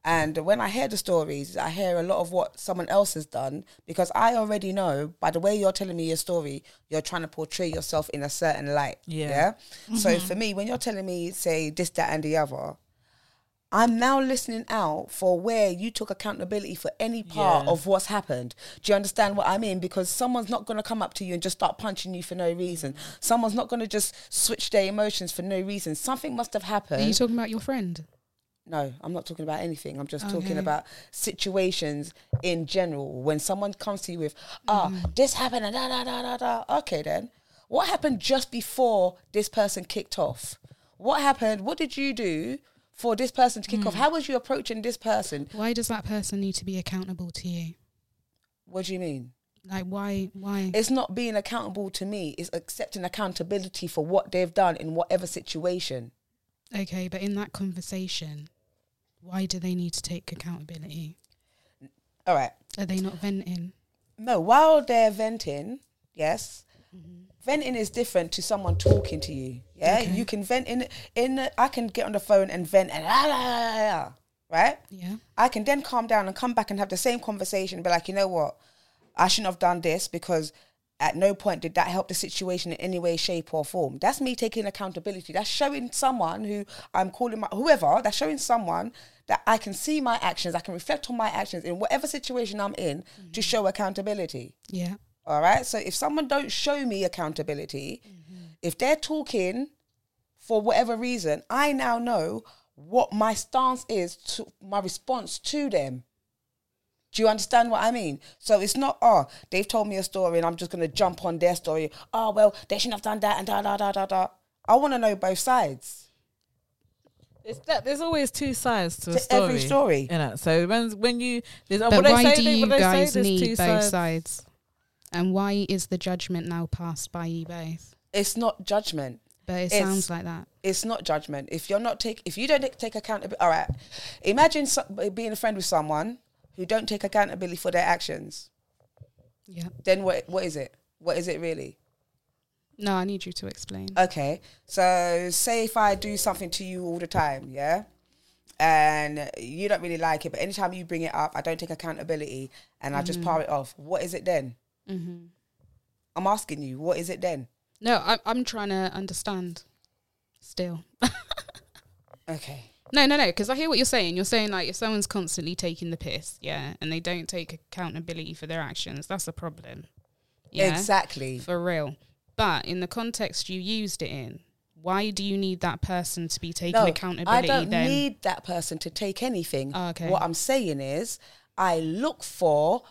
Speaker 4: And when I hear the stories, I hear a lot of what someone else has done because I already know by the way you're telling me your story, you're trying to portray yourself in a certain light.
Speaker 2: Yeah.
Speaker 4: yeah? So for me, when you're telling me, say, this, that, and the other, I'm now listening out for where you took accountability for any part
Speaker 2: Yeah.
Speaker 4: of what's happened. Do you understand what I mean? Because someone's not going to come up to you and just start punching you for no reason. Someone's not going to just switch their emotions for no reason. Something must have
Speaker 3: Are you
Speaker 4: happened.
Speaker 3: talking about your friend?
Speaker 4: No, I'm not talking about anything. I'm just
Speaker 3: Okay.
Speaker 4: talking about situations in general. When someone comes to you with, ah,
Speaker 3: Mm-hmm.
Speaker 4: this happened, and da da da da da. Okay, then. What happened just before this person kicked off? What happened? What did you do for this person to kick
Speaker 3: Mm.
Speaker 4: off? How was you approaching this person?
Speaker 3: Why does that person need to be accountable to you?
Speaker 4: What do you mean?
Speaker 3: Like, why? Why?
Speaker 4: It's not being accountable to me, it's accepting accountability for what they've done in whatever situation.
Speaker 3: Okay, but in that conversation, why do they need to take accountability?
Speaker 4: All right.
Speaker 3: Are they not venting?
Speaker 4: No, while they're venting, yes, venting is different to someone talking to you. Yeah,
Speaker 3: Okay.
Speaker 4: you can vent in in. I can get on the phone and vent and ah, ah, ah, ah, right.
Speaker 3: Yeah.
Speaker 4: I can then calm down and come back and have the same conversation, be like, you know what, I shouldn't have done this because at no point did that help the situation in any way, shape, or form. That's me taking accountability. That's showing someone who I'm calling my whoever, that's showing someone that I can see my actions, I can reflect on my actions in whatever situation I'm in to show accountability.
Speaker 3: Yeah.
Speaker 4: All right. So if someone don't show me accountability, if they're talking for whatever reason, I now know what my stance is to my response to them. Do you understand what I mean? So it's not, oh, they've told me a story and I'm just going to jump on their story. Oh, well, they shouldn't have done that and da, da, da, da, da. I want to know both sides.
Speaker 2: It's that, there's always two sides to, a
Speaker 4: To
Speaker 2: story.
Speaker 4: every story.
Speaker 2: You know? So when when you there's
Speaker 3: But
Speaker 2: Uh, what they
Speaker 3: why
Speaker 2: say,
Speaker 3: do
Speaker 2: they-
Speaker 3: you
Speaker 2: what they say,
Speaker 3: guys
Speaker 2: there's two
Speaker 3: need both sides.
Speaker 2: sides.
Speaker 3: And why is the judgment now passed by you both?
Speaker 4: It's not judgment.
Speaker 3: But it
Speaker 4: It's-
Speaker 3: sounds like that.
Speaker 4: it's not judgment. If you're not take, if you don't take accountability, all right. Imagine so, being a friend with someone who don't take accountability for their actions.
Speaker 3: Yeah.
Speaker 4: Then what? What is it? What is it really?
Speaker 3: No, I need you to explain.
Speaker 2: Uh,
Speaker 4: Okay. So say if I do something to you all the time, yeah, and you don't really like it, but anytime you bring it up, I don't take accountability and I just power it off. What is it then?
Speaker 3: hmm
Speaker 4: I'm asking you. What is it then?
Speaker 3: No, I, I'm trying to understand still.
Speaker 4: Okay.
Speaker 3: No, no, no, because I hear what you're saying. You're saying, like, if someone's constantly taking the piss, yeah, and they don't take accountability for their actions, that's a problem. Yeah.
Speaker 4: Exactly.
Speaker 3: For real. But in the context you used it in, why do you need that person to be taking
Speaker 4: I
Speaker 3: accountability
Speaker 4: don't
Speaker 3: then?
Speaker 4: need that person to take anything.
Speaker 3: Oh, okay.
Speaker 4: What I'm saying is, I look for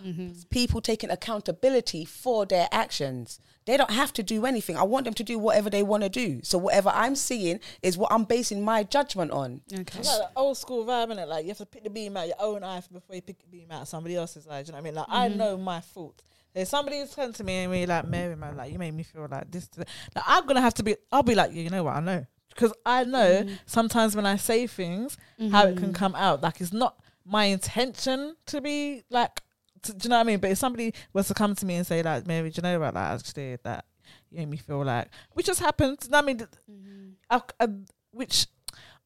Speaker 4: people taking accountability for their actions. They don't have to do anything. I want them to do whatever they want to do. So whatever I'm seeing is what I'm basing my judgment on.
Speaker 3: Okay.
Speaker 2: It's like the old school vibe, innit? Like you have to pick the beam out your own eye before you pick the beam out somebody else's eye. Do you know what I mean? Like I know my fault. If somebody's turned to me and we like, Mary, man, like you made me feel like this. Like, I'm gonna have to be. I'll be like, yeah, you know what? I know because I know sometimes when I say things, how it can come out. Like it's not my intention to be like. t- do you know what I mean? But if somebody was to come to me and say like, Mary, do you know what? Like actually, that you made me feel like, which just happened. do you know what I mean, Th- I, I, which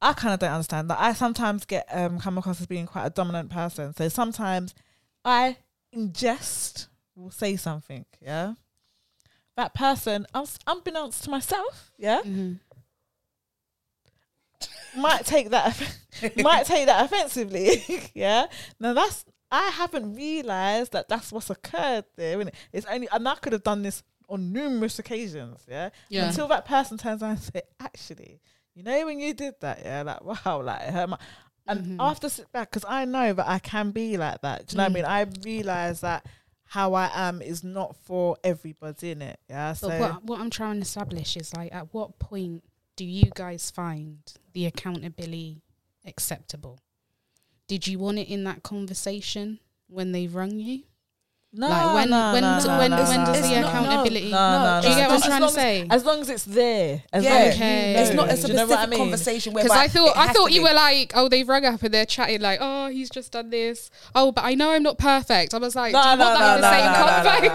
Speaker 2: I kind of don't understand that. I sometimes get um, come across as being quite a dominant person. So sometimes I, in jest, will say something. Yeah, that person, uns- unbeknownst to myself, yeah,
Speaker 3: Mm-hmm.
Speaker 2: might take that off- might take that offensively. yeah. Now that's I haven't realized that that's what's occurred there. Innit? It's only and I could have done this on numerous occasions. Yeah.
Speaker 3: Yeah.
Speaker 2: Until that person turns around and say, actually, you know when you did that, yeah, like wow, like it hurt my. And
Speaker 3: Mm-hmm.
Speaker 2: after sit back, because I know that I can be like that. Do you know
Speaker 3: Mm.
Speaker 2: what I mean? I realize that how I am is not for everybody in it. Yeah. So
Speaker 3: But what, what I'm trying to establish is like, at what point do you guys find the accountability acceptable? Did you want it in that conversation when they rung you?
Speaker 2: no,
Speaker 3: like when
Speaker 2: no,
Speaker 3: when
Speaker 2: no,
Speaker 3: so
Speaker 2: no,
Speaker 3: when,
Speaker 2: no, no,
Speaker 3: when
Speaker 4: Um,
Speaker 3: does
Speaker 2: no,
Speaker 3: the
Speaker 2: no.
Speaker 3: accountability?
Speaker 2: No, no,
Speaker 3: Do you
Speaker 2: no.
Speaker 3: get what I'm
Speaker 2: As
Speaker 3: trying
Speaker 2: long
Speaker 3: to
Speaker 2: as-
Speaker 3: say?
Speaker 2: As long as it's there. As
Speaker 4: Yeah.
Speaker 2: long as
Speaker 3: Okay.
Speaker 2: you
Speaker 4: It's not
Speaker 2: know.
Speaker 4: a
Speaker 2: Do
Speaker 4: specific
Speaker 2: you know what I mean?
Speaker 4: conversation
Speaker 3: Because
Speaker 4: whereby
Speaker 3: I thought
Speaker 4: it
Speaker 3: I
Speaker 4: has
Speaker 3: thought
Speaker 4: to
Speaker 3: you
Speaker 4: be.
Speaker 3: were like, oh, they've rung up and they're chatting like, oh, he's just done this. Oh, but I know I'm not perfect. I was like,
Speaker 2: No,
Speaker 3: do you
Speaker 2: no, no,
Speaker 3: want that in the
Speaker 2: no,
Speaker 3: same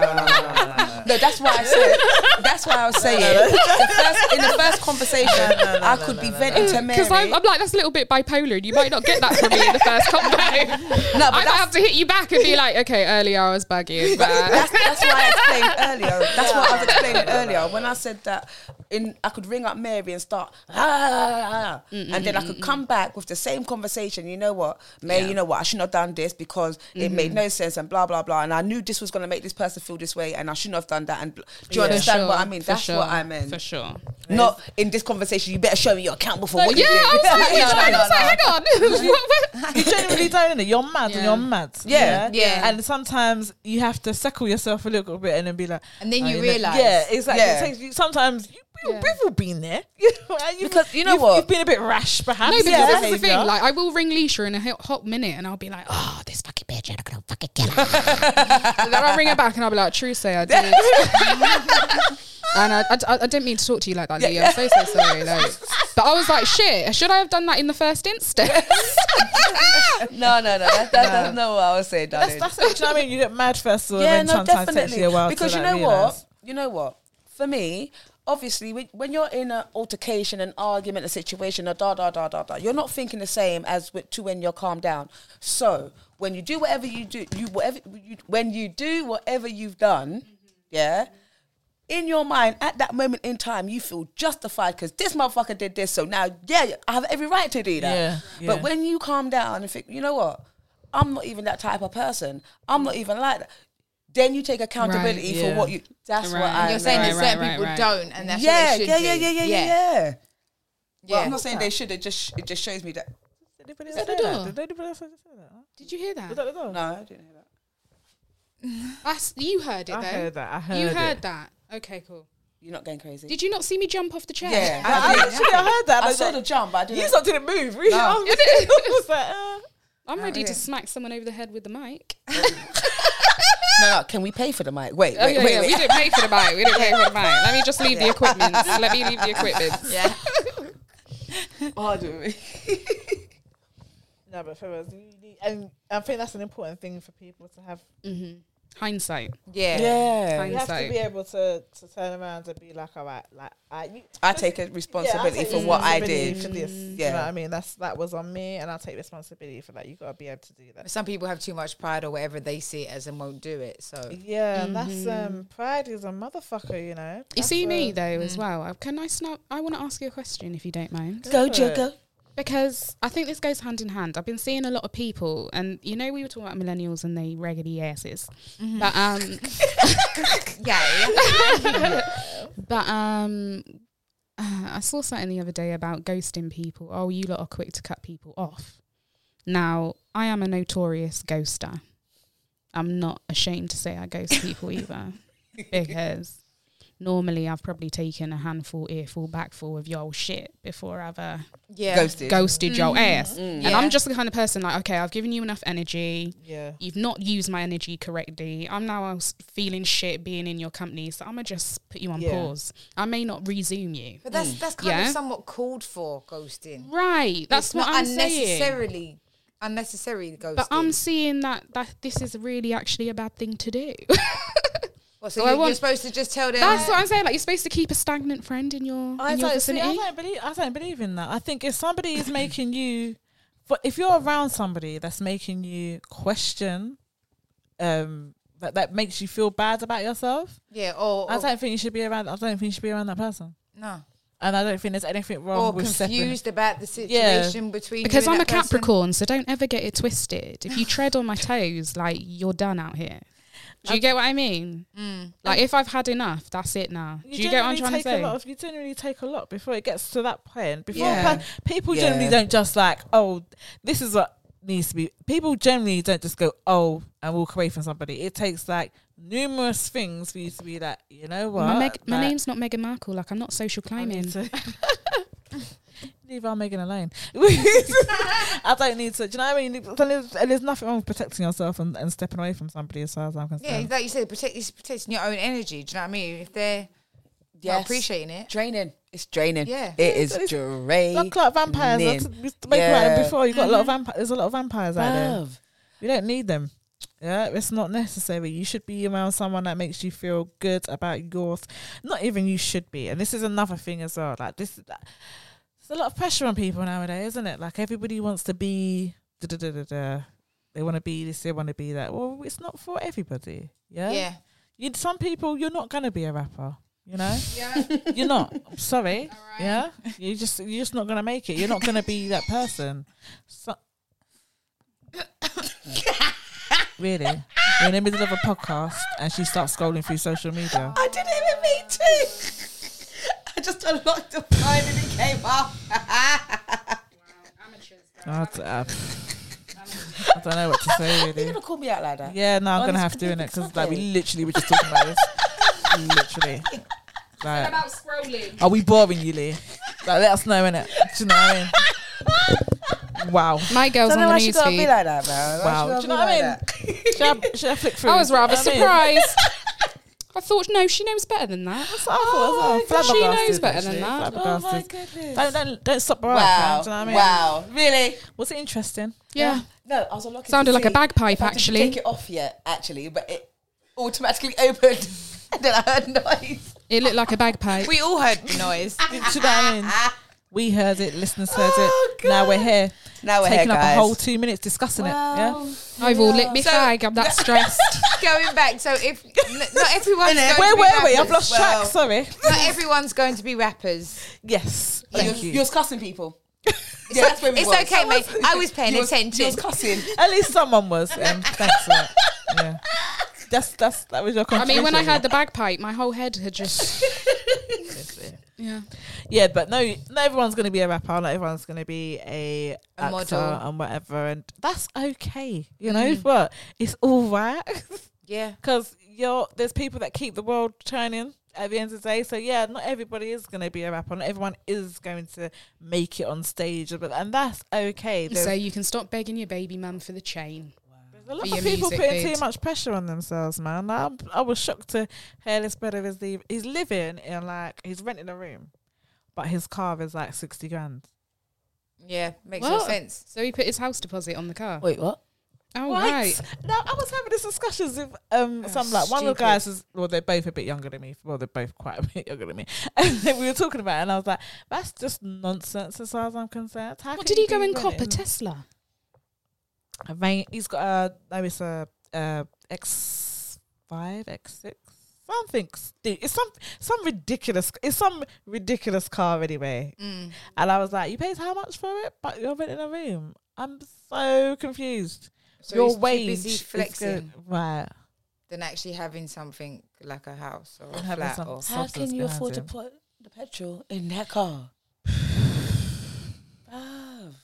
Speaker 2: no, no,
Speaker 3: convo?
Speaker 4: No, that's why I said. That's why I was saying. The first, in the first conversation, I could be venting to Mary.
Speaker 3: Because I'm, I'm like, that's a little bit bipolar, and you might not get that from me in the first combo.
Speaker 4: No,
Speaker 3: I might
Speaker 4: that's-
Speaker 3: have to hit you back and be like, okay, earlier I was bugging, but
Speaker 4: that's, that's why I explained earlier. That's what I was explaining earlier when I said that in I could ring up Mary and start "Ah, ah, ah, ah,"
Speaker 3: Mm,
Speaker 4: and then I could come back with the same conversation. You know what, Mary? You know what? I shouldn't have done this because it
Speaker 3: Mm-hmm.
Speaker 4: made no sense and blah blah blah. And I knew this was going to make this person feel this way, and I shouldn't have done that. And bl- do you
Speaker 3: For
Speaker 4: understand what
Speaker 3: sure,
Speaker 4: I mean?
Speaker 3: for
Speaker 4: That's
Speaker 3: sure,
Speaker 4: what I meant.
Speaker 3: for sure.
Speaker 4: Not in this conversation. You better show me your account before what
Speaker 3: yeah,
Speaker 4: you did.
Speaker 3: I was like,
Speaker 4: No, no,
Speaker 3: I was
Speaker 4: no,
Speaker 3: like, hang on. What- what-
Speaker 2: You genuinely don't, innit? You're mad
Speaker 3: Yeah.
Speaker 2: and you're mad.
Speaker 4: Yeah.
Speaker 5: Yeah.
Speaker 2: And sometimes you have to settle yourself a little bit and then be like, "Oh,
Speaker 5: And then you
Speaker 2: know-
Speaker 5: realise.
Speaker 2: Yeah, exactly.
Speaker 4: Yeah.
Speaker 2: It takes you, sometimes you, we-
Speaker 3: Yeah.
Speaker 2: we've all been there. You know, and you've-
Speaker 4: Because you know
Speaker 2: you've-
Speaker 4: what?
Speaker 2: You've been a bit rash, perhaps.
Speaker 3: No, because
Speaker 2: yeah,
Speaker 3: that's the thing.
Speaker 2: behaviour.
Speaker 3: Like, I will ring Leisha in a hot, hot minute, and I'll be like, "Oh, this fucking bitch! I'm gonna fucking kill her." And then I'll ring her back, and I'll be like, "True, say I did." and I, I, I didn't mean to talk to you like that, Lee. I'm so so sorry. Like, but I was like, "Shit, should I have done that in the first instance?"
Speaker 4: no, no, no. That, that, That's not what I was saying, darling.
Speaker 2: that's, that's it. Do you know what I mean? You get mad first of all, and then sometimes it takes you a while to,
Speaker 4: because you
Speaker 2: like,
Speaker 4: know
Speaker 2: realise.
Speaker 4: what? You know what? For me, obviously, when- when you're in an altercation, an argument, a situation, a da da da da da, you're not thinking the same as with- to when you're calmed down. So when you do whatever you do, you whatever you, when you do whatever you've done,
Speaker 2: Mm-hmm.
Speaker 4: yeah. In your mind, at that moment in time, you feel justified because this motherfucker did this. So now, yeah, I have every right to do that.
Speaker 2: Yeah,
Speaker 4: But
Speaker 2: yeah.
Speaker 4: when when you calm down and think, you know what? I'm not even that type of person. I'm not even like that. Then you take accountability
Speaker 2: Right, yeah.
Speaker 4: for what you. That's
Speaker 3: Right.
Speaker 4: what I.
Speaker 3: You're
Speaker 5: You're saying
Speaker 3: Right,
Speaker 5: that
Speaker 3: right,
Speaker 5: certain
Speaker 3: right,
Speaker 5: people
Speaker 3: right.
Speaker 5: don't, and that's
Speaker 4: yeah,
Speaker 5: what they should
Speaker 4: yeah, yeah,
Speaker 5: do.
Speaker 4: yeah, yeah, yeah, yeah. Well,
Speaker 5: Yeah.
Speaker 4: I'm not saying they should. It just it just shows me that.
Speaker 2: Did anybody
Speaker 3: that
Speaker 2: else say
Speaker 3: the
Speaker 2: that?
Speaker 3: door?
Speaker 2: Did anybody else say that?
Speaker 3: Did you hear
Speaker 2: Was
Speaker 3: that?
Speaker 2: that the door?
Speaker 4: No, I didn't hear that.
Speaker 3: That's, you heard it
Speaker 2: I
Speaker 3: though.
Speaker 2: heard that. I heard
Speaker 3: you
Speaker 2: it.
Speaker 3: heard that. Okay, cool.
Speaker 4: You're not going crazy.
Speaker 3: Did you not see me jump off the chair?
Speaker 4: yeah,
Speaker 2: I
Speaker 4: I, did.
Speaker 2: actually, I heard that.
Speaker 4: I
Speaker 2: like,
Speaker 4: saw the jump, but I
Speaker 2: You
Speaker 4: didn't.
Speaker 2: lot didn't move. Really?
Speaker 4: No.
Speaker 2: I was I was like, uh,
Speaker 3: I'm ready to smack someone over the head with the mic.
Speaker 4: No, no, can we pay for the mic? Wait,
Speaker 3: Oh,
Speaker 4: wait,
Speaker 3: yeah,
Speaker 4: wait,
Speaker 3: yeah.
Speaker 4: wait.
Speaker 3: We didn't pay for the mic. We didn't pay for the mic. Let me just leave the equipment. Let me leave the equipment.
Speaker 5: Yeah.
Speaker 4: Oh,
Speaker 2: No, but for us, you need- and I think that's an important thing for people to have.
Speaker 3: Mm-hmm. Hindsight.
Speaker 5: Yeah.
Speaker 4: Yeah,
Speaker 2: You have to
Speaker 3: Hindsight.
Speaker 2: be able to, to turn around and be like, all right, like I, you,
Speaker 4: I take a responsibility
Speaker 2: yeah, I take
Speaker 4: for what I
Speaker 2: responsibility
Speaker 4: did. Mm.
Speaker 2: For this, yeah, you
Speaker 4: Yeah.
Speaker 2: know what I mean, that's that was on me, and I take responsibility for that. You gotta be able to do that.
Speaker 5: Some people have too much pride or whatever they see it as and won't do it. So
Speaker 2: Yeah, and that's
Speaker 4: Mm-hmm.
Speaker 2: um, pride is a motherfucker, you know.
Speaker 3: You
Speaker 2: That's
Speaker 3: see
Speaker 2: a- mm.
Speaker 3: me though as well. Uh, Can I snap? I want to ask you a question if you don't mind,
Speaker 4: Go,
Speaker 2: Good.
Speaker 4: Jigger.
Speaker 3: because I think this goes hand in hand. I've been seeing a lot of people, and you know we were talking about millennials and they raggedy asses, but um,
Speaker 5: yeah,
Speaker 3: but um, uh, I saw something the other day about ghosting people. Oh, you lot are quick to cut people off. Now I am a notorious ghoster. I'm not ashamed to say I ghost people either, because normally I've probably taken a handful, earful, backful of your shit before I've uh,
Speaker 5: Yeah.
Speaker 4: Ghosted.
Speaker 3: ghosted your ass. And
Speaker 5: Yeah.
Speaker 3: I'm just the kind of person like, okay, I've given you enough energy.
Speaker 2: Yeah.
Speaker 3: You've not used my energy correctly. I'm now else- feeling shit being in your company, so I'm gonna just put you on
Speaker 2: Yeah.
Speaker 3: pause. I may not resume you.
Speaker 5: But that's that's kind
Speaker 3: Yeah.
Speaker 5: of somewhat called for ghosting.
Speaker 3: Right, that's
Speaker 5: It's
Speaker 3: what
Speaker 5: not
Speaker 3: I'm saying.
Speaker 5: unnecessarily unnecessary ghosting.
Speaker 3: But I'm seeing that that this is really actually a bad thing to do.
Speaker 5: Well, so
Speaker 3: so I
Speaker 5: you,
Speaker 3: want-
Speaker 5: you're supposed to just tell them.
Speaker 3: That's what I'm saying. Like you're supposed to keep a stagnant friend in your,
Speaker 2: I
Speaker 3: in your
Speaker 2: don't, see, I
Speaker 3: vicinity.
Speaker 2: don't believe. I don't believe in that. I think if somebody is making you, for if you're around somebody that's making you question, um, that that makes you feel bad about yourself,
Speaker 5: yeah, or,
Speaker 2: I
Speaker 5: or
Speaker 2: don't think you should be around. I don't think you should be around that person.
Speaker 5: no,
Speaker 2: And I don't think there's anything
Speaker 4: Oh,
Speaker 2: wrong
Speaker 5: or
Speaker 2: with separate.
Speaker 5: confused about the situation between
Speaker 3: because
Speaker 5: you and
Speaker 3: I'm a
Speaker 5: that person.
Speaker 3: Capricorn, so don't ever get it twisted. If you tread on my toes, like you're done out here. Do you get what I mean?
Speaker 2: Mm.
Speaker 3: Like if I've had enough, that's it now. Do you get what I'm
Speaker 2: generally
Speaker 3: trying to
Speaker 2: take
Speaker 3: say?
Speaker 2: A lot of, you generally take a lot before it gets to that point. Before
Speaker 5: Yeah.
Speaker 2: a per- people
Speaker 4: Yeah.
Speaker 2: generally don't just like, oh, this is what needs to be. People generally don't just go, oh, and walk away from somebody. It takes like numerous things for you to be like, you know what?
Speaker 3: my, Meg- my
Speaker 2: like,
Speaker 3: name's not Meghan Markle. Like I'm not social
Speaker 2: I
Speaker 3: climbing.
Speaker 2: need to- Leave our Megan alone. I don't need to. Do you know what I mean? And there's, and there's nothing wrong with protecting yourself and, and stepping away from somebody as far as I'm concerned.
Speaker 4: Um,
Speaker 5: Yeah, like you said, protect, it's protecting your own energy. Do you know what I mean? If they're not
Speaker 4: Yes.
Speaker 5: appreciating it,
Speaker 4: Draining. It's draining.
Speaker 5: Yeah.
Speaker 4: It is
Speaker 2: It's-
Speaker 4: draining.
Speaker 2: Look like vampires. I t- used to make
Speaker 4: Yeah.
Speaker 2: about it before. You got a lot of
Speaker 3: Mm-hmm.
Speaker 2: vampires. There's a lot of vampires out there.
Speaker 4: Love.
Speaker 2: You don't need them. Yeah, it's not necessary. You should be around someone that makes you feel good about yours. Not even you should be. And this is another thing as well. Like this, there's a lot of pressure on people nowadays, isn't it? Like everybody wants to be da da da da da. They want to be this. They want to be that. Well, it's not for everybody. Yeah.
Speaker 5: yeah,
Speaker 2: You, some people, you're not gonna be a rapper. You know. You're not. I'm sorry. Yeah. You just you're just not gonna make it. You're not gonna be that person. So- really? We're in the middle of a podcast and she starts scrolling through social media.
Speaker 4: I did it with me too. I just unlocked the phone and it came up.
Speaker 2: I d- I- I don't know what to say
Speaker 4: You're
Speaker 2: really.
Speaker 4: gonna call me out like that?
Speaker 2: Yeah, no, I'm gonna
Speaker 4: Honest
Speaker 2: have to in it because like we
Speaker 4: topic.
Speaker 2: literally were just talking about this. literally. Like,
Speaker 3: scrolling.
Speaker 2: are we boring you, Lee? Like, let us know in it. Do you know what I mean? Wow.
Speaker 3: My girl's
Speaker 4: Don't
Speaker 3: on
Speaker 4: know
Speaker 3: the
Speaker 4: why she gotta be
Speaker 3: newsfeed.
Speaker 4: like that, man. Why
Speaker 2: Wow. Do
Speaker 4: she
Speaker 2: you know
Speaker 4: gotta be
Speaker 2: what I mean?
Speaker 4: like that?
Speaker 2: should, I, should I flick through?
Speaker 3: I was rather
Speaker 2: Do you know what I mean?
Speaker 3: surprised. I thought, no, she knows better than that.
Speaker 2: That's what I
Speaker 4: uh,
Speaker 2: thought as well.
Speaker 3: Oh, She
Speaker 2: Flabbergasted,
Speaker 3: knows better than
Speaker 2: actually.
Speaker 3: that.
Speaker 4: Oh my
Speaker 2: Flabbergasted.
Speaker 4: goodness.
Speaker 2: Don't, don't, don't stop her
Speaker 4: Wow.
Speaker 2: up. Do you know what I mean?
Speaker 4: Wow. Really?
Speaker 2: Was it interesting?
Speaker 3: Yeah.
Speaker 4: No, I was unlocking. to
Speaker 3: Sounded like a
Speaker 4: see
Speaker 3: bagpipe,
Speaker 4: if I didn't
Speaker 3: actually.
Speaker 4: Take it off yet, actually, but it automatically opened, and then I heard noise.
Speaker 3: It looked like a bagpipe.
Speaker 5: we all heard the noise.
Speaker 2: Do you know what I mean? We heard it, listeners heard
Speaker 4: Oh,
Speaker 2: it. Now we're
Speaker 4: God.
Speaker 2: here.
Speaker 4: Now we're
Speaker 2: taking
Speaker 4: here,
Speaker 2: up
Speaker 4: guys.
Speaker 2: a whole two minutes discussing it. Yeah.
Speaker 3: I've all lit my
Speaker 5: So-
Speaker 3: fag. I'm that stressed.
Speaker 5: going back, so if n- not everyone's
Speaker 2: Where
Speaker 5: going to be
Speaker 2: were we? I've
Speaker 5: rappers.
Speaker 2: lost
Speaker 4: well.
Speaker 2: track. Sorry.
Speaker 5: Not everyone's going to be rappers.
Speaker 2: Yes.
Speaker 4: Oh,
Speaker 2: Thank
Speaker 4: you're,
Speaker 2: you.
Speaker 4: you're cussing people. Yeah, that's where we
Speaker 5: it's
Speaker 4: was.
Speaker 5: okay, mate. I was paying
Speaker 4: You
Speaker 5: attention.
Speaker 4: You was cussing.
Speaker 2: At least someone was. Um, thanks for that. Yeah. That's, that's, that was your
Speaker 3: I mean,
Speaker 2: contribution.
Speaker 3: when I heard the bagpipe, my whole head had just. yeah.
Speaker 2: Yeah, but no, not everyone's going to be a rapper. Not everyone's going to be a, actor
Speaker 5: model.
Speaker 2: and whatever, and that's okay. You know,
Speaker 3: Mm.
Speaker 2: but it's all right
Speaker 5: Yeah,
Speaker 2: because you're there's people that keep the world turning at the end of the day. So yeah, not everybody is going to be a rapper. Not everyone is going to make it on stage, but and that's okay. There's,
Speaker 3: So you can stop begging your baby mum for the chain.
Speaker 2: there's a lot
Speaker 3: for
Speaker 2: of
Speaker 3: your
Speaker 2: people
Speaker 3: music,
Speaker 2: putting
Speaker 3: babes.
Speaker 2: too much pressure on themselves, man. I, I was shocked to hear this brother is leave. He's living in like he's renting a room, but his car is like sixty grand.
Speaker 5: yeah, makes
Speaker 3: Well,
Speaker 5: no sense.
Speaker 3: So he put his house deposit on the car.
Speaker 4: Wait, what?
Speaker 3: Oh,
Speaker 2: What?
Speaker 3: right.
Speaker 2: No, I was having this discussions with um some like one of
Speaker 5: stupid.
Speaker 2: the guys is well they're both a bit younger than me. Well they're both quite a bit younger than me. And then we were talking about it and I was like, that's just nonsense as far as I'm concerned. How
Speaker 3: What
Speaker 2: can
Speaker 3: did he
Speaker 2: you
Speaker 3: go
Speaker 2: be
Speaker 3: and cop? A
Speaker 2: running
Speaker 3: Tesla?
Speaker 2: A van- he's got a no it's a uh X five, X six. Something stu- it's some some ridiculous it's some ridiculous car anyway.
Speaker 5: Mm.
Speaker 2: And I was like, You paid how much for it? But you're renting a room. I'm so confused.
Speaker 5: So
Speaker 2: Your
Speaker 5: he's too
Speaker 2: wage
Speaker 5: busy
Speaker 2: is
Speaker 5: flexing
Speaker 2: good. right?
Speaker 5: than actually having something like a house or a
Speaker 2: And having
Speaker 5: flat.
Speaker 2: some-
Speaker 5: Or,
Speaker 4: How
Speaker 2: substance
Speaker 4: can you
Speaker 2: behind
Speaker 4: afford to
Speaker 2: him.
Speaker 4: put the petrol in that car? Bruv,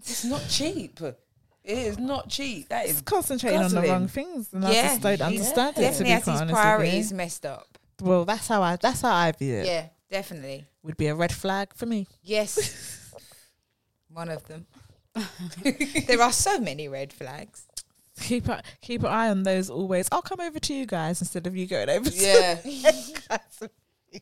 Speaker 4: it's not cheap. It is not cheap. That
Speaker 2: It's
Speaker 4: is
Speaker 2: concentrating on the
Speaker 4: guzzling.
Speaker 2: wrong things, and I
Speaker 5: Yeah,
Speaker 2: just don't
Speaker 5: he's
Speaker 2: understand it. To
Speaker 5: definitely
Speaker 2: be
Speaker 5: has
Speaker 2: quite
Speaker 5: his
Speaker 2: honest
Speaker 5: priorities
Speaker 2: with
Speaker 5: messed up.
Speaker 2: Well, that's how I that's how I view it.
Speaker 5: Yeah, definitely.
Speaker 2: Would be a red flag for me.
Speaker 5: Yes. One of them. there are so many red flags.
Speaker 2: Keep a, keep an eye on those always. I'll come over to you guys instead of you going over. to
Speaker 5: Yeah.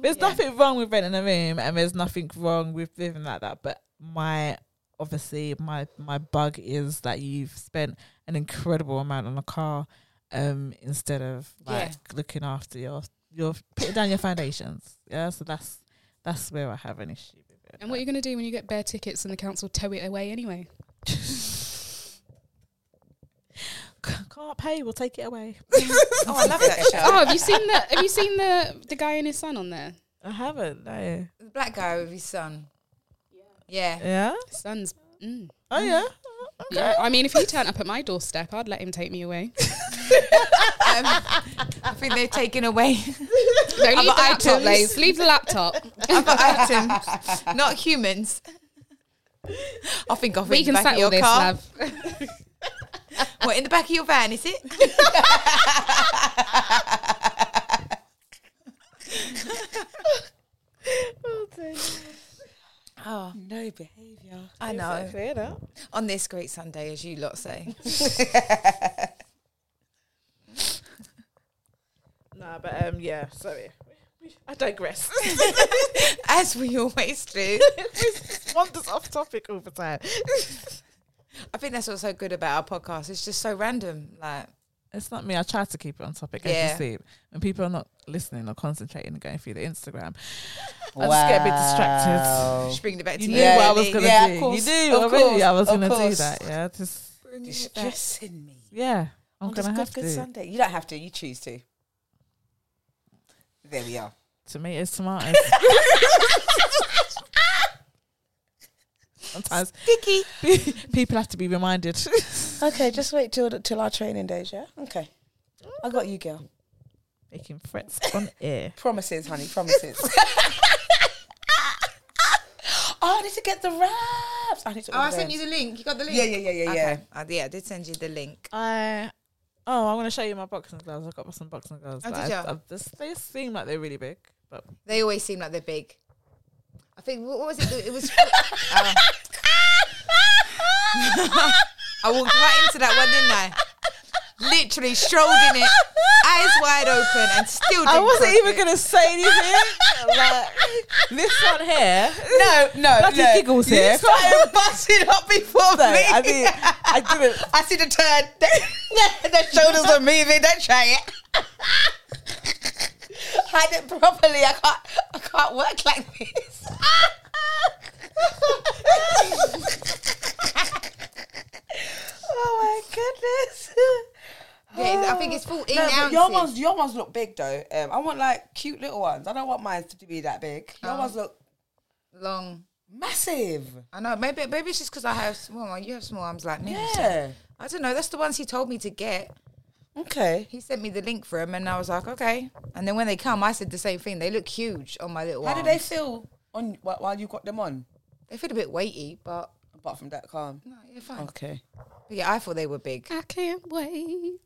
Speaker 2: There's nothing wrong with renting a room, and there's nothing wrong with living like that. But my obviously my my bug is that you've spent an incredible amount on a car, um, instead of
Speaker 5: Yeah.
Speaker 2: like looking after your your putting down your foundations. Yeah, so that's that's where I have an issue. with it.
Speaker 3: And what are you going to do when you get bare tickets and the council tow it away anyway?
Speaker 2: C- can't pay, we'll take it away.
Speaker 5: Oh, I love that show.
Speaker 3: Oh, have you seen the have you seen the the guy and his son on there?
Speaker 2: I haven't. No.
Speaker 5: The black guy with his son. Yeah.
Speaker 2: Yeah.
Speaker 3: Son's. Mm.
Speaker 2: Oh yeah. Okay.
Speaker 3: Yeah, I mean, if he turned up at my doorstep, I'd let him take me away.
Speaker 5: I think they're taking away
Speaker 3: No, leave the laptop,
Speaker 5: items.
Speaker 3: Lays. Leave the laptop.
Speaker 5: other items, not humans. I think I'll
Speaker 3: we
Speaker 5: in
Speaker 3: can
Speaker 5: the back of
Speaker 3: settle
Speaker 5: your
Speaker 3: this,
Speaker 5: car.
Speaker 3: love.
Speaker 5: What in the back of your van? Is it? oh,
Speaker 4: No behaviour.
Speaker 5: I know.
Speaker 2: Clear it up.
Speaker 5: On this great Sunday, as you lot say.
Speaker 2: Nah, but um, yeah. Sorry, I digress.
Speaker 5: As we always do.
Speaker 2: Wanders off topic all the time.
Speaker 5: I think that's what's so good about our podcast. It's just so random. Like,
Speaker 2: It's not me. I try to keep it on topic.
Speaker 5: Yeah.
Speaker 2: As you see, when people are not listening or concentrating and going through the Instagram, I just get a bit distracted.
Speaker 5: just bringing it back to
Speaker 2: You
Speaker 5: Oh. you.
Speaker 2: knew what I was
Speaker 5: Ellie.
Speaker 2: gonna
Speaker 4: yeah,
Speaker 2: do.
Speaker 4: of course,
Speaker 2: you knew
Speaker 4: of
Speaker 2: already
Speaker 4: course,
Speaker 2: I was
Speaker 4: of
Speaker 2: gonna do
Speaker 4: course.
Speaker 2: that. Yeah, just
Speaker 4: Distressing me.
Speaker 2: yeah. I'm
Speaker 4: on this
Speaker 2: gonna
Speaker 4: good,
Speaker 2: Oh, have
Speaker 4: good
Speaker 2: to.
Speaker 4: Sunday. You don't have to. You choose to. There we are.
Speaker 2: Tomatoes, tomatoes. Sometimes
Speaker 5: Sticky.
Speaker 2: people have to be reminded.
Speaker 4: Okay, just wait till the- till our training days. Yeah. Okay. I got you, girl.
Speaker 2: Making threats on air.
Speaker 4: Promises, honey. Promises. oh, I need to get the wraps. I need to.
Speaker 5: Oh, I
Speaker 4: order
Speaker 5: sent
Speaker 4: those.
Speaker 5: you the link. You got the link.
Speaker 4: Yeah, yeah, yeah, yeah, yeah.
Speaker 5: Okay. Uh, yeah, I did send you the link.
Speaker 2: I oh, I want to show you my boxing gloves. I've got some boxing gloves.
Speaker 5: Oh,
Speaker 2: but
Speaker 5: did
Speaker 2: I-
Speaker 5: ya?
Speaker 2: I- this- they seem like they're really big, but
Speaker 5: They always seem like they're big. I think what was it? It was. Ah. I walked right into that one, didn't I? Literally strolled in it, eyes wide open, and still. Didn't
Speaker 2: I wasn't
Speaker 5: cross
Speaker 2: even
Speaker 5: it.
Speaker 2: gonna say anything. like, this one here,
Speaker 4: No, no,
Speaker 2: bloody
Speaker 4: no.
Speaker 2: giggles here.
Speaker 4: You started busting up before
Speaker 2: No,
Speaker 4: me.
Speaker 2: I didn't. I didn't.
Speaker 4: I see the turn. the shoulders are moving. Don't try it. Hide it properly. I can't. I can't work like this. oh my goodness.
Speaker 5: Yeah, it's- I think it's 14
Speaker 4: Oh. No, but
Speaker 5: ounces.
Speaker 4: your ones, your ones look big though. Um, I want like cute little ones. I don't want mine to be that big. Your
Speaker 5: Oh.
Speaker 4: ones look
Speaker 5: long.
Speaker 4: massive.
Speaker 5: I know. Maybe maybe it's just because I have small. You have small arms like me.
Speaker 4: Yeah.
Speaker 5: I don't know. That's the ones he told me to get.
Speaker 4: Okay.
Speaker 5: He sent me the link for them, and I was like, okay. And then when they come, I said the same thing. They look huge on my little.
Speaker 4: How do
Speaker 5: arms.
Speaker 4: they feel on wh- while you got them on?
Speaker 5: They feel a bit weighty, but
Speaker 4: Apart from that calm.
Speaker 5: no, yeah, fine.
Speaker 4: Okay.
Speaker 5: But yeah, I thought they were big.
Speaker 3: I can't wait.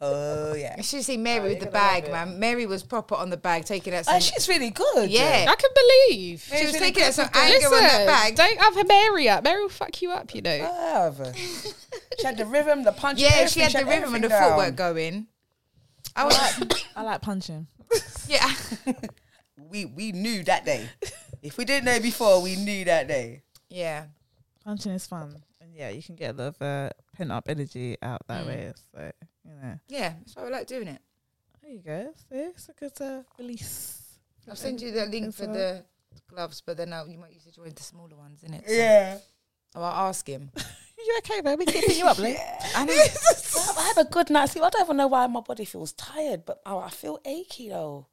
Speaker 4: Oh yeah.
Speaker 5: You should see Mary with the bag, man. Mary was proper on the bag, taking out some.
Speaker 4: Oh, she's really good.
Speaker 5: yeah,
Speaker 3: I can believe.
Speaker 5: she
Speaker 4: she's
Speaker 5: was
Speaker 4: really
Speaker 5: taking out some anger
Speaker 3: Listen,
Speaker 5: on that bag.
Speaker 3: don't have her Mary up. Mary will fuck you up, you know.
Speaker 4: Love. she had the rhythm, the punch.
Speaker 5: Yeah,
Speaker 4: everything.
Speaker 5: she had the rhythm and the
Speaker 4: everything down.
Speaker 5: footwork going. I was like,
Speaker 2: I like punching.
Speaker 5: yeah,
Speaker 4: We we knew that day. if we didn't know before, we knew that day.
Speaker 5: yeah.
Speaker 2: Punching is fun, and yeah, you can get a lot of uh, pent up energy out that way. So you know,
Speaker 5: Yeah, that's why we like doing it.
Speaker 2: there you go. See, it's a good uh, release.
Speaker 5: I'll send you the link
Speaker 2: That's
Speaker 5: for
Speaker 2: all
Speaker 5: the gloves, but then uh, you might use it to join the smaller ones, innit? So
Speaker 4: Yeah.
Speaker 5: I'll ask him.
Speaker 2: You okay, man? We keeping you up, Lee?
Speaker 5: I know.
Speaker 4: I have a good night's sleep. I don't even know why my body feels tired, but oh, I, I feel achy though.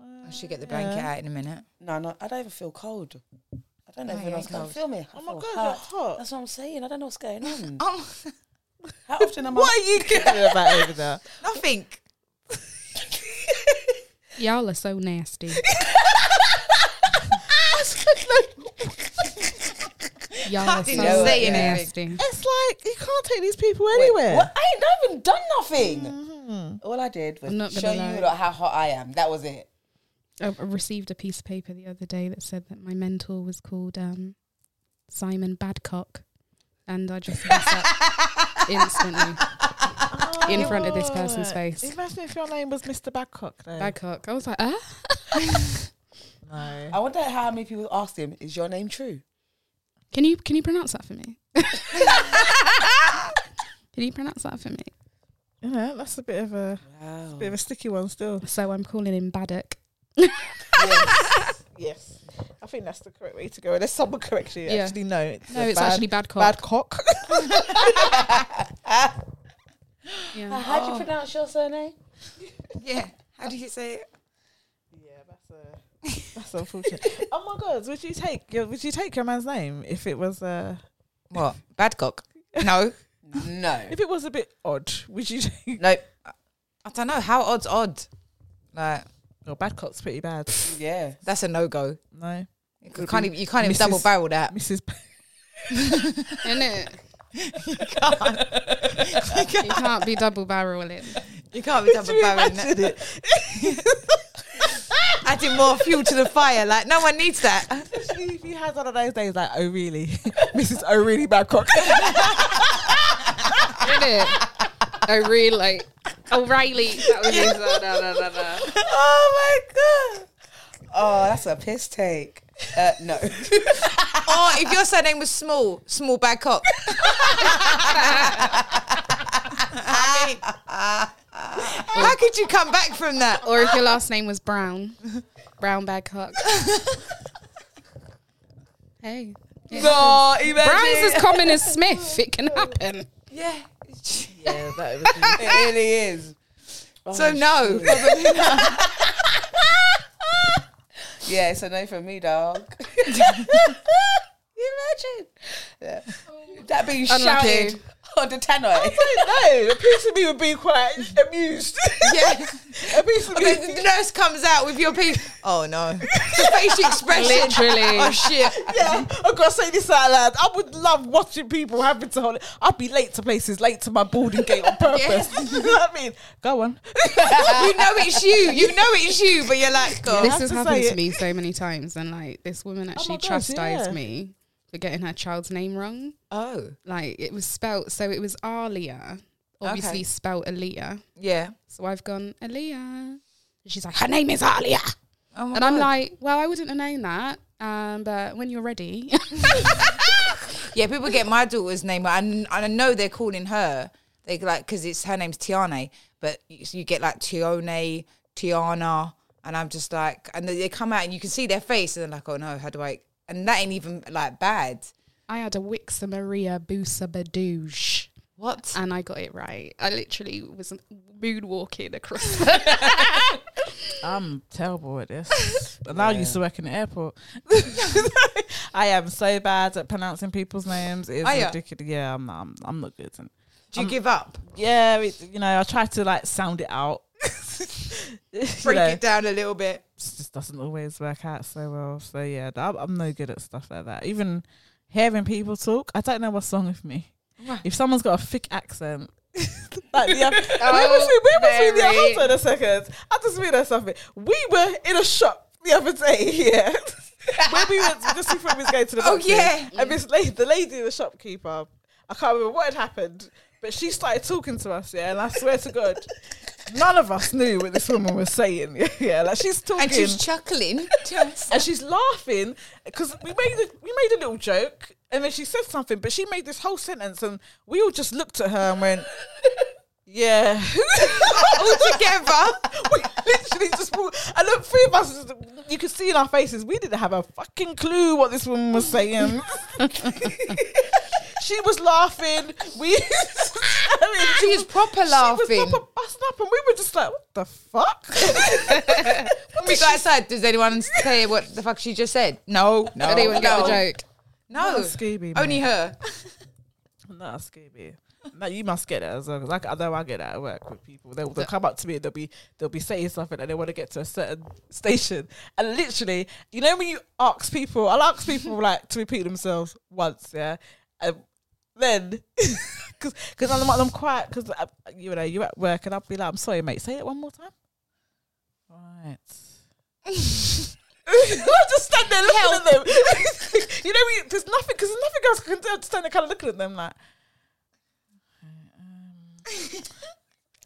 Speaker 5: I should get the blanket out in a minute.
Speaker 4: No, no, I don't even feel cold. I don't know
Speaker 5: Oh,
Speaker 4: if
Speaker 5: yeah,
Speaker 4: anyone else can
Speaker 5: cold.
Speaker 4: feel me. I
Speaker 2: Oh my
Speaker 4: feel
Speaker 2: god, you're
Speaker 4: hot.
Speaker 2: hot.
Speaker 4: That's what I'm saying. I don't know what's going on.
Speaker 5: Um,
Speaker 4: How often am I?
Speaker 2: What are you giggling about over there?
Speaker 5: nothing.
Speaker 3: Y'all are so nasty. Y'all
Speaker 5: I
Speaker 3: are so
Speaker 5: didn't say
Speaker 3: nasty.
Speaker 5: anything.
Speaker 2: It's like you can't take these people
Speaker 4: Wait,
Speaker 2: anywhere.
Speaker 4: What? I ain't I haven't done nothing.
Speaker 2: Mm-hmm.
Speaker 4: All I did was
Speaker 3: I'm not
Speaker 4: show
Speaker 3: gonna lie.
Speaker 4: you lot how hot I am. That was it.
Speaker 3: I I received a piece of paper the other day that said that my mentor was called um, Simon Badcock, and I just messed up instantly in front of this
Speaker 2: Oh,
Speaker 3: person's face.
Speaker 2: Imagine if your name was Mr. Babcock, though.
Speaker 3: Badcock. I was like, ah,
Speaker 2: no.
Speaker 4: I wonder how many people asked him, "Is your name true?"
Speaker 3: can you can you pronounce that for me? can you pronounce that for me?
Speaker 2: Yeah, that's a bit of a
Speaker 4: Wow.
Speaker 2: bit of a sticky one still.
Speaker 3: So I'm calling him Baddock.
Speaker 2: Yes. yes. I think that's the correct way to go. Unless someone corrects you.
Speaker 3: Yeah.
Speaker 2: Actually, no. It's
Speaker 3: No,
Speaker 2: a
Speaker 3: it's
Speaker 2: bad,
Speaker 3: actually Badcock.
Speaker 2: bad cock.
Speaker 3: Yeah. Oh,
Speaker 4: How do you pronounce your surname?
Speaker 5: Yeah. How do you say it?
Speaker 2: yeah, that's a that's unfortunate. oh my god, would you take your would you take your man's name if it was uh
Speaker 5: What? Badcock? No.
Speaker 4: No.
Speaker 2: if it was a bit odd? Would you take
Speaker 4: Nope.
Speaker 5: I don't know. How odd's odd? Like,
Speaker 2: Oh bad cock's pretty bad.
Speaker 4: Yeah.
Speaker 5: that's a no go.
Speaker 2: No.
Speaker 5: You
Speaker 2: Would
Speaker 5: can't
Speaker 2: be
Speaker 5: even, you can't even
Speaker 2: Mrs.
Speaker 5: double barrel that.
Speaker 2: Mrs. P-
Speaker 3: Innit?
Speaker 5: you
Speaker 3: You can't be double barreling.
Speaker 5: You can't be double barreling that. Adding more fuel to the fire. Like, no one needs that.
Speaker 2: Especially if you had one of those days like, oh really? Mrs. Oh really Babcock.
Speaker 3: Innit? Oh, really? O'Reilly. That was his. uh, da, da, da, da.
Speaker 4: Oh my god. Oh, that's a piss take. Uh, no.
Speaker 5: Or Oh, if your surname was small, small Badcock. I mean, how could you come back from that?
Speaker 3: Or if your last name was Brown, Brown Badcock. hey. it happens.
Speaker 5: No,
Speaker 3: Brown's as common as Smith. It can happen.
Speaker 5: Yeah.
Speaker 2: yeah, that was
Speaker 4: It really is.
Speaker 5: So no, probably not.
Speaker 4: Yeah, it's a no from me, dog. you imagine? Yeah. That being
Speaker 3: Unlucky.
Speaker 4: shouted on the tannoy.
Speaker 2: no, a piece of me would be quite amused.
Speaker 5: Yeah.
Speaker 2: a piece of me
Speaker 5: The nurse comes out with your piece. Oh no. The facial expression.
Speaker 3: Literally.
Speaker 5: Oh shit.
Speaker 2: yeah, I've got to say this out loud. I would love watching people having to hold it. I'd be late to places, late to my boarding gate on purpose. you know what I mean? Go on.
Speaker 5: You know it's you. You know it's you, but you're like, God.
Speaker 3: This
Speaker 2: have
Speaker 3: has
Speaker 2: to
Speaker 3: happened
Speaker 2: say
Speaker 3: to
Speaker 2: it. Oh
Speaker 3: me so many times, and like this woman actually
Speaker 2: gosh,
Speaker 3: chastised
Speaker 2: yeah.
Speaker 3: me for getting her child's name wrong.
Speaker 5: Oh.
Speaker 3: Like it was spelt, so it was Alia, obviously
Speaker 5: Okay.
Speaker 3: spelt Aaliyah.
Speaker 5: Yeah.
Speaker 3: So I've gone Aaliyah, and she's like, her name is Alia,
Speaker 5: Oh my
Speaker 3: and I'm like, well, I wouldn't have known that. Um, but when you're ready,
Speaker 5: Yeah, people get my daughter's name, and I, know they're calling her. They like because it's her name's Tiane, but you, you get like Tione, Tiana, and I'm just like, and they, they come out and you can see their face, and they're like, oh no, how do I? And that ain't even like bad.
Speaker 3: I had a Wixa Maria Busa Badouge.
Speaker 5: What?
Speaker 3: and I got it right. I literally was moonwalking across. The-
Speaker 2: I'm terrible at this. And I used to work in the airport. I am so bad at pronouncing people's names. It's
Speaker 5: Are ya?
Speaker 2: ridiculous. Yeah, I'm, I'm, I'm not good. And
Speaker 5: Do you give up?
Speaker 2: yeah, it, you know, I try to like sound it out. You
Speaker 5: Break
Speaker 2: know.
Speaker 5: it down a little bit.
Speaker 2: it just doesn't always work out so well. So yeah, I'm, I'm no good at stuff like that. Even hearing people talk, I don't know what's wrong with me. If someone's got a thick accent, like the other, where
Speaker 5: Oh,
Speaker 2: was we? Where was we? The other,
Speaker 3: Mary.
Speaker 2: hold on a second. I just realized something. We were in a shop the other day. Yeah. when we went just before we was going to the
Speaker 5: Oh,
Speaker 2: boxing,
Speaker 5: yeah.
Speaker 2: and this lady, the lady, the shopkeeper, I can't remember what had happened, but she started talking to us, yeah, and I swear to God, none of us knew what this woman was saying, yeah, like she's talking,
Speaker 5: And she's chuckling.
Speaker 2: and she's laughing because we made a, we made a little joke, and then she said something, but she made this whole sentence, and we all just looked at her and went, "Yeah."
Speaker 5: all together.
Speaker 2: we literally just walked, and the three of us, you could see in our faces, we didn't have a fucking clue what this woman was saying. she was laughing. We, I mean,
Speaker 5: She was proper laughing.
Speaker 2: She was proper busting up, and we were just like, "What the fuck?"
Speaker 5: when we got outside, does anyone say what the fuck she just said? No, no,
Speaker 3: Did anyone get
Speaker 5: Oh, no,
Speaker 3: the joke?
Speaker 5: No,
Speaker 2: Scooby,
Speaker 5: only her.
Speaker 2: Not Scooby. No, you must get that as well. Cause I, I know I get that at work with people. They'll, they'll come up to me and they'll be they'll be saying something and they want to get to a certain station. And literally, you know, when you ask people, I'll ask people like to repeat themselves once, yeah, and then because because I'm, I'm quiet because you know you're at work and I'll be like, I'm sorry, mate. Say it one more time. Right. I just stand there looking at them. you know, we, there's nothing because nothing else I can do. I just stand there, kind of looking at them like.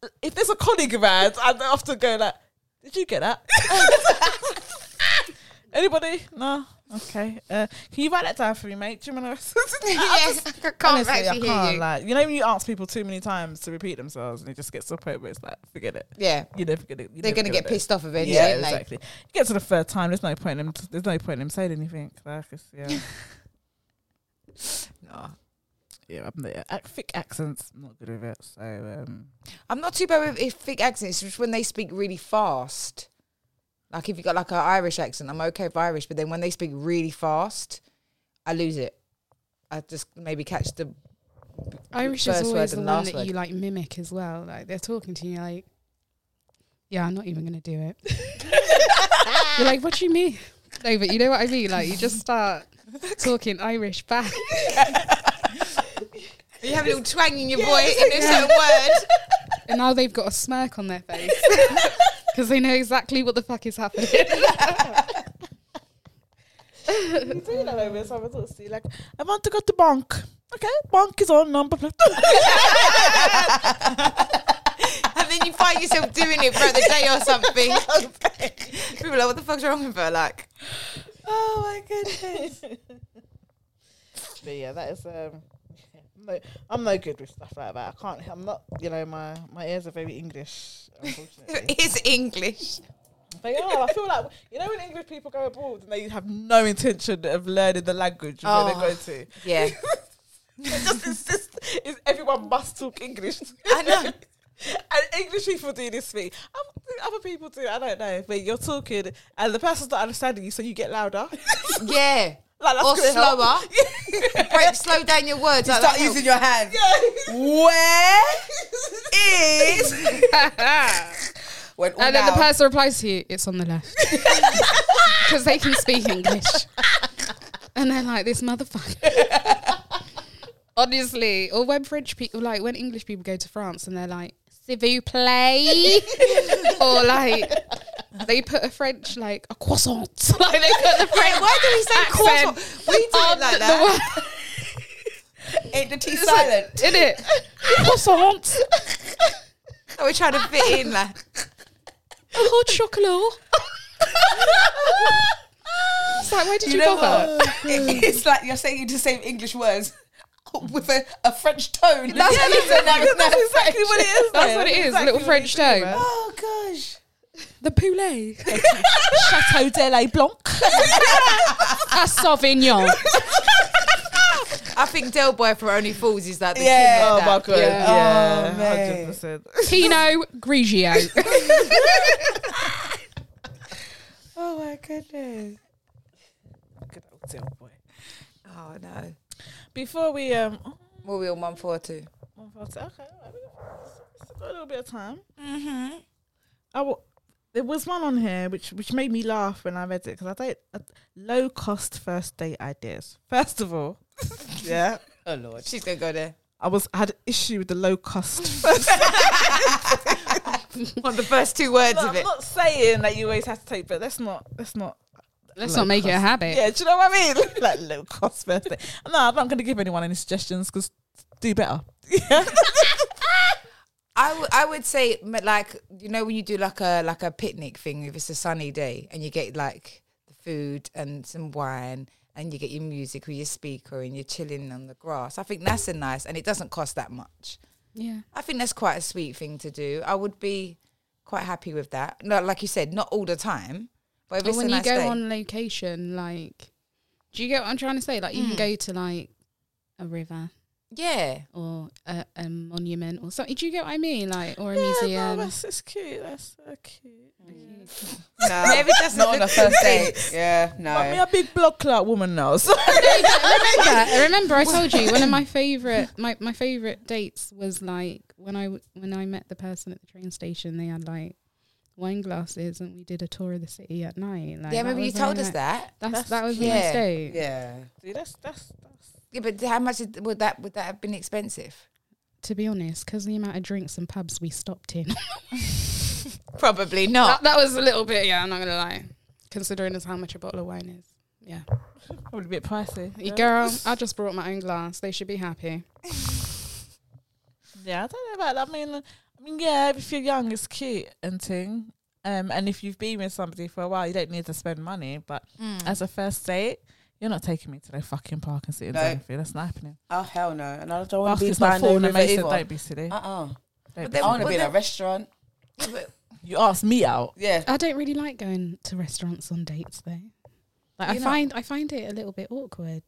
Speaker 2: um, if there's a colleague of ours, I'd often go like, "Did you get that? Anybody? No. Okay. Uh, can you write that down for me, mate? Do you remember?
Speaker 5: yes, I can't
Speaker 2: Honestly, I
Speaker 5: actually
Speaker 2: can't.
Speaker 5: hear you.
Speaker 2: Like, you know, when you ask people too many times to repeat themselves, and it just gets to a point where it's like, forget it.
Speaker 5: yeah,
Speaker 2: You're never gonna. You're
Speaker 5: they're
Speaker 2: never
Speaker 5: gonna get
Speaker 2: do it.
Speaker 5: pissed off eventually.
Speaker 2: Yeah,
Speaker 5: aren't they?
Speaker 2: exactly. You get to the third time, there's no point in him. There's no point in him saying anything. Like, it's- yeah,
Speaker 5: No.
Speaker 2: yeah. I'm the, ac- thick accents. I'm not good with it. So, um,
Speaker 5: I'm not too bad with if thick accents, it's just when they speak really fast. Like if you got like an Irish accent, I'm okay with Irish, but then when they speak really fast, I lose it. I just maybe catch the
Speaker 3: Irish
Speaker 5: First
Speaker 3: is
Speaker 5: word
Speaker 3: always the
Speaker 5: and
Speaker 3: one
Speaker 5: last
Speaker 3: that
Speaker 5: word.
Speaker 3: you like mimic as well. Like they're talking to you, like, yeah, I'm not even gonna do it. You're like, what do you mean? No, but you know what I mean. Like you just start talking Irish back.
Speaker 5: You have a little twang in your voice in a certain word.
Speaker 3: and now they've got a smirk on their face because they know exactly what the fuck is happening.
Speaker 2: you do that over time. I thought, see, like, I want to go to bank. Okay, bank is on number plate.
Speaker 5: And then you find yourself doing it for the day or something. People are like, what the fuck's wrong with her? Like,
Speaker 2: Oh my goodness. but yeah, that is um no, I'm no good with stuff like that. I can't I'm not you know, my my ears are very English, unfortunately.
Speaker 5: it's English.
Speaker 2: they are. I feel like you know when English people go abroad and they have no intention of learning the language where they
Speaker 5: Oh.
Speaker 2: go to.
Speaker 5: Yeah.
Speaker 2: They just insist is everyone must talk English.
Speaker 5: I know.
Speaker 2: And English people do this thing. Other- Other people do. I don't know. But you're talking, and the person's not understanding you, so you get louder.
Speaker 5: Yeah.
Speaker 2: Like, that's
Speaker 5: or
Speaker 2: gonna help.
Speaker 5: slower. Break, slow down your words. Like,
Speaker 4: Start
Speaker 5: that
Speaker 4: using your hands.
Speaker 2: Yeah.
Speaker 4: Where is when all
Speaker 3: And then the
Speaker 4: now-
Speaker 3: person replies to you, it's on the left. Because they can speak English. And they're like, this motherfucker. Honestly. Or when French people, like when English people go to France and they're like, s'il vous plaît. or like, they put a French, like, a croissant. Like they put the French.
Speaker 5: why do we say
Speaker 3: accent
Speaker 5: croissant? We do it
Speaker 3: on
Speaker 5: like
Speaker 3: the
Speaker 5: that.
Speaker 3: word.
Speaker 4: ain't the tea
Speaker 3: It's like,
Speaker 4: silent?
Speaker 3: In it. Croissant.
Speaker 5: help. We're trying to fit in. Like,
Speaker 3: Hot chocolate. It's like, why did you,
Speaker 4: You know
Speaker 3: bother?
Speaker 4: what? it's like you're saying the same English words with a, a French tone.
Speaker 3: That's what it is.
Speaker 4: So now it's not
Speaker 2: exactly what it is.
Speaker 3: That's
Speaker 2: though.
Speaker 3: what it is,
Speaker 2: Exactly
Speaker 3: little
Speaker 2: what it
Speaker 3: French
Speaker 2: is,
Speaker 3: tone.
Speaker 2: man.
Speaker 4: Oh gosh.
Speaker 3: The poulet.
Speaker 2: Chateau de la Blanc.
Speaker 3: A Sauvignon.
Speaker 5: I think Del Boy for Only Fools is like the
Speaker 4: Yeah.
Speaker 5: king of
Speaker 2: Oh
Speaker 5: that.
Speaker 2: my god! Yeah,
Speaker 4: Oh,
Speaker 2: hundred
Speaker 4: mate.
Speaker 2: percent.
Speaker 3: Pinot Grigio.
Speaker 4: Oh my goodness.
Speaker 2: Good old dear boy.
Speaker 5: Oh no.
Speaker 2: Before we um, oh,
Speaker 5: Well, we on one four two.
Speaker 2: one photo- okay, all right, we've still got a little bit of time. Mm-hmm. I w- there was one on here which which made me laugh when I read it because I don't uh, low cost first date ideas. First of all, yeah,
Speaker 5: Oh lord, she's gonna go there
Speaker 2: I was I had an issue with the low cost first
Speaker 5: on the first two words
Speaker 2: Look,
Speaker 5: of
Speaker 2: I'm
Speaker 5: it.
Speaker 2: not saying that you always have to take, but let's not let's not
Speaker 3: Let's
Speaker 2: Low
Speaker 3: not make it a
Speaker 2: cost.
Speaker 3: habit.
Speaker 2: Yeah, do you know what I mean? like low cost birthday. No, I'm not going to give anyone any suggestions because do better.
Speaker 5: I, w- I would say m- like you know when you do like a like a picnic thing if it's a sunny day and you get like the food and some wine and you get your music or your speaker and you're chilling on the grass. I think that's a nice and it doesn't cost that much.
Speaker 3: Yeah.
Speaker 5: I think that's quite a sweet thing to do. I would be quite happy with that. No, like you said, not all the time, but if
Speaker 3: But
Speaker 5: it's
Speaker 3: when
Speaker 5: a
Speaker 3: you
Speaker 5: nice
Speaker 3: go
Speaker 5: day,
Speaker 3: on location, like, do you get what I'm trying to say? Like, you can go to like a river
Speaker 5: yeah,
Speaker 3: or a, a monument or something. Do you get what I mean? Like, or a
Speaker 2: Yeah, no,
Speaker 3: museum.
Speaker 2: that's, that's cute. That's so cute.
Speaker 4: No,
Speaker 5: Maybe that's
Speaker 4: not on
Speaker 5: the-
Speaker 4: the first date. Yeah,
Speaker 2: But me
Speaker 4: no.
Speaker 2: a big blood clot woman now. So
Speaker 3: remember, remember, I told you one of my favorite my, my favorite dates was like when I w- when I met the person at the train station. They had like wine glasses, and we did a tour of the city at night. Like,
Speaker 5: yeah.
Speaker 3: that
Speaker 5: Maybe you
Speaker 3: was
Speaker 5: told
Speaker 3: really nice.
Speaker 5: us that.
Speaker 3: That's,
Speaker 2: That's
Speaker 3: that was
Speaker 5: cute.
Speaker 3: the
Speaker 5: Yeah.
Speaker 3: nice date.
Speaker 4: Yeah.
Speaker 2: See, that's that's. that's
Speaker 5: Yeah, but how much is- would that would that have been expensive?
Speaker 3: to be honest, because the amount of drinks and pubs we stopped in.
Speaker 5: Probably not.
Speaker 3: that, that was a little bit, yeah, I'm not going to lie. Considering as how much a bottle of wine is. Yeah.
Speaker 2: Probably a bit pricey.
Speaker 3: Hey, Girl, I just brought my own glass. They should be happy.
Speaker 2: Yeah, I don't know about that. I mean, I mean, yeah, if you're young, it's cute and thing. Um, and if you've been with somebody for a while, you don't need to spend money. But
Speaker 5: Mm.
Speaker 2: as a first date, you're not taking me to the fucking park and sitting
Speaker 4: No.
Speaker 2: down with you. That's not happening.
Speaker 4: Oh hell no! And I don't want
Speaker 2: Park
Speaker 4: to be
Speaker 2: is not
Speaker 4: buying
Speaker 2: falling,
Speaker 4: no river
Speaker 2: Mason.
Speaker 4: either.
Speaker 2: Don't be silly.
Speaker 4: Uh-uh.
Speaker 2: Don't be
Speaker 4: I want to
Speaker 2: silly.
Speaker 4: be in a restaurant.
Speaker 2: You asked me out.
Speaker 4: Yeah.
Speaker 3: I don't really like going to restaurants on dates though. Like I
Speaker 5: You're not-
Speaker 3: find I find it a little bit awkward.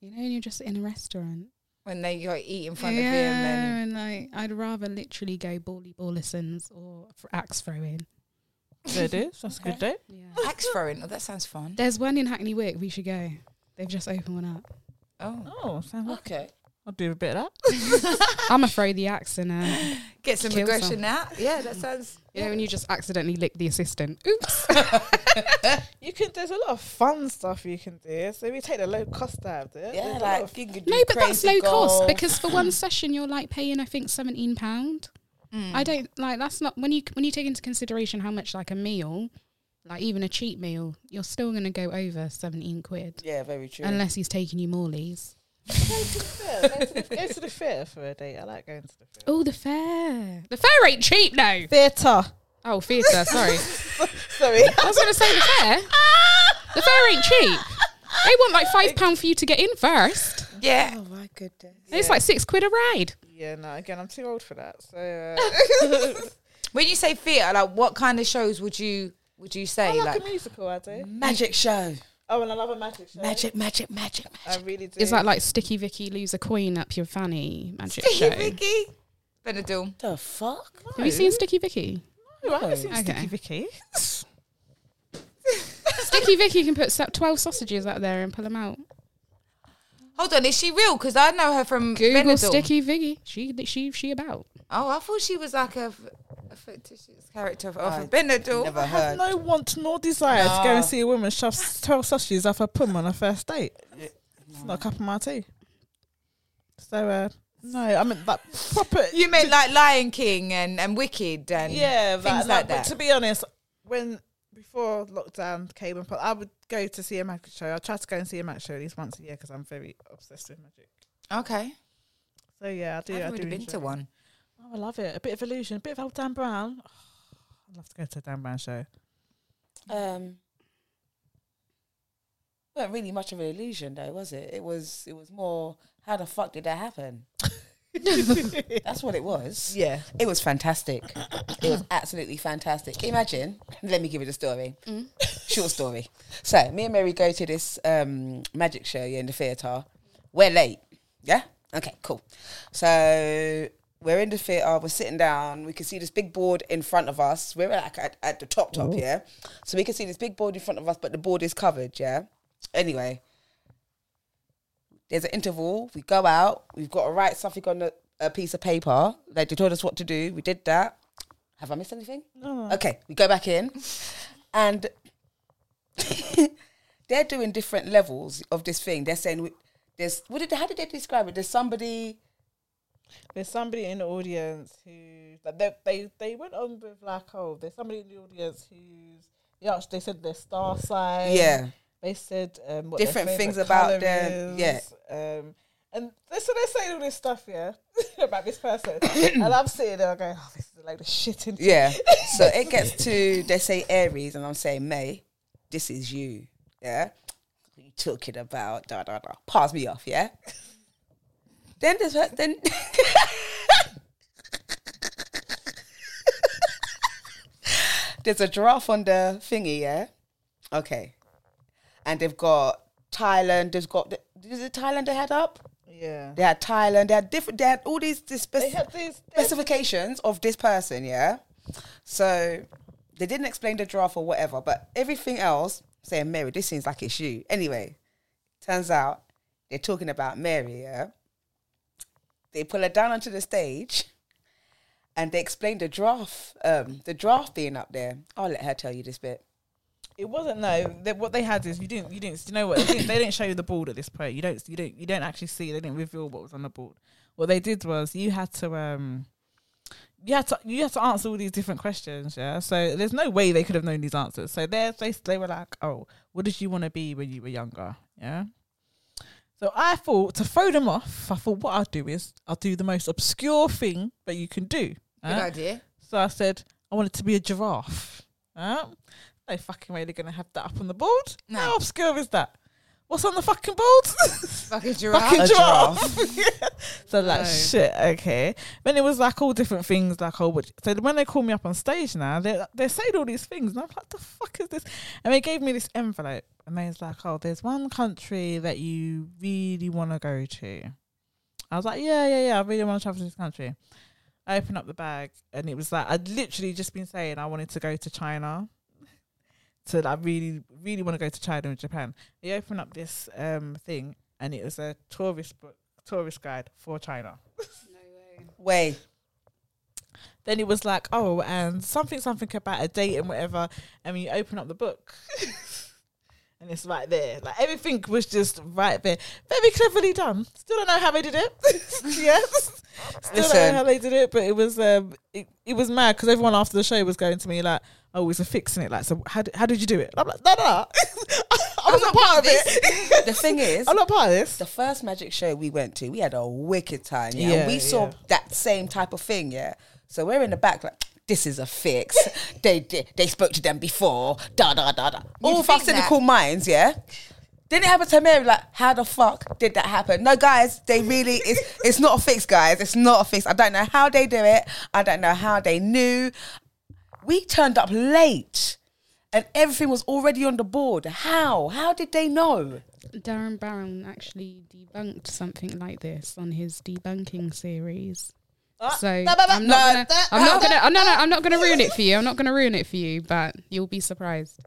Speaker 3: You know, you're just in a restaurant.
Speaker 5: when they got eat in front of you and then
Speaker 3: and like I'd rather literally go bally ball lessons or for axe throwing.
Speaker 2: There it is. That's a good date.
Speaker 3: Yeah.
Speaker 5: axe throwing. Oh, that sounds fun.
Speaker 3: There's one in Hackney Wick. We should go. They've just opened one up.
Speaker 5: Oh,
Speaker 2: Oh, sounds like
Speaker 4: Okay.
Speaker 2: I'll do a bit of that.
Speaker 3: I'm afraid the axe and uh,
Speaker 5: get some
Speaker 3: Kill
Speaker 5: aggression
Speaker 3: some.
Speaker 5: out. Yeah, that sounds.
Speaker 3: you know when you just accidentally lick the assistant. Oops.
Speaker 2: You can. There's a lot of fun stuff you can do. So we take the low cost out of it.
Speaker 4: Yeah, like you could do
Speaker 3: No, but that's
Speaker 4: crazy
Speaker 3: low cost
Speaker 4: golf.
Speaker 3: because for one session you're like paying I think seventeen pound. I don't like that's not when you when you take into consideration how much like a meal, like even a cheap meal, you're still gonna go over seventeen quid
Speaker 4: Yeah, very true.
Speaker 3: unless he's taking you Morley's.
Speaker 2: go to the theatre for a date. I like going to the theatre.
Speaker 3: Oh, the fair. The fair ain't cheap no.
Speaker 2: Theatre.
Speaker 3: Oh, theatre. Sorry,
Speaker 2: Sorry.
Speaker 3: I was gonna say the fair. The fair ain't cheap. They want like five pound for you to get in first.
Speaker 5: Mm. Yeah,
Speaker 4: oh my goodness.
Speaker 3: It's like six quid a ride.
Speaker 2: yeah. No. Again, I'm too old for that. So. uh,
Speaker 5: when you say theatre, like what kind of shows would you would you say?
Speaker 2: I like,
Speaker 5: like
Speaker 2: a musical, I do.
Speaker 4: Magic show.
Speaker 2: Oh, and I love a magic show.
Speaker 4: Magic, magic, magic, magic.
Speaker 5: Uh,
Speaker 2: I really do.
Speaker 3: Is that like Sticky Vicky lose a coin up your fanny magic show?
Speaker 5: Vicky, Vicky, Benadryl.
Speaker 4: The fuck?
Speaker 3: Have you seen Sticky Vicky?
Speaker 2: No, I haven't seen
Speaker 3: Okay.
Speaker 2: Sticky Vicky.
Speaker 3: Sticky Vicky can put sa- 12 sausages out there and pull them out.
Speaker 5: Hold on, is she real? Because I know her from
Speaker 3: Google
Speaker 5: Benadryl.
Speaker 3: Sticky Vicky. She, she, she about.
Speaker 5: Oh, I thought she was like a, a fictitious character of
Speaker 4: I
Speaker 5: of Benadryl.
Speaker 4: Never
Speaker 2: have
Speaker 4: heard.
Speaker 2: no want nor desire to go
Speaker 4: No.
Speaker 2: and see a woman shove s- twelve sausages off her pum on her first date. It's not a cup of my tea. So uh, no, I mean that proper.
Speaker 5: You meant like Lion King and, and Wicked and
Speaker 2: yeah, that,
Speaker 5: things like
Speaker 2: but
Speaker 5: that.
Speaker 2: To be honest, when before lockdown came and I would go to see a magic show. I try to go and see a magic show at least once a year because I'm very obsessed with magic.
Speaker 5: Okay,
Speaker 2: So yeah, I do. I
Speaker 5: I've already
Speaker 2: do
Speaker 5: been
Speaker 2: enjoy
Speaker 5: to
Speaker 2: it.
Speaker 5: one.
Speaker 2: Oh, I love it. A bit of illusion, a bit of old Dan Brown. I'd love to go to a Dan Brown show.
Speaker 4: Um, weren't really much of an illusion though, was it? It was. It was more. How the fuck did that happen? That's what it was.
Speaker 2: Yeah.
Speaker 4: It was fantastic. It was absolutely fantastic. Imagine, let me give you the story. Short story. So, me and Mary go to this um, magic show yeah, in the theatre. We're late. Yeah? Okay, cool. So, we're in the theatre, we're sitting down, we can see this big board in front of us. We're like at, at the top, top, yeah? So, we can see this big board in front of us, but the board is covered, yeah? Anyway, there's an interval. We go out. We've got to write something on a, a piece of paper. Like they told us what to do. We did that. Have I missed anything? No. Okay, we go back in, and they're doing different levels of this thing. They're saying we- there's what did they, how did they describe it? There's somebody.
Speaker 2: There's somebody in the audience who like, they they they went on with like oh there's somebody in the audience who's yeah they said their star sign
Speaker 4: Yeah.
Speaker 2: they said um, what their
Speaker 4: Different
Speaker 2: favourite
Speaker 4: things about
Speaker 2: colour
Speaker 4: them, yeah.
Speaker 2: is, um and they, so they're saying all this stuff yeah about this person and I'm sitting there going oh this is like the shit in
Speaker 4: Yeah. So it gets to they say Aries, and I'm saying May, this is you. Yeah. What are you talking about? Da da da. Pass me off. Yeah. Then there's her- then. there's a giraffe on the thingy. Yeah. Okay. And they've got Thailand. They've got. The, is it Thailand they had up?
Speaker 2: yeah
Speaker 4: They had Thailand. They had different. They had all these. this
Speaker 2: they
Speaker 4: spec-
Speaker 2: had these they-
Speaker 4: specifications of this person, yeah? So they didn't explain the draft or whatever, but everything else saying, Mary, this seems like it's you. Anyway, turns out they're talking about Mary, yeah? They pull her down onto the stage and they explain the draft, um, the draft being up there. I'll let her tell you this bit.
Speaker 2: It wasn't no. They, what they had is you didn't you didn't you know what they didn't, they didn't show you the board at this point. You don't you don't you don't actually see. They didn't reveal what was on the board. what they did was you had to um you had to you had to answer all these different questions, yeah. So there's no way they could have known these answers. So they they they were like, oh, what did you want to be when you were younger, yeah? So I thought to throw them off, I thought what I'll do is I'll do the most obscure thing that you can do.
Speaker 5: Good
Speaker 2: huh?
Speaker 5: idea.
Speaker 2: So I said I wanted to be a giraffe. Huh? No fucking way they're gonna have that up on the board.
Speaker 5: No.
Speaker 2: How obscure is that? What's on the fucking board?
Speaker 5: Fucking giraffe.
Speaker 2: fucking
Speaker 4: A
Speaker 2: giraffe. so like
Speaker 5: No.
Speaker 2: shit, okay. Then it was like all different things, like oh, which, so when they call me up on stage now, they they saying all these things, and I'm like, the fuck is this? And they gave me this envelope, and they was like, oh, there's one country that you really want to go to. I was like, yeah, yeah, yeah, I really want to travel to this country. I opened up the bag, and it was like I'd literally just been saying I wanted to go to China. So I really, really want to go to China and Japan. They opened up this um thing, and it was a tourist book, tourist guide for China.
Speaker 4: Way.
Speaker 2: Then it was like, oh, and something, something about a date and whatever. And when you open up the book, and it's right there. Like everything was just right there, very cleverly done. Still don't know how they did it. yes, still don't
Speaker 4: Listen.
Speaker 2: know how they did it, but it was um, it, it was mad because everyone after the show was going to me like, oh, we were fixing it. Like, so how did, how did you do it? And I'm like, no, no, no. I wasn't part of it.
Speaker 4: The thing is,
Speaker 2: I'm not part of this.
Speaker 4: the first magic show we went to, we had a wicked time. Yeah,
Speaker 2: Yeah,
Speaker 4: we saw
Speaker 2: yeah.
Speaker 4: that same type of thing. Yeah, so we're in the back like. This is a fix. they, they they spoke to them before. Da da da da. All
Speaker 5: think
Speaker 4: pharmaceutical minds, yeah. Didn't happen to Mary. Like, how the fuck did that happen? No, guys, they really it's it's not a fix, guys. It's not a fix. I don't know how they do it. I don't know how they knew. We turned up late, and everything was already on the board. How? How did they know?
Speaker 3: Darren Barron actually debunked something like this on his debunking series. So I'm not gonna, I'm not gonna, I'm not, I'm not gonna ruin it for you. I'm not gonna ruin it for you, but you'll be surprised.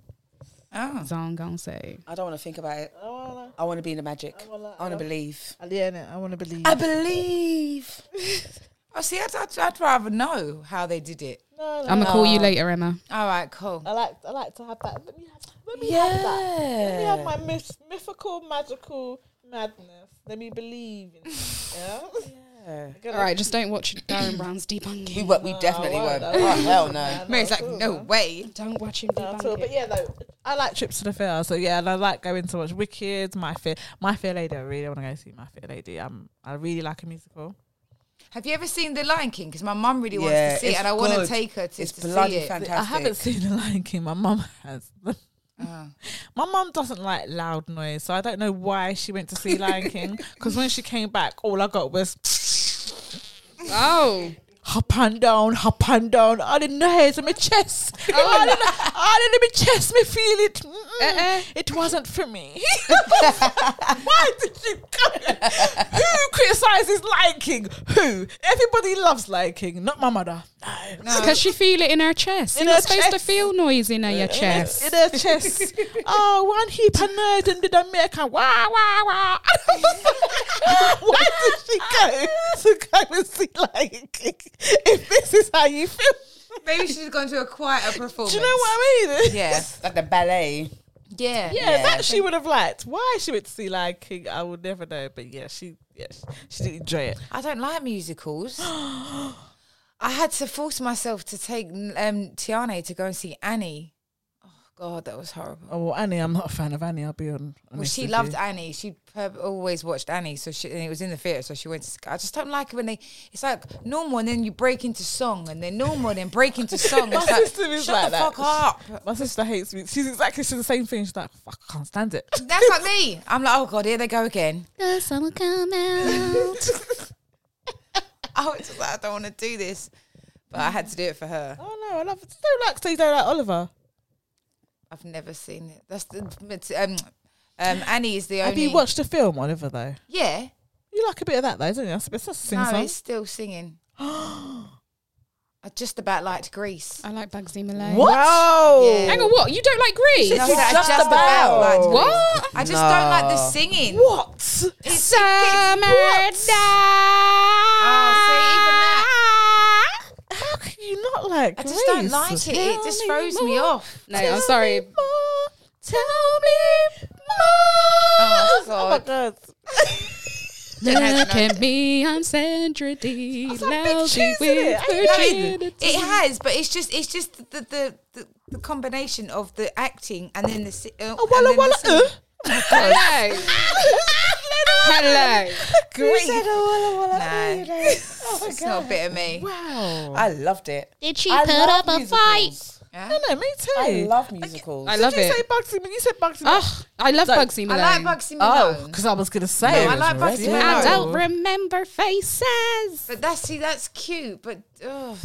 Speaker 5: Oh.
Speaker 3: That's all I'm gonna say.
Speaker 4: I don't want to think about it. I want to be in the magic. I want to believe.
Speaker 2: Yeah, no, I want to believe.
Speaker 4: I believe.
Speaker 5: Oh, see, I'd, I'd, I'd rather know how they did it.
Speaker 3: I'm gonna call you later, Emma.
Speaker 5: All right, cool.
Speaker 4: Oh,
Speaker 2: I like I like to have that. Let me have, let me have that. Let me have
Speaker 4: Yeah.
Speaker 2: my myth, mythical, magical madness. Let me believe in it. Yeah.
Speaker 3: All right, just don't watch Darren Brown's debunking.
Speaker 4: We, won't, we definitely
Speaker 2: I
Speaker 4: won't.
Speaker 2: won't.
Speaker 4: Oh, hell no.
Speaker 5: Mary's like, no way.
Speaker 3: Don't watch him
Speaker 2: Nah, at all.
Speaker 3: debunk
Speaker 2: But
Speaker 3: it.
Speaker 2: yeah, no, I like trips to the fair. So yeah, and I like going to watch Wicked, My Fair, My Fair Lady. I really want to go see My Fair Lady. Um, I really like a musical.
Speaker 5: Have you ever seen The Lion King? Because my mum really
Speaker 4: Yeah,
Speaker 5: wants to see it,
Speaker 4: it's
Speaker 5: and I want to
Speaker 4: good.
Speaker 5: take her to,
Speaker 4: It's
Speaker 5: to see
Speaker 4: bloody
Speaker 5: it.
Speaker 4: fantastic.
Speaker 2: I haven't seen The Lion King. My mum has.
Speaker 5: Oh.
Speaker 2: My mum doesn't like loud noise, so I don't know why she went to see Lion King. Because when she came back, all I got was
Speaker 3: Oh,
Speaker 2: hop and down, hop and down. All in the hairs on my chest. All in, all in my chest, me feel it. Mm-mm.
Speaker 3: Uh-uh.
Speaker 2: It wasn't for me. Why did you come? Who criticizes liking? Who? Everybody loves liking, not my mother. No.
Speaker 3: because she feel it in her chest.
Speaker 2: In
Speaker 3: You're
Speaker 2: her
Speaker 3: not supposed to
Speaker 2: chest.
Speaker 3: feel noise in her your
Speaker 2: In
Speaker 3: chest.
Speaker 2: her- In her chest. oh, one heap of nerds and did American. Wah, wah, wah. Why did she go to go and see Lion King? If this is how you feel.
Speaker 5: Maybe she's gone to a quieter performance.
Speaker 2: Do you know what I mean?
Speaker 5: Yeah.
Speaker 4: Like the ballet.
Speaker 5: Yeah.
Speaker 2: Yeah, that she would have liked. Why she went to see Lion King, I would never know. But yeah, she yeah, she, she did enjoy it.
Speaker 5: I don't like musicals. I had to force myself to take um, Tiane to go and see Annie. Oh God, that was horrible.
Speaker 2: Oh well, Annie, I'm not a fan of Annie. I'll be on.
Speaker 5: Well, she loved Annie. She perp- always watched Annie, so she and it was in the theater. So she went. to I just don't like it when they. It's like normal, and then you break into song, and then normal, and then break into song.
Speaker 2: My
Speaker 5: It's like,
Speaker 2: sister is
Speaker 5: shut
Speaker 2: like
Speaker 5: the
Speaker 2: that.
Speaker 5: fuck up.
Speaker 2: My sister hates me. She's exactly she's the same thing. She's like, fuck, I can't stand it.
Speaker 5: That's like me. I'm like, oh god, here they go again.
Speaker 3: The sun will come out.
Speaker 5: I was just like, I don't want to do this, but I had to do it for her.
Speaker 2: oh no, I love. Just don't like. So you don't like Oliver.
Speaker 5: I've never seen it. That's the it's, um, um, Annie is the only.
Speaker 2: Have you watched the film Oliver though?
Speaker 5: Yeah.
Speaker 2: You like a bit of that though, don't you? That's, that's a sing
Speaker 5: No,
Speaker 2: song.
Speaker 5: it's still singing. I just about liked Greece.
Speaker 3: I like Bugsy Malone.
Speaker 2: Wow.
Speaker 5: Yeah.
Speaker 3: Hang on, what? You don't like Greece?
Speaker 5: No, I said I
Speaker 4: just
Speaker 5: just about
Speaker 4: about.
Speaker 5: liked Greece.
Speaker 3: What?
Speaker 5: I just don't like the singing.
Speaker 2: What?
Speaker 5: It's
Speaker 3: Summer
Speaker 5: Oh, see, even that.
Speaker 2: How can you not like?
Speaker 5: I just don't
Speaker 2: Grease?
Speaker 5: like it. It just
Speaker 2: Tell me
Speaker 5: throws me
Speaker 2: more.
Speaker 5: off.
Speaker 3: No,
Speaker 2: Tell
Speaker 3: I'm sorry.
Speaker 2: me more. Tell me more.
Speaker 5: Oh,
Speaker 2: Oh my
Speaker 5: God.
Speaker 2: god.
Speaker 3: Look at me, I'm Sandra D. Lousy with virginity.
Speaker 5: It has, but it's just it's just the the, the, the combination of the acting and then the si- uh, oh,
Speaker 2: walla walla, uh.
Speaker 3: Hello. Hello.
Speaker 2: "Oh,
Speaker 5: it's not a bit of me.
Speaker 2: Wow.
Speaker 4: I loved it.
Speaker 3: Did she
Speaker 4: I
Speaker 3: put
Speaker 4: love
Speaker 3: up a fight?
Speaker 4: musicals.
Speaker 2: No, no, me too.
Speaker 4: I love musicals.
Speaker 3: I love
Speaker 2: Did you
Speaker 3: it.
Speaker 2: say Bugsy? When you said Bugsy,
Speaker 3: Oh, I love Bugsy Malone.
Speaker 5: I like Bugsy
Speaker 2: oh,
Speaker 5: Malone.
Speaker 2: because I was gonna
Speaker 5: No,
Speaker 2: say.
Speaker 5: I like Bugsy
Speaker 2: Yeah.
Speaker 5: Malone.
Speaker 3: I don't
Speaker 2: Oh.
Speaker 3: remember faces.
Speaker 5: But that's see, that's cute. But oh,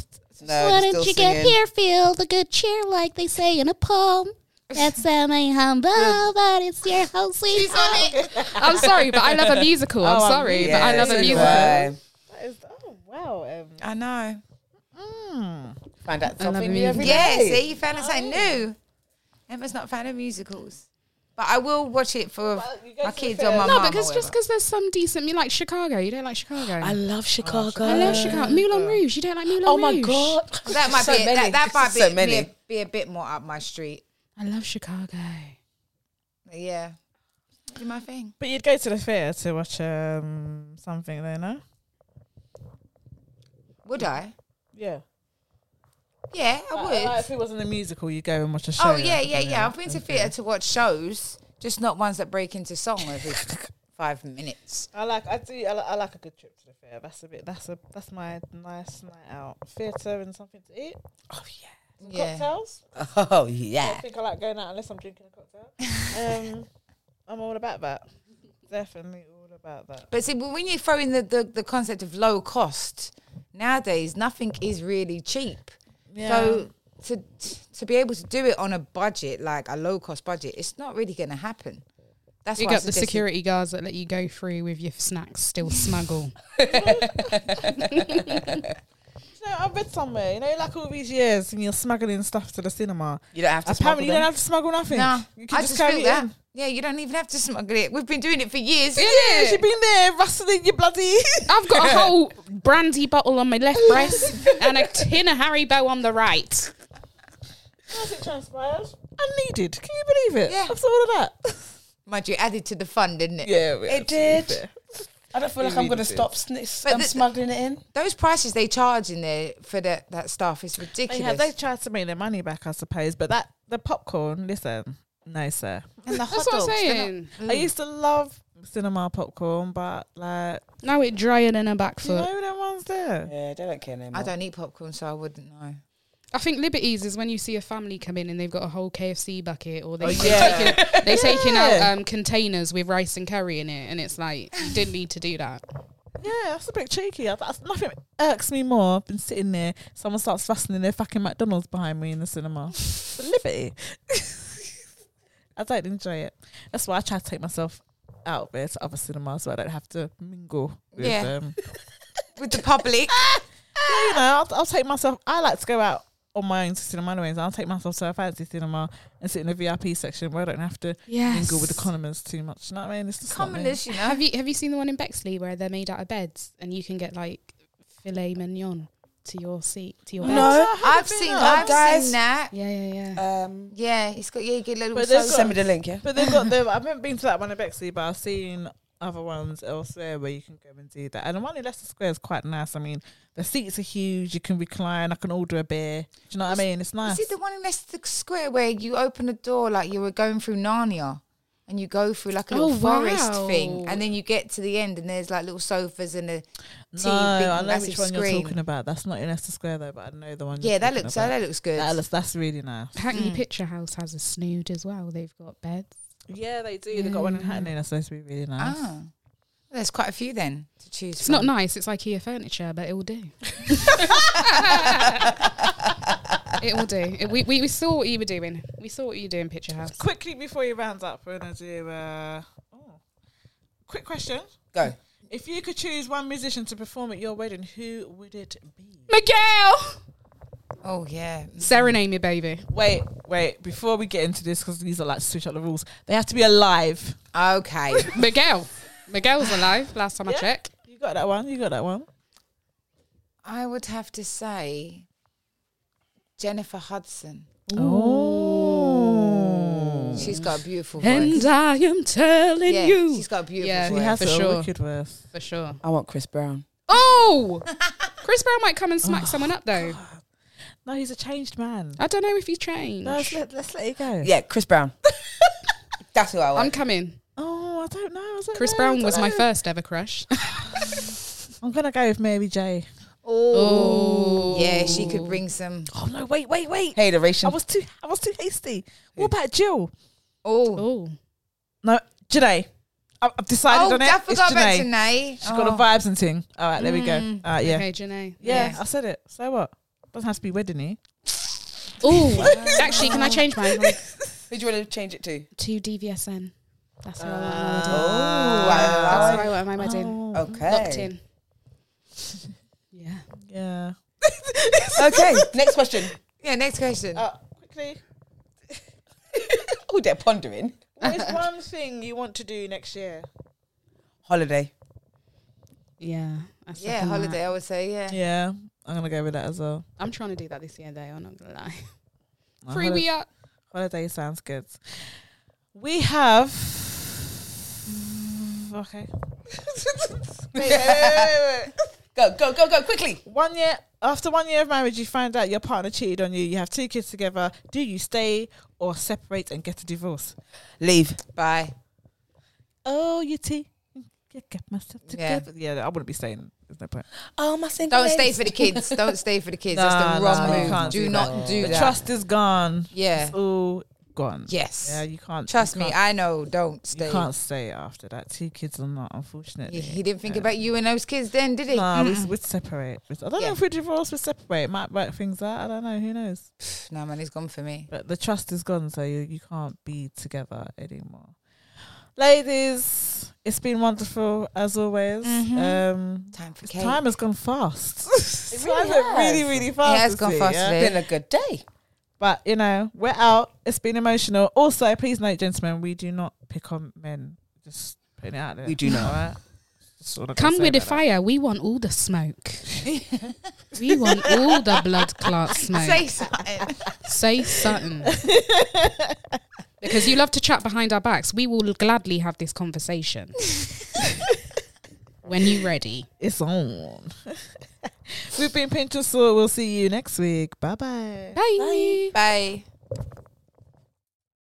Speaker 4: no, they're
Speaker 6: Why don't
Speaker 4: still
Speaker 6: you
Speaker 4: singing.
Speaker 6: get here, feel the good cheer like they say in a poem? That's semi humble, but it's your whole sweet home.
Speaker 3: I'm sorry, but I love a musical. I'm
Speaker 2: Oh, I'm
Speaker 3: sorry,
Speaker 4: Yeah,
Speaker 3: but I love
Speaker 4: so
Speaker 3: a
Speaker 4: do
Speaker 3: musical.
Speaker 4: I.
Speaker 2: That is- oh wow. Um,
Speaker 5: I know.
Speaker 4: Find out
Speaker 3: I love a
Speaker 4: something new
Speaker 3: musical.
Speaker 4: every
Speaker 5: Yeah,
Speaker 4: day.
Speaker 5: see, you found out something new. Emma's not a fan of musicals, but I will watch it for
Speaker 2: you go
Speaker 5: my
Speaker 2: to the
Speaker 5: kids
Speaker 2: fair.
Speaker 5: or my
Speaker 3: No,
Speaker 5: mum or
Speaker 3: because just
Speaker 5: whatever.
Speaker 3: because there's some decent, you like Chicago. You don't like Chicago. I,
Speaker 2: love Chicago.
Speaker 3: love Chicago. Moulin Rouge. You don't like Moulin Rouge.
Speaker 2: Oh my god.
Speaker 5: that might
Speaker 4: So
Speaker 5: be
Speaker 4: many.
Speaker 5: that, that might
Speaker 4: So
Speaker 5: be,
Speaker 4: many.
Speaker 5: be, a, be a bit more up my street.
Speaker 3: I love Chicago.
Speaker 5: Yeah, do my thing.
Speaker 2: But you'd go to the fair to watch um something there, no?
Speaker 5: Would I?
Speaker 2: Yeah.
Speaker 5: Yeah, I would.
Speaker 2: Like if it wasn't a musical, you go and watch a show.
Speaker 5: oh yeah, yeah, yeah. I've been to theatre to watch shows, just not ones that break into song every five minutes.
Speaker 2: I like. I do. I like, I like a good trip to the fair. That's a bit. That's a. That's my nice night out. Theatre and something to eat. Oh yeah.
Speaker 5: Yeah,
Speaker 2: Cocktails.
Speaker 4: Oh
Speaker 2: I
Speaker 4: yeah.
Speaker 2: think I like going out unless I'm drinking a cocktail. um, I'm all about that. Definitely all about that.
Speaker 5: but see, when you throw in the, the the concept of low cost nowadays, nothing is really cheap. So to to be able to do it on a budget, like a low cost budget, it's not really going to happen. That's
Speaker 3: You
Speaker 5: why I
Speaker 3: got the
Speaker 5: suggested-
Speaker 3: security guards that let you go through with your snacks still smuggle.
Speaker 2: You know, I read somewhere. You know, like all these years, and you're smuggling stuff to the cinema.
Speaker 4: You don't have to.
Speaker 2: Apparently, you
Speaker 4: smuggle
Speaker 2: don't have to smuggle nothing.
Speaker 5: Nah,
Speaker 2: you
Speaker 5: I
Speaker 2: can just
Speaker 5: just
Speaker 2: carry
Speaker 5: feel
Speaker 2: it
Speaker 5: that.
Speaker 2: in.
Speaker 5: Yeah, you don't even have to smuggle it. We've been doing it for years.
Speaker 2: Yeah, she been there rustling your bloody.
Speaker 3: I've got a whole brandy bottle on my left breast and a tin of Haribo on the right.
Speaker 2: How's it transpired? Unneeded. Can you believe it?
Speaker 5: Yeah.
Speaker 2: After all of that.
Speaker 5: Mind you, added to the fun, didn't it?
Speaker 2: Yeah, we
Speaker 4: It did. I don't feel like I'm gonna stop sni-
Speaker 5: But
Speaker 4: um,
Speaker 5: the-
Speaker 4: smuggling it in.
Speaker 5: Those prices they charge in there for that that stuff is
Speaker 2: They
Speaker 5: ridiculous.
Speaker 2: have. They tried to make their money back, I suppose. But that the popcorn. Listen, no sir.
Speaker 5: and the hot
Speaker 3: That's what I'm
Speaker 5: dogs, they're
Speaker 3: saying.
Speaker 2: I used to love cinema popcorn, but like,
Speaker 3: Now it drier than a back
Speaker 2: do you
Speaker 3: foot.
Speaker 2: know them ones there?
Speaker 4: Yeah, they don't care anymore.
Speaker 5: not- I don't eat popcorn, so I wouldn't know.
Speaker 3: I think Liberties is when you see a family come in and they've got a whole KFC bucket or they,
Speaker 2: Oh,
Speaker 3: they're,
Speaker 2: yeah.
Speaker 3: taking, they're taking
Speaker 2: Yeah.
Speaker 3: out um, containers with rice and curry in it. And it's like, you didn't need to do that.
Speaker 2: Yeah, that's a bit cheeky. I- That's nothing irks me more than sitting there. Someone starts fussing their fucking McDonald's behind me in the cinema. But Liberty. I don't enjoy it. That's why I try to take myself out there to other cinemas so I don't have to mingle with
Speaker 5: Yeah.
Speaker 2: them.
Speaker 5: With the public,
Speaker 2: Yeah, you know, I'll, I'll take myself. I like to go out on my own to cinema anyways. I'll take myself to a fancy cinema and sit in the VIP section where I don't have to mingle with the commoners too much. You know what I mean? It's just not me.
Speaker 5: commoners, you know.
Speaker 3: Have you have you seen the one in Bexley where they're made out of beds and you can get like filet mignon to your seat to your bed?
Speaker 4: No.
Speaker 5: I've seen,
Speaker 2: that.
Speaker 5: I've
Speaker 4: Guys.
Speaker 5: seen that.
Speaker 3: Yeah, yeah, yeah.
Speaker 4: Um,
Speaker 5: Yeah, it's got yeah, you get little.
Speaker 2: But they've
Speaker 5: sauce.
Speaker 2: got-
Speaker 4: send me the link. Yeah.
Speaker 2: But they've got the. I haven't been to that one in Bexley, but I've seen other ones elsewhere where you can go and do that. And the one in Leicester Square is quite nice. I mean, the seats are huge. You can recline. I can order a beer. Do you know what I mean? It's nice.
Speaker 5: Is it the one in Leicester Square where you open a door like you were going through Narnia? And you go through like a little
Speaker 3: Oh,
Speaker 5: forest thing,
Speaker 3: wow.
Speaker 5: and then you get to the end, and there's like little sofas and a TV,
Speaker 2: no, I know
Speaker 5: massive
Speaker 2: which one
Speaker 5: screen.
Speaker 2: you're talking about. That's not in Leicester Square though, but I know the one.
Speaker 5: Yeah,
Speaker 2: you're
Speaker 5: that
Speaker 2: talking
Speaker 5: looks
Speaker 2: about.
Speaker 5: that looks good.
Speaker 2: That looks- that's really nice.
Speaker 3: Hackney Picture House has a snood as well. They've got beds.
Speaker 2: Yeah, they do. They've got one in Hackney. That's supposed to be really nice.
Speaker 5: ah, there's quite a few then to choose.
Speaker 3: It's
Speaker 5: from.
Speaker 3: not nice. It's IKEA furniture, but it will do. it will do. It- we, we we saw what you were doing. We saw what you were doing, Picture House.
Speaker 2: Quickly before you round up, we're gonna do. Uh, oh. Quick question:
Speaker 4: Go.
Speaker 2: If you could choose one musician to perform at your wedding, who would it be?
Speaker 3: Miguel,
Speaker 5: Oh yeah,
Speaker 3: serenade me, baby.
Speaker 2: Wait, wait. Before we get into this, because these are like switch up the rules. They have to be alive.
Speaker 5: okay.
Speaker 3: Miguel, Miguel's alive. Last time I
Speaker 2: Yeah.
Speaker 3: checked.
Speaker 2: You got that one. You got that one.
Speaker 5: I would have to say Jennifer Hudson.
Speaker 2: Oh,
Speaker 5: She's got a beautiful voice.
Speaker 3: And I am telling
Speaker 5: yeah,
Speaker 3: you.
Speaker 5: she's got a beautiful
Speaker 3: Yeah.
Speaker 5: voice.
Speaker 2: She has
Speaker 3: for
Speaker 2: a
Speaker 3: sure.
Speaker 2: wicked verse.
Speaker 3: For sure.
Speaker 4: I want Chris Brown.
Speaker 3: Oh! Chris Brown might come and smack someone up though.
Speaker 2: No, he's a changed man.
Speaker 3: I don't know if he's
Speaker 2: No, let's
Speaker 3: changed.
Speaker 2: let, let's let it go.
Speaker 4: Yeah, Chris Brown. That's who I
Speaker 3: I'm
Speaker 4: want.
Speaker 3: coming.
Speaker 2: Oh, I don't know. I don't
Speaker 3: Chris
Speaker 2: know, I
Speaker 3: Brown
Speaker 2: don't
Speaker 3: was my
Speaker 2: know.
Speaker 3: first ever crush.
Speaker 2: I'm gonna go with Mary J.
Speaker 5: Oh, yeah, she could bring some.
Speaker 2: Oh no! Wait, wait, wait! I
Speaker 4: Hateration.
Speaker 2: was too I was too hasty. What about Jill?
Speaker 5: Oh,
Speaker 3: Oh.
Speaker 2: No, Janae. I- I've decided
Speaker 5: oh,
Speaker 2: on it.
Speaker 5: I
Speaker 2: It's
Speaker 5: forgot about
Speaker 2: Janae. Oh.
Speaker 5: Janae.
Speaker 2: She's got the vibes and ting. All right, there we go. All right, yeah.
Speaker 3: Okay, Janae.
Speaker 2: Yeah,
Speaker 5: Yes.
Speaker 2: I said it. So what? Doesn't have to be wedding y.
Speaker 3: Oh, actually, can I change mine?
Speaker 4: Who do you want to change it to?
Speaker 3: To DVSN. That's what I want. my
Speaker 4: Oh,
Speaker 3: wedding. That's
Speaker 4: I
Speaker 3: what I want at my wedding.
Speaker 4: like- okay.
Speaker 3: Locked in. Yeah.
Speaker 2: Yeah.
Speaker 4: Okay, next question.
Speaker 5: Yeah, next question.
Speaker 2: Uh, quickly,
Speaker 4: Oh, they're pondering.
Speaker 2: what is one thing you want to do next year?
Speaker 4: Holiday.
Speaker 3: Yeah. I
Speaker 5: yeah,
Speaker 3: second that.
Speaker 5: holiday, I would say, yeah.
Speaker 2: Yeah, I'm gonna go with that as well.
Speaker 3: I'm trying to do that this year, though. I'm not gonna lie.
Speaker 2: My
Speaker 3: Free
Speaker 2: holi-
Speaker 3: we up.
Speaker 2: holiday sounds good. We have. Okay. Wait, wait, wait, wait, wait.
Speaker 4: Go, go, go, go, quickly.
Speaker 2: one year after one year of marriage you find out your partner cheated on you you have two kids together do you stay or separate and get a divorce
Speaker 4: Leave.
Speaker 5: Bye.
Speaker 2: oh you tea get get myself
Speaker 5: Yeah.
Speaker 2: together yeah. i wouldn't be staying there's no point
Speaker 4: Oh, my single
Speaker 5: Don't stay
Speaker 4: ladies.
Speaker 5: for the kids. Don't stay for the kids.
Speaker 2: Nah,
Speaker 5: That's the
Speaker 2: nah,
Speaker 5: wrong
Speaker 2: you
Speaker 5: move.
Speaker 2: can't
Speaker 5: Do
Speaker 2: do
Speaker 5: not do
Speaker 2: the
Speaker 5: that.
Speaker 2: trust is gone
Speaker 5: Yeah.
Speaker 2: it's all gone
Speaker 5: Yes.
Speaker 2: yeah you can't
Speaker 5: Trust
Speaker 2: you
Speaker 5: me,
Speaker 2: can't-
Speaker 5: I know. Don't stay.
Speaker 2: you can't stay after that two kids are not unfortunately
Speaker 5: He, he didn't think about you and those kids then, did he?
Speaker 2: Nah, we we'd separate. We'd- I don't
Speaker 5: Yeah.
Speaker 2: know if we divorce, we separate. Might work things out. I don't know. Who knows?
Speaker 5: No, man, he's gone for me.
Speaker 2: But the trust is gone, so you, you can't be together anymore. Ladies, it's been wonderful as always. Um,
Speaker 5: Time for
Speaker 2: it's-
Speaker 5: Mm-hmm. cake.
Speaker 2: time has gone fast. it really really, really fast.
Speaker 5: It has
Speaker 2: this
Speaker 5: gone
Speaker 2: week,
Speaker 5: fast
Speaker 2: yeah?
Speaker 5: today.
Speaker 4: Been a good day.
Speaker 2: But you know, we're out. It's been emotional. Also, please note, gentlemen, we do not pick on men. Just putting it out there.
Speaker 4: We do not.
Speaker 2: All right? That's all I gotta
Speaker 3: Come
Speaker 2: say
Speaker 3: with the
Speaker 2: about that.
Speaker 3: fire. We want all the smoke. we want all the blood clot smoke.
Speaker 5: Say something.
Speaker 3: Say something. because you love to chat behind our backs. We will gladly have this conversation. when you ready.
Speaker 2: It's on. We've been Pinterest. so We'll see you next week. Bye bye.
Speaker 3: Bye.
Speaker 5: Bye.